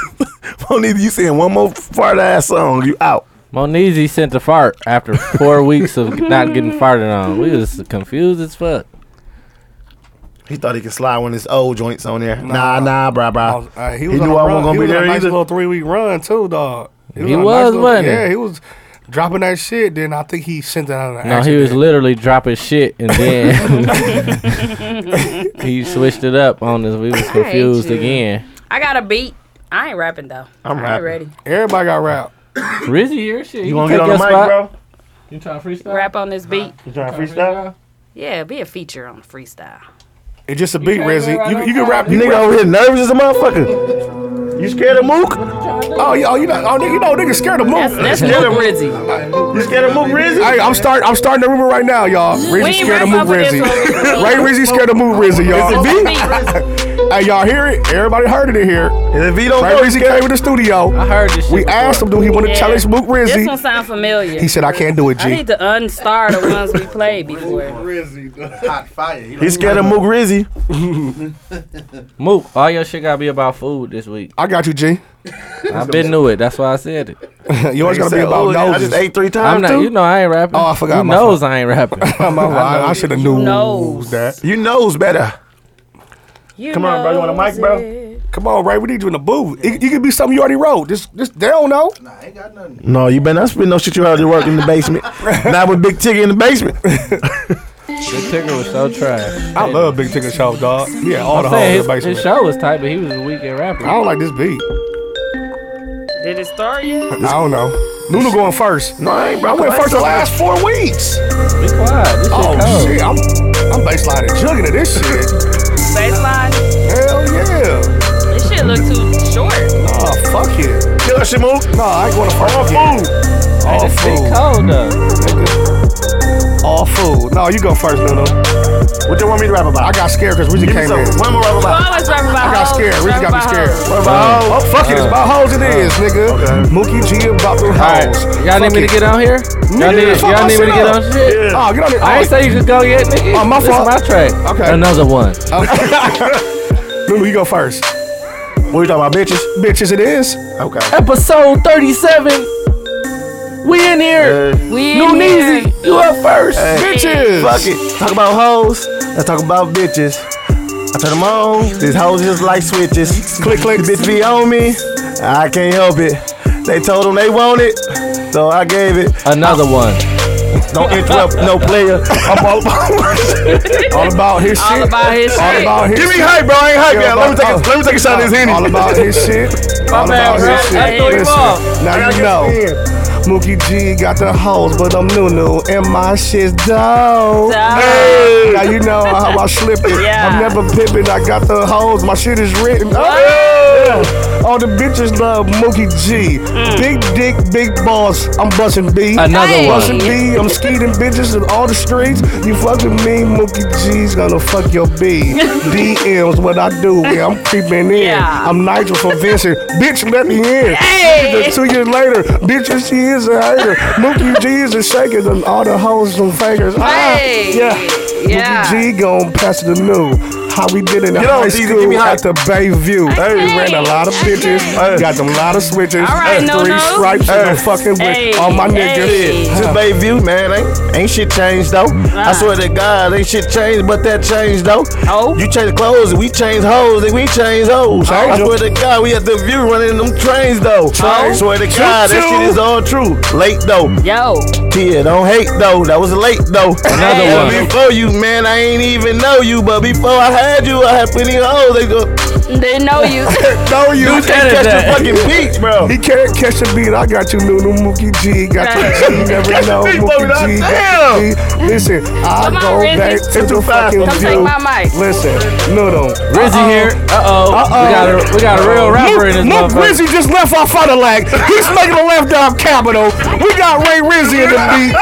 Moniz, you sing one more fart ass song, you out.
Monizy sent a fart after four weeks of not getting farted on. We was confused as fuck.
He thought he could slide one of his old joints on there. Nah, nah, bruh,
I
bruh.
was, uh, he
He
was
knew
on a
I
run.
wasn't gonna
he
be
was on
there
a nice
either.
little three week run too, dog.
He
on a
was,
little-
wasn't he?
Yeah, he was dropping that shit. Then I think he sent it out of an
No, Oh, he
accident.
was literally dropping shit, and then he switched it up on us. We was confused
you.
again.
I got a beat. I ain't rapping though.
I'm
I ain't
rapping.
ready.
Everybody got rap.
Rizzy, your shit.
You gonna get on the mic, bro?
You trying to freestyle?
Rap on this beat.
You trying to freestyle?
Yeah, be a feature on the freestyle.
It's just a beat, Rizzy.
rap
You,
no
you can rap.
You
You
nigga
rap.
over here nervous as a motherfucker. You scared of Mook?
Oh, you, oh, you know, oh, nigga, you know, nigga scared of
That's
Mook.
that's Mook Rizzy.
You scared of Mook Rizzy?
Hey, I'm start. I'm starting the rumor right now, y'all.
ain't
Rizzy scared
wrapped
of Mook
up with
Rizzy.
this one.
Ray Rizzy scared of Mook Rizzy, y'all. Hey, y'all hear it? Everybody heard it in here.
And if he don't
Ray
know, he's
Rizzy
scared
came to the
I
studio.
heard this shit.
We asked him, do he want to
Yeah.
challenge Mook
This one
Rizzy?
sound familiar.
He said, I can't do it,
I
G.
need to unstar the ones we played before.
Hot fire. He
He's scared of Mook Rizzy.
Mook, all your shit gotta be about food this week.
I got you, G.
I been knew it. That's why I said it.
Yours
He
gotta be
said,
about
"Oh, I just
noses.
ate three
I'm
times,
not. You
too.
know I ain't rapping.
Oh, I forgot
Who
my
knows I ain't rapping?
My- I, should have knew
knows.
that.
You knows better.
You
Come on, bro. You want a
knows
mic, bro?
it.
Come on, Ray. We need you in the booth. It, it could be something you already wrote. This, this, they don't know.
Nah, I ain't got nothing.
No, you better not spend no shit you already work in the basement. not with Big Tigger in the basement.
Big Tigger was so trash.
I love Big Ticket Show, dog. Yeah, all the
I'm saying
hoes in Oh,
his,
the
his
basement.
show was tight, but he was a weekend rapper.
I don't like this beat.
Did it start yet?
I don't know. Luna going first.
no, I ain't, bro.
I went first the last four weeks.
Be quiet. This shit
Oh
cold.
shit, I'm I'm baselining jugging to this shit.
Baseline.
Hell yeah.
This shit look too short.
Nah, fuck it.
Kill that shit, move.
Nah, I ain't going to first. All food. All
This shit
food.
cold though.
All food. No, you go first, Luna.
What you want me to rap about?
I got scared because Rizzy
Give me
came
some.
in.
One more rap about.
Always rap about
I got scared. Rizzy got me scared. What about hoes? Oh, fuck it. It's about hoes it is, nigga. Mookie G about the
Alright,
hoes.
y'all need
Fuck
me to
it.
get on here? Y'all
Yeah,
need,
fuck
y'all
my
need me to
shit
get
up.
on shit?
Oh, get on there.
I ain't say you just go yet, nigga.
Oh, my
This is
fault.
my track.
Okay.
Another one.
Lulu, you go first.
What you talking about, bitches?
Bitches, it is.
Okay.
Episode 37. We in here.
We
New
in here.
Neasy, you up first.
Bitches.
Fuck it. Talk about hoes. Let's talk about bitches. I turn them on. These hoes just like switches.
Click, click.
Bitch be on me. I can't help it. They told them they want it, so I gave it.
Another one.
Don't interrupt no player. I'm all
All about his shit.
All about his
All
shit.
about his
Give me
shit.
hype, bro. I ain't hype
Yeah,
yet. Let me
about-
take a, let me take a shot of this Henny.
All about his shit. all
bad,
about
bro.
his shit.
I threw him off.
Listen, now you know. Mookie G got the hoes, but I'm new new and my shit's dope.
Dope.
Now you know how I slip it.
Yeah.
I'm never pimping. I got the hoes. My shit is written. Oh. All the bitches love Mookie G. Big dick, big boss. I'm busting B.
Another
Mm. Hey.
one.
Bustin' B, I'm skeeting bitches in all the streets. You fuck with me, Mookie G's gonna fuck your B. DM's what I do, yeah, I'm creeping in.
Yeah.
I'm Nigel from Vincent. Bitch, let me in.
Hey.
Nigga, Two years later, bitch, she is a hater. Mookie G is a shaker, and all the hoes and fakers. Ah,
Hey.
yeah.
Yeah.
Mookie G gon' pass the new. How we did in the
Get on,
high
Jeezy,
school
give me hype.
at the Bayview.
Hey.
We ran a lot of bitches,
Hey.
got them lot of switches,
All right, no,
three
no.
stripes, and
Hey.
a fucking with
Hey,
all my niggas.
hey.
This Bayview, man, ain't, ain't shit changed though. I swear to God, ain't shit changed, but that changed though.
Oh.
You change clothes, we change hoes, and we change hoes. I
Change 'em.
swear to God, we at the view running them trains though. I swear to God, that shit is all true. Late though,
Yo.
yeah, don't hate though. That was late though.
Another
Hey.
one.
Before you, man, I ain't even know you, but before I had you, I had plenty of hoes. They go,
They know you.
No, you.
you can't catch the
that.
fucking beat, bro.
He can't catch the beat. I got you, new new Mookie G. Got you, G. Never know,
beat,
Mookie
Bobby,
G.
now,
Got you, G. Listen, I
Come on,
go
Rizzy.
back to the
225.
fucking
Come
view.
take my mic.
Listen, Nuno.
Rizzy here. Uh oh. We got a we got a real rapper in this
Luke
motherfucker.
Rizzy just left off on the lag. He's making a left off capital. We got Ray Rizzy in the beat.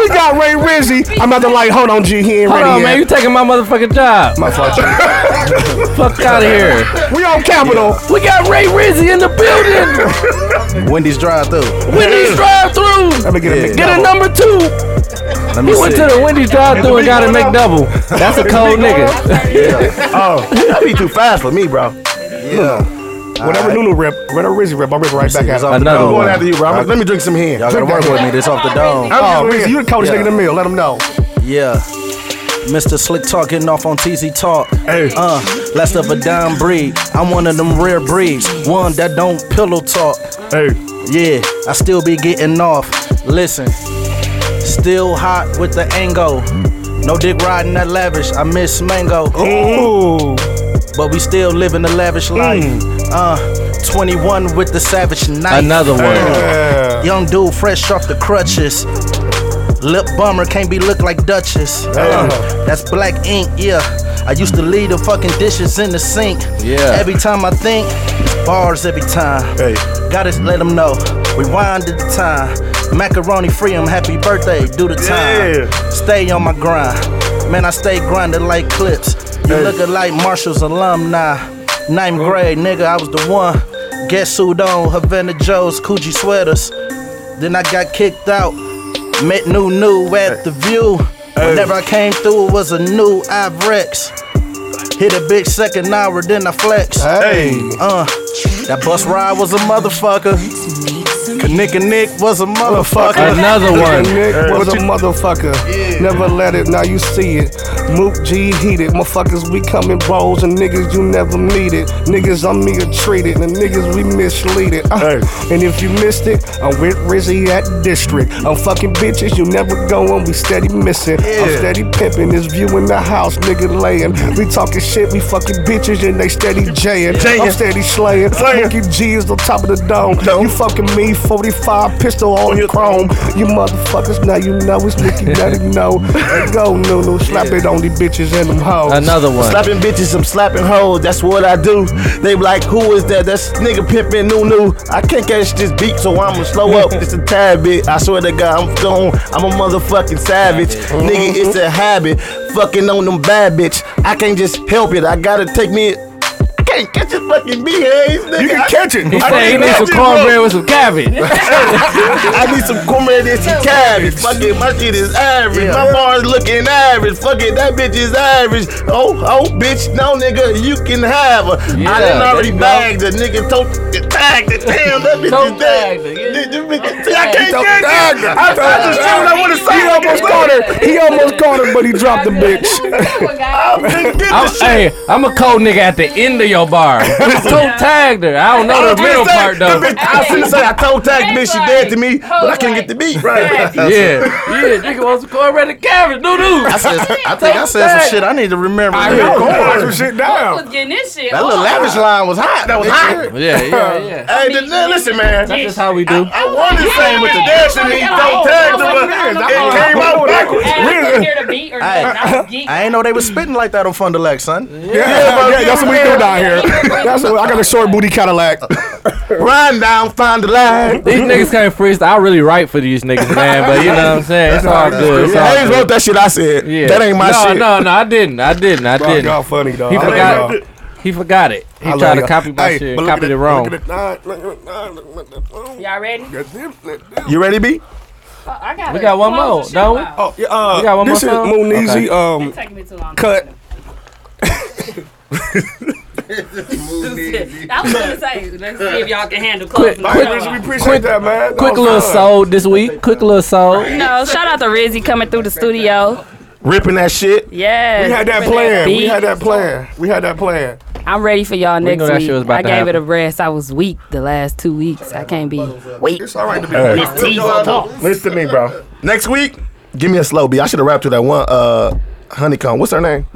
We got Ray Rizzy. I'm at the light. Hold on, G. He ain't
Hold
ready
on,
yet.
man. You taking my motherfucking job?
My fault, G.
Fuck out of here.
We on capital.
We got Ray Rizzy in the building.
Wendy's drive through.
Wendy's drive through.
Let me get a
Yeah.
big
Get a number two.
Let me
He went
see.
to the Wendy's drive through and got a
going up?
McDouble. That's a cold nigga.
Oh, that be too fast for me, bro.
Yeah.
Whatever Nuno rip, whatever Rizzy rip, I'm ripping right back at him.
Another
I'm going
one.
after you, bro. I'm- Let me drink some hand.
Y'all gotta work with me. This off the dome.
Oh, Rizzy, you the coach
Yeah.
nigga in the mill. Let him know.
Yeah. Mr. Slick Talk getting off on TZ Talk.
Hey.
Uh, last of a dime breed. I'm one of them rare breeds. One that don't pillow talk.
Hey,
Yeah, I still be getting off. Listen, still hot with the angle. No dick riding that lavish. I miss mango.
Ooh.
But we still living a
Mm.
lavish life. Uh, 21 with the savage knife.
Another one.
Yeah.
Young dude fresh off the crutches. Lip bummer can't be looked like Duchess. Uh, that's black ink, yeah. I used to leave the fucking dishes in the sink.
Yeah.
Every time I think, it's bars every time.
Hey.
Gotta let them know. Rewind at the time. Macaroni free 'em, happy birthday, do the time.
Yeah.
Stay on my grind. Man, I stay grinding like clips. You looking like Marshall's alumni. Ninth grade, nigga, I was the one. Guess who on Havana Joe's Coogee sweaters. Then I got kicked out. Met new new at the view. Whenever I came through, it was a new Ivrex. Hit a big second hour, then I flex.
Hey.
Uh, that bus ride was a motherfucker. Nick and Nick was a motherfucker.
Another one.
Nick was a motherfucker. Never let it, now you see it. Mook G heated. Motherfuckers, we coming bros and niggas you never meet it. Niggas on me are treated and niggas we misleaded. Uh,
Hey.
And if you missed it, I'm with Rizzy at the district. I'm fucking bitches you never going, we steady missing. I'm
Yeah.
steady pimping, this view in the house, nigga laying. We talking shit, we fucking bitches and they steady jaying. I'm
Jaying.
steady slaying.
Slaying.
Mookie G is on top of the dome.
Dome.
You fucking me, 45 pistol on your
your
chrome. You motherfuckers, now you know it's Nicky, let it know. Let go, Nunu, slap it on these bitches and them hoes.
Another one.
Slapping bitches, I'm slapping hoes, that's what I do. They be like, who is that? That's nigga pimpin' new new. I can't catch this beat, so I'ma slow up just a tad bit. I swear to God, I'm gone. I'm a motherfucking savage. Nigga, it's a habit. Fucking on them bad bitch. I can't just help it. I gotta take me. I can't catch this fucking beat, hey, nigga.
You
I-
can catch it.
I
Hey, he
can't
needs
catch
some
it,
cornbread with some cabbage.
I need some cornbread and some cabbage. Fuck it, my shit is average. My bar's looking average. Fuck it, that bitch is average. Oh, oh, bitch, no nigga, you can have her.
Yeah,
I done
there
already
you go.
bagged her. Nigga, tote tagged it. Damn, that bitch
Tote
is dead.
bagged her, yeah.
This- this bitch- See, I can't
Tote
catch
bagged
it.
her.
I I just shit I want to say.
He almost caught her. He almost caught her, but he dropped the bitch.
I'm gonna get
I'm,
this shit.
hey, I'm a cold nigga at the end of your bar. Toe tagged her. I don't
I
know
was
the
finna
middle
say,
part though.
the bitch- I was finna say I told that
That's
bitch she
like-
dead to me, but I
Tote
can't
like-
get the beat right.
Yeah, yeah. Nigga wants some cornbread and cabbage. No,
I,
no.
said, I think I said some shit I need to remember.
I hear
some
you.
shit down.
was getting this shit.
That little lavish line was hot. That was hot.
Yeah, yeah, yeah.
Hey, th- th- listen, man.
That's just how we do.
I wanted to say with the dance in me, don't tag the It came out backwards.
hear the beat or
Hey.
I
ain't know they was spitting like that on Fun du Lac, son.
Yeah, yeah, that's what we do down here. That's what I got a short booty Cadillac.
Run down Fun du Lac.
These niggas can't freestyle. I really write for these niggas, man. But you know what I'm saying? It's all good. It's all
Hayes
good.
wrote that shit I said.
Yeah.
That ain't my
no,
shit.
No, no, I didn't. I didn't. I
Bro,
didn't.
y'all funny though.
He
I love
forgot.
y'all.
He forgot it. He
I love
tried to
y'all.
copy my
Hey,
shit.
but look
Copied
at
it wrong.
Look at it. Look at it. Look at it.
Y'all ready?
You ready, B?
Oh, I got
We got one more, don't we?
Oh, yeah, uh,
You got one
this
more song?
is Moon Easy. Um,
Taking me too long.
cut.
I was gonna say, let's see if y'all can handle
Quick,
closing.
Hey, Rizzy, we
Quick,
appreciate that, man. That
Quick
was
little
fun.
soul this week. Quick little soul.
no, shout out to Rizzy coming through the studio.
Ripping that shit.
Yeah,
We had that plan. We had that plan. We had that plan.
I'm ready for y'all
We
next
knew that
week.
shit was about
I
to
gave
happen.
it a rest. I was weak the last two weeks. I can't be weak.
It's all right to be.
Listen to me, bro. Next week, give me a slow B. I should have rapped to that one. Uh, Honeycomb. What's her name?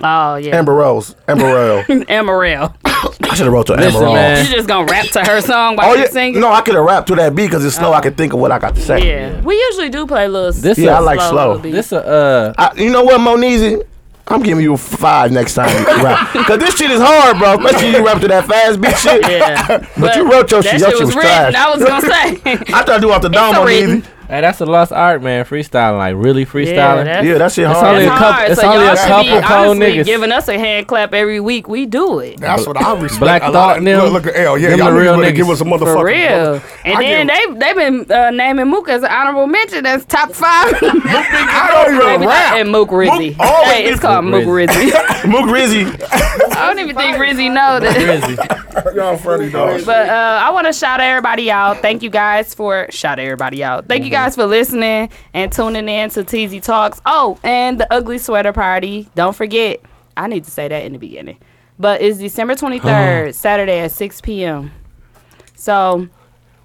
Oh yeah,
Amber Rose. Amber Rose.
Amaral.
I should have wrote to Amber
Listen,
Rose.
man.
You just gonna rap to her song while
Oh
you
yeah.
singing?
No, I could have rapped to that beat because it's slow. I could think of what I got to say.
Yeah, we usually do play little.
This
Yeah,
a,
I like slow.
little beat.
This a uh.
I, you know what, Monizy? I'm giving you a five next time you rap. Cause this shit is hard, bro. Especially you rap to that fast beat shit.
Yeah.
But, you wrote your shit.
That
Your
shit was
trash.
written. I was gonna say.
I tried to do off the dome,
a written.
Monizy.
Hey, that's a lost art, man. Freestyling, like really freestyling.
that's-
Yeah, that shit
That's
hard.
only a
It's
couple-
hard.
it's
so
only
y'all
a
should
couple
be
cold
honestly
niggas.
giving us a hand clap every week. We do it.
That's what I respect.
Black
a
Thought
lot of,
them-
look, look, hell yeah,
them
y'all
the real
niggas better
niggas.
give us a motherfucker.
For real. And
I
then
give-
they they've been uh, naming Mook as an honorable mention. That's top five.
I don't
Maybe
even
not-
rap.
and Mook Rizzy.
always
Hey, it's
been-
called Mook
Mook
Rizzy.
Mook Rizzy.
I don't even think Rizzy know that.
Drizzy.
Y'all funny dog.
But uh, I want to shout everybody out. Thank you guys for shout everybody out. Thank
Mm-hmm.
you guys for listening and tuning in to TZ Talks. Oh, and the Ugly Sweater Party. Don't forget. I need to say that in the beginning. But it's December 23rd, Saturday at 6 p.m. So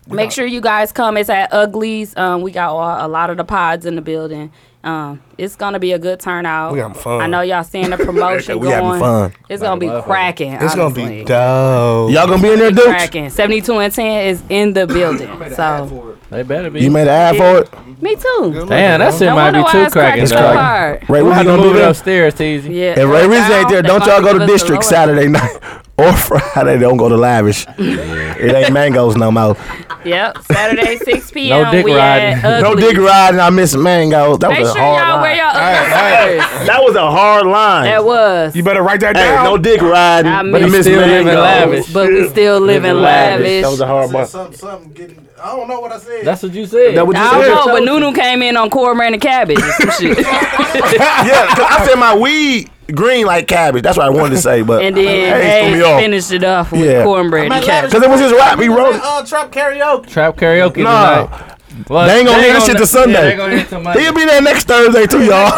make sure you guys come. It's at Ugly's. Um, we got all, a lot of the pods in the building. Um, it's gonna be a good turnout.
We having fun.
I know y'all seeing the promotion
We
going.
having fun.
It's gonna be cracking.
It's gonna
honestly.
be dope.
Y'all gonna be in there, dudes?
Cracking. 72 and 10 is in the building. so,
They better be.
You made an ad for it.
me too.
Damn, that shit
I
might
wonder
be
why
too
it's cracking
cracking.
so
dog.
hard.
Ray
We
Rizzy
have to
gonna be
move it
there.
upstairs, Teasy.
Yeah.
If Ray Rizzy ain't there,
they
don't y'all
gonna
go to
give us the
District
lowest.
Saturday night or Friday. Don't go to Lavish. It ain't mangoes no more.
Yep. Saturday, 6 p.m.
No dick
we
riding.
At Ugly.
No dick riding. I miss mangoes. That was
Make
a
sure
hard
y'all
line.
wear your ugly sweaters.
That was a hard line.
That was.
You better write that
Hey,
down.
no dick riding,
I
but
miss
Miss
still living
Mango.
lavish.
But we still living lavish.
That was a hard one.
Something, something getting. I don't know what I said.
That's what you said.
That what you
I
said?
don't know, but Nunu came in on cornbread and cabbage and some shit.
yeah, 'cause I said my weed green like cabbage. That's what I wanted to say, but
and then
Hayes threw
Hayes
me off.
finished it off with
Yeah.
cornbread and cabbage.
Oh. Cause it was his rap. He wrote. it.
Uh, trap karaoke.
Trap karaoke
No,
tonight.
Well,
they ain't gonna hear this shit
gonna-
to Sunday.
yeah, they gonna hear it to Monday.
He'll be there next Thursday too, y'all.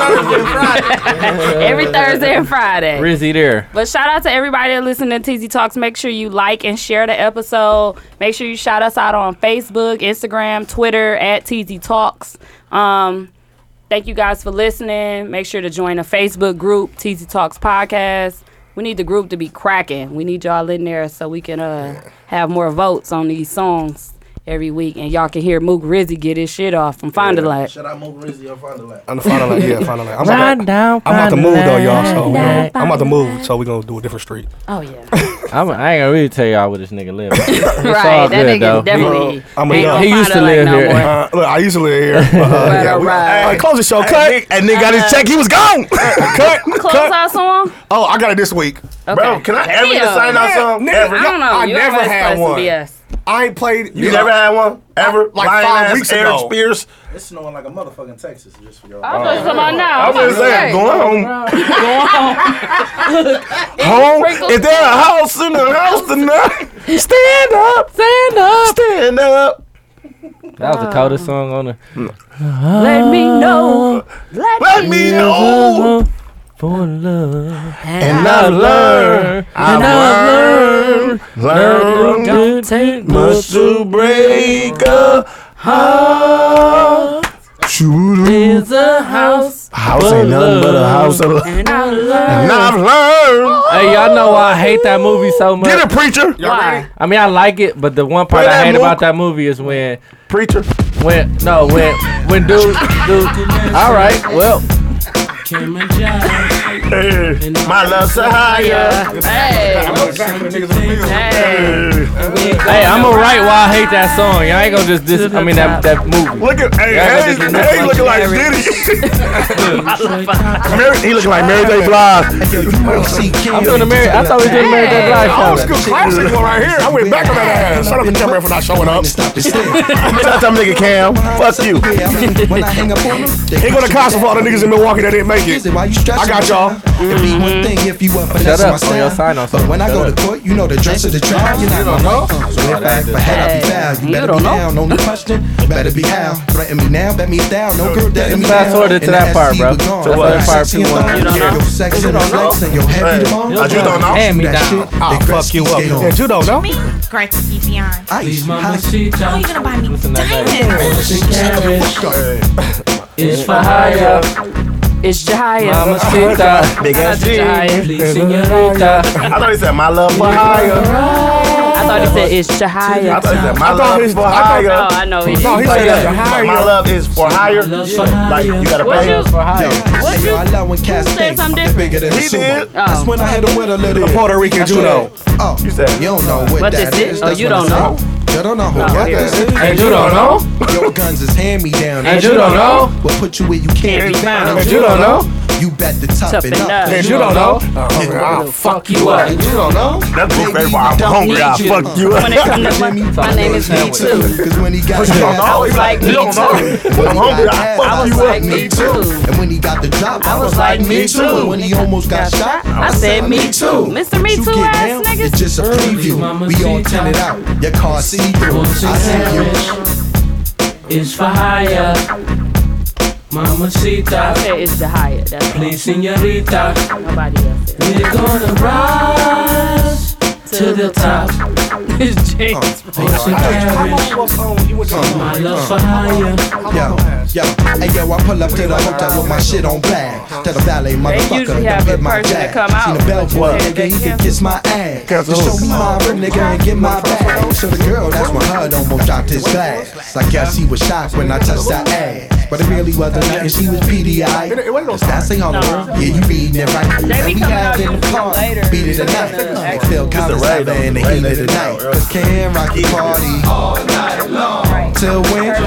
Every Thursday and Friday.
Rizzy there.
But shout out to everybody that listening to TZ Talks. Make sure you like and share the episode. Make sure you shout us out on Facebook, Instagram, Twitter at TZ Talks. Um, thank you guys for listening. Make sure to join the Facebook group, TZ Talks Podcast. We need the group to be cracking. We need y'all in there so we can uh, have more votes on these songs every week. And y'all can hear Mook Rizzy get his shit off from Fond du Lac.
Shout out Mo Rizzi on Fond du Lac.
On the final line, yeah, final line. I'm about, to- I'm about to move though, y'all. So we gonna, I'm about to move, so we gonna do a different street.
Oh, yeah.
I'm, I ain't gonna really tell y'all where this nigga live. It's all
right. That
good,
nigga
though.
definitely.
I'm a
ain't
dog.
gonna Fond
He used
du
to
Lac
live
no
here.
more.
Uh, look, I used to live here. but, uh, yeah, we-
right.
Hey, close the show. Cut.
and nigga got his check. He was gone.
Cut.
Uh, Close
Cut.
out song?
Oh, I got it this week.
Okay.
Bro, can I ever get
Damn.
signed out song?
Nigga,
Ever?
I don't know.
I
you
never
always
had
supposed to
one.
be us.
I ain't played.
You never had one ever?
Like
Lying
five
ass
weeks
Eric
ago.
Spears.
It's snowing like a motherfucking Texas just for y'all.
I was talking about now.
I was saying, go home. home. Is there a house in the house tonight? Stand up. Stand up. Stand up.
That was the coldest song on the.
Let me know.
Let me know.
For love.
And I've learned. I've learned. Learned.
Don't take
Must to break a heart. Shoo-doo.
a house.
House ain't nothing but a house of love. And I've learned.
Hey, y'all know why I hate that movie so much.
Oh. Get it, preacher.
Why?
I mean, I like it, but the one part
Play
I
that
hate
mo-
about that movie is when,
Preacher.
when, no, when, when dude, dude. All right, well,
Hey, my love's a higher.
Hey. Hey.
hey, I'm gonna write why I hate that song. Y'all ain't gonna just dis. I mean that that movie.
Look at hey,
Yeah,
hey,
but this
hey,
is
looking like Diddy. Mary, he looking like Mary J. Blige.
I'm doing the Mary. I thought we doing Mary J. Blige cover.
Old school classic one right here. I went back on that ass. Shut up the camera for not showing up.
Tell that nigga Cam, fuck you.
When I hang up on them, they
Ain't going to concert for all the niggas in Milwaukee that didn't make it.
Why you
I got y'all.
It'd be one thing if you up
Shut up on your sign off.
But when I go to court, you know the dress of the trial. You're not my wife. So if I act for head, I be foul. You better be down. Only question, better be how. Threaten me now, bet me down. No girl, that me
Fast
down.
forward to
And
that
the
part,
SC
bro.
was gone.
To what?
Like
Part
sexy
two,
and
one.
thong.
You don't know?
Your sex and the flex and your
Hey,
heavy bone.
I just don't know.
Hand me
That
down.
shit,
I'll
they
fuck you
Gretzky
up.
skate on.
Yeah, judo, no?
Great to keep you on.
Ice, holla-
How you gonna buy me diamonds?
It's for hire.
It's Jaya.
Mamacita.
Big ass G. I
Jaya.
Senorita.
thought he said my love for higher.
I thought he said it's
I
Jaya.
thought he said my
I thought
love
he-
is for
I thought-
higher.
Oh, I know it is.
No, he
What
said
Like,
that.
My love is for higher. Like you gotta pay.
you?
For hire.
What you?
I love when cats
said
think.
something
I'm bigger than a
He
sumo.
did.
That's
Oh.
when I hit him with a little.
The Puerto Rican judo.
Oh,
You said-
you don't know what,
What
that
this
is.
is? Oh, you don't know?
You don't know who that
here.
is.
And you don't know?
Your guns is hand me down.
And you don't know?
We'll put you where you can't be found.
And you don't know?
You bet the top
Toughen
and up.
up.
And you don't know? Oh, I'll
Fuck you up.
And you don't know?
That's my
Baby,
favorite.
you
I'm
don't
hungry.
need
I
you.
fuck you.
When it comes to my, my name is me too.
Cause when he got
You don't
mad, I
know.
was
He's like,
like,
you
me
don't know.
too. When
I'm
he
hungry.
got
I
mad,
fuck
was
you
like,
up.
me too.
And when he got the drop, I was like, me too. And when he almost got shot,
I said me too. Mr. Me
You
Too ass
get down, it's
niggas.
just a preview. We all turn it out. Your car see through. I see you.
It's for hire.
I
Mamacita,
said it's Jaya. That's all.
please, senorita.
Nobody else. said
We're gonna rise to the top.
it. It's Jay.
Horse and carriage, my love for hire.
Yo, yo, hey yo, I pull up to the hotel with my shit on black. To the valet, motherfucker,
usually
don't
have
hit
the
my
person to
jack.
come
Seen
out,
a
but
bellboy,
you said
nigga,
they
he can
can't.
kiss my ass. Just show me my rim, nigga, and get my bag. So the girl, that's when HUD almost dropped his glass. I guess he was shocked when I touched that ass. But it really wasn't nothing, she was
it
PDI.
wasn't no
Cause that's a holler. Yeah, you reading it right.
They be
And we
coming out
out in the
usually
park,
later.
beat it or
Just
not.
the
Like
action.
Phil Collins out there in the heat of the night. Cause Cam rock the party all night long. Till when?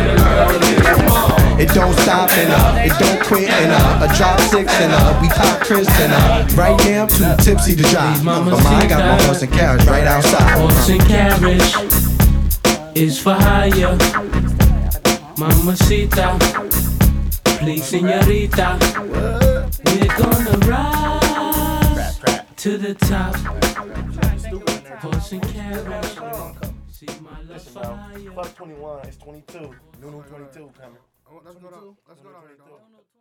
It don't stop and uh, it don't quit and uh, a drop six and uh, we top Chris and uh, right now I'm too tipsy to drive. But mine got my horse and carriage right
Horse
outside.
and carriage is for hire. Mamacita, please, senorita. We're gonna rise to the top. Horse and carriage, see my love for
So fuck 21. It's 22. New 22 coming.
Oh, let's go down. Let's go down here, dog.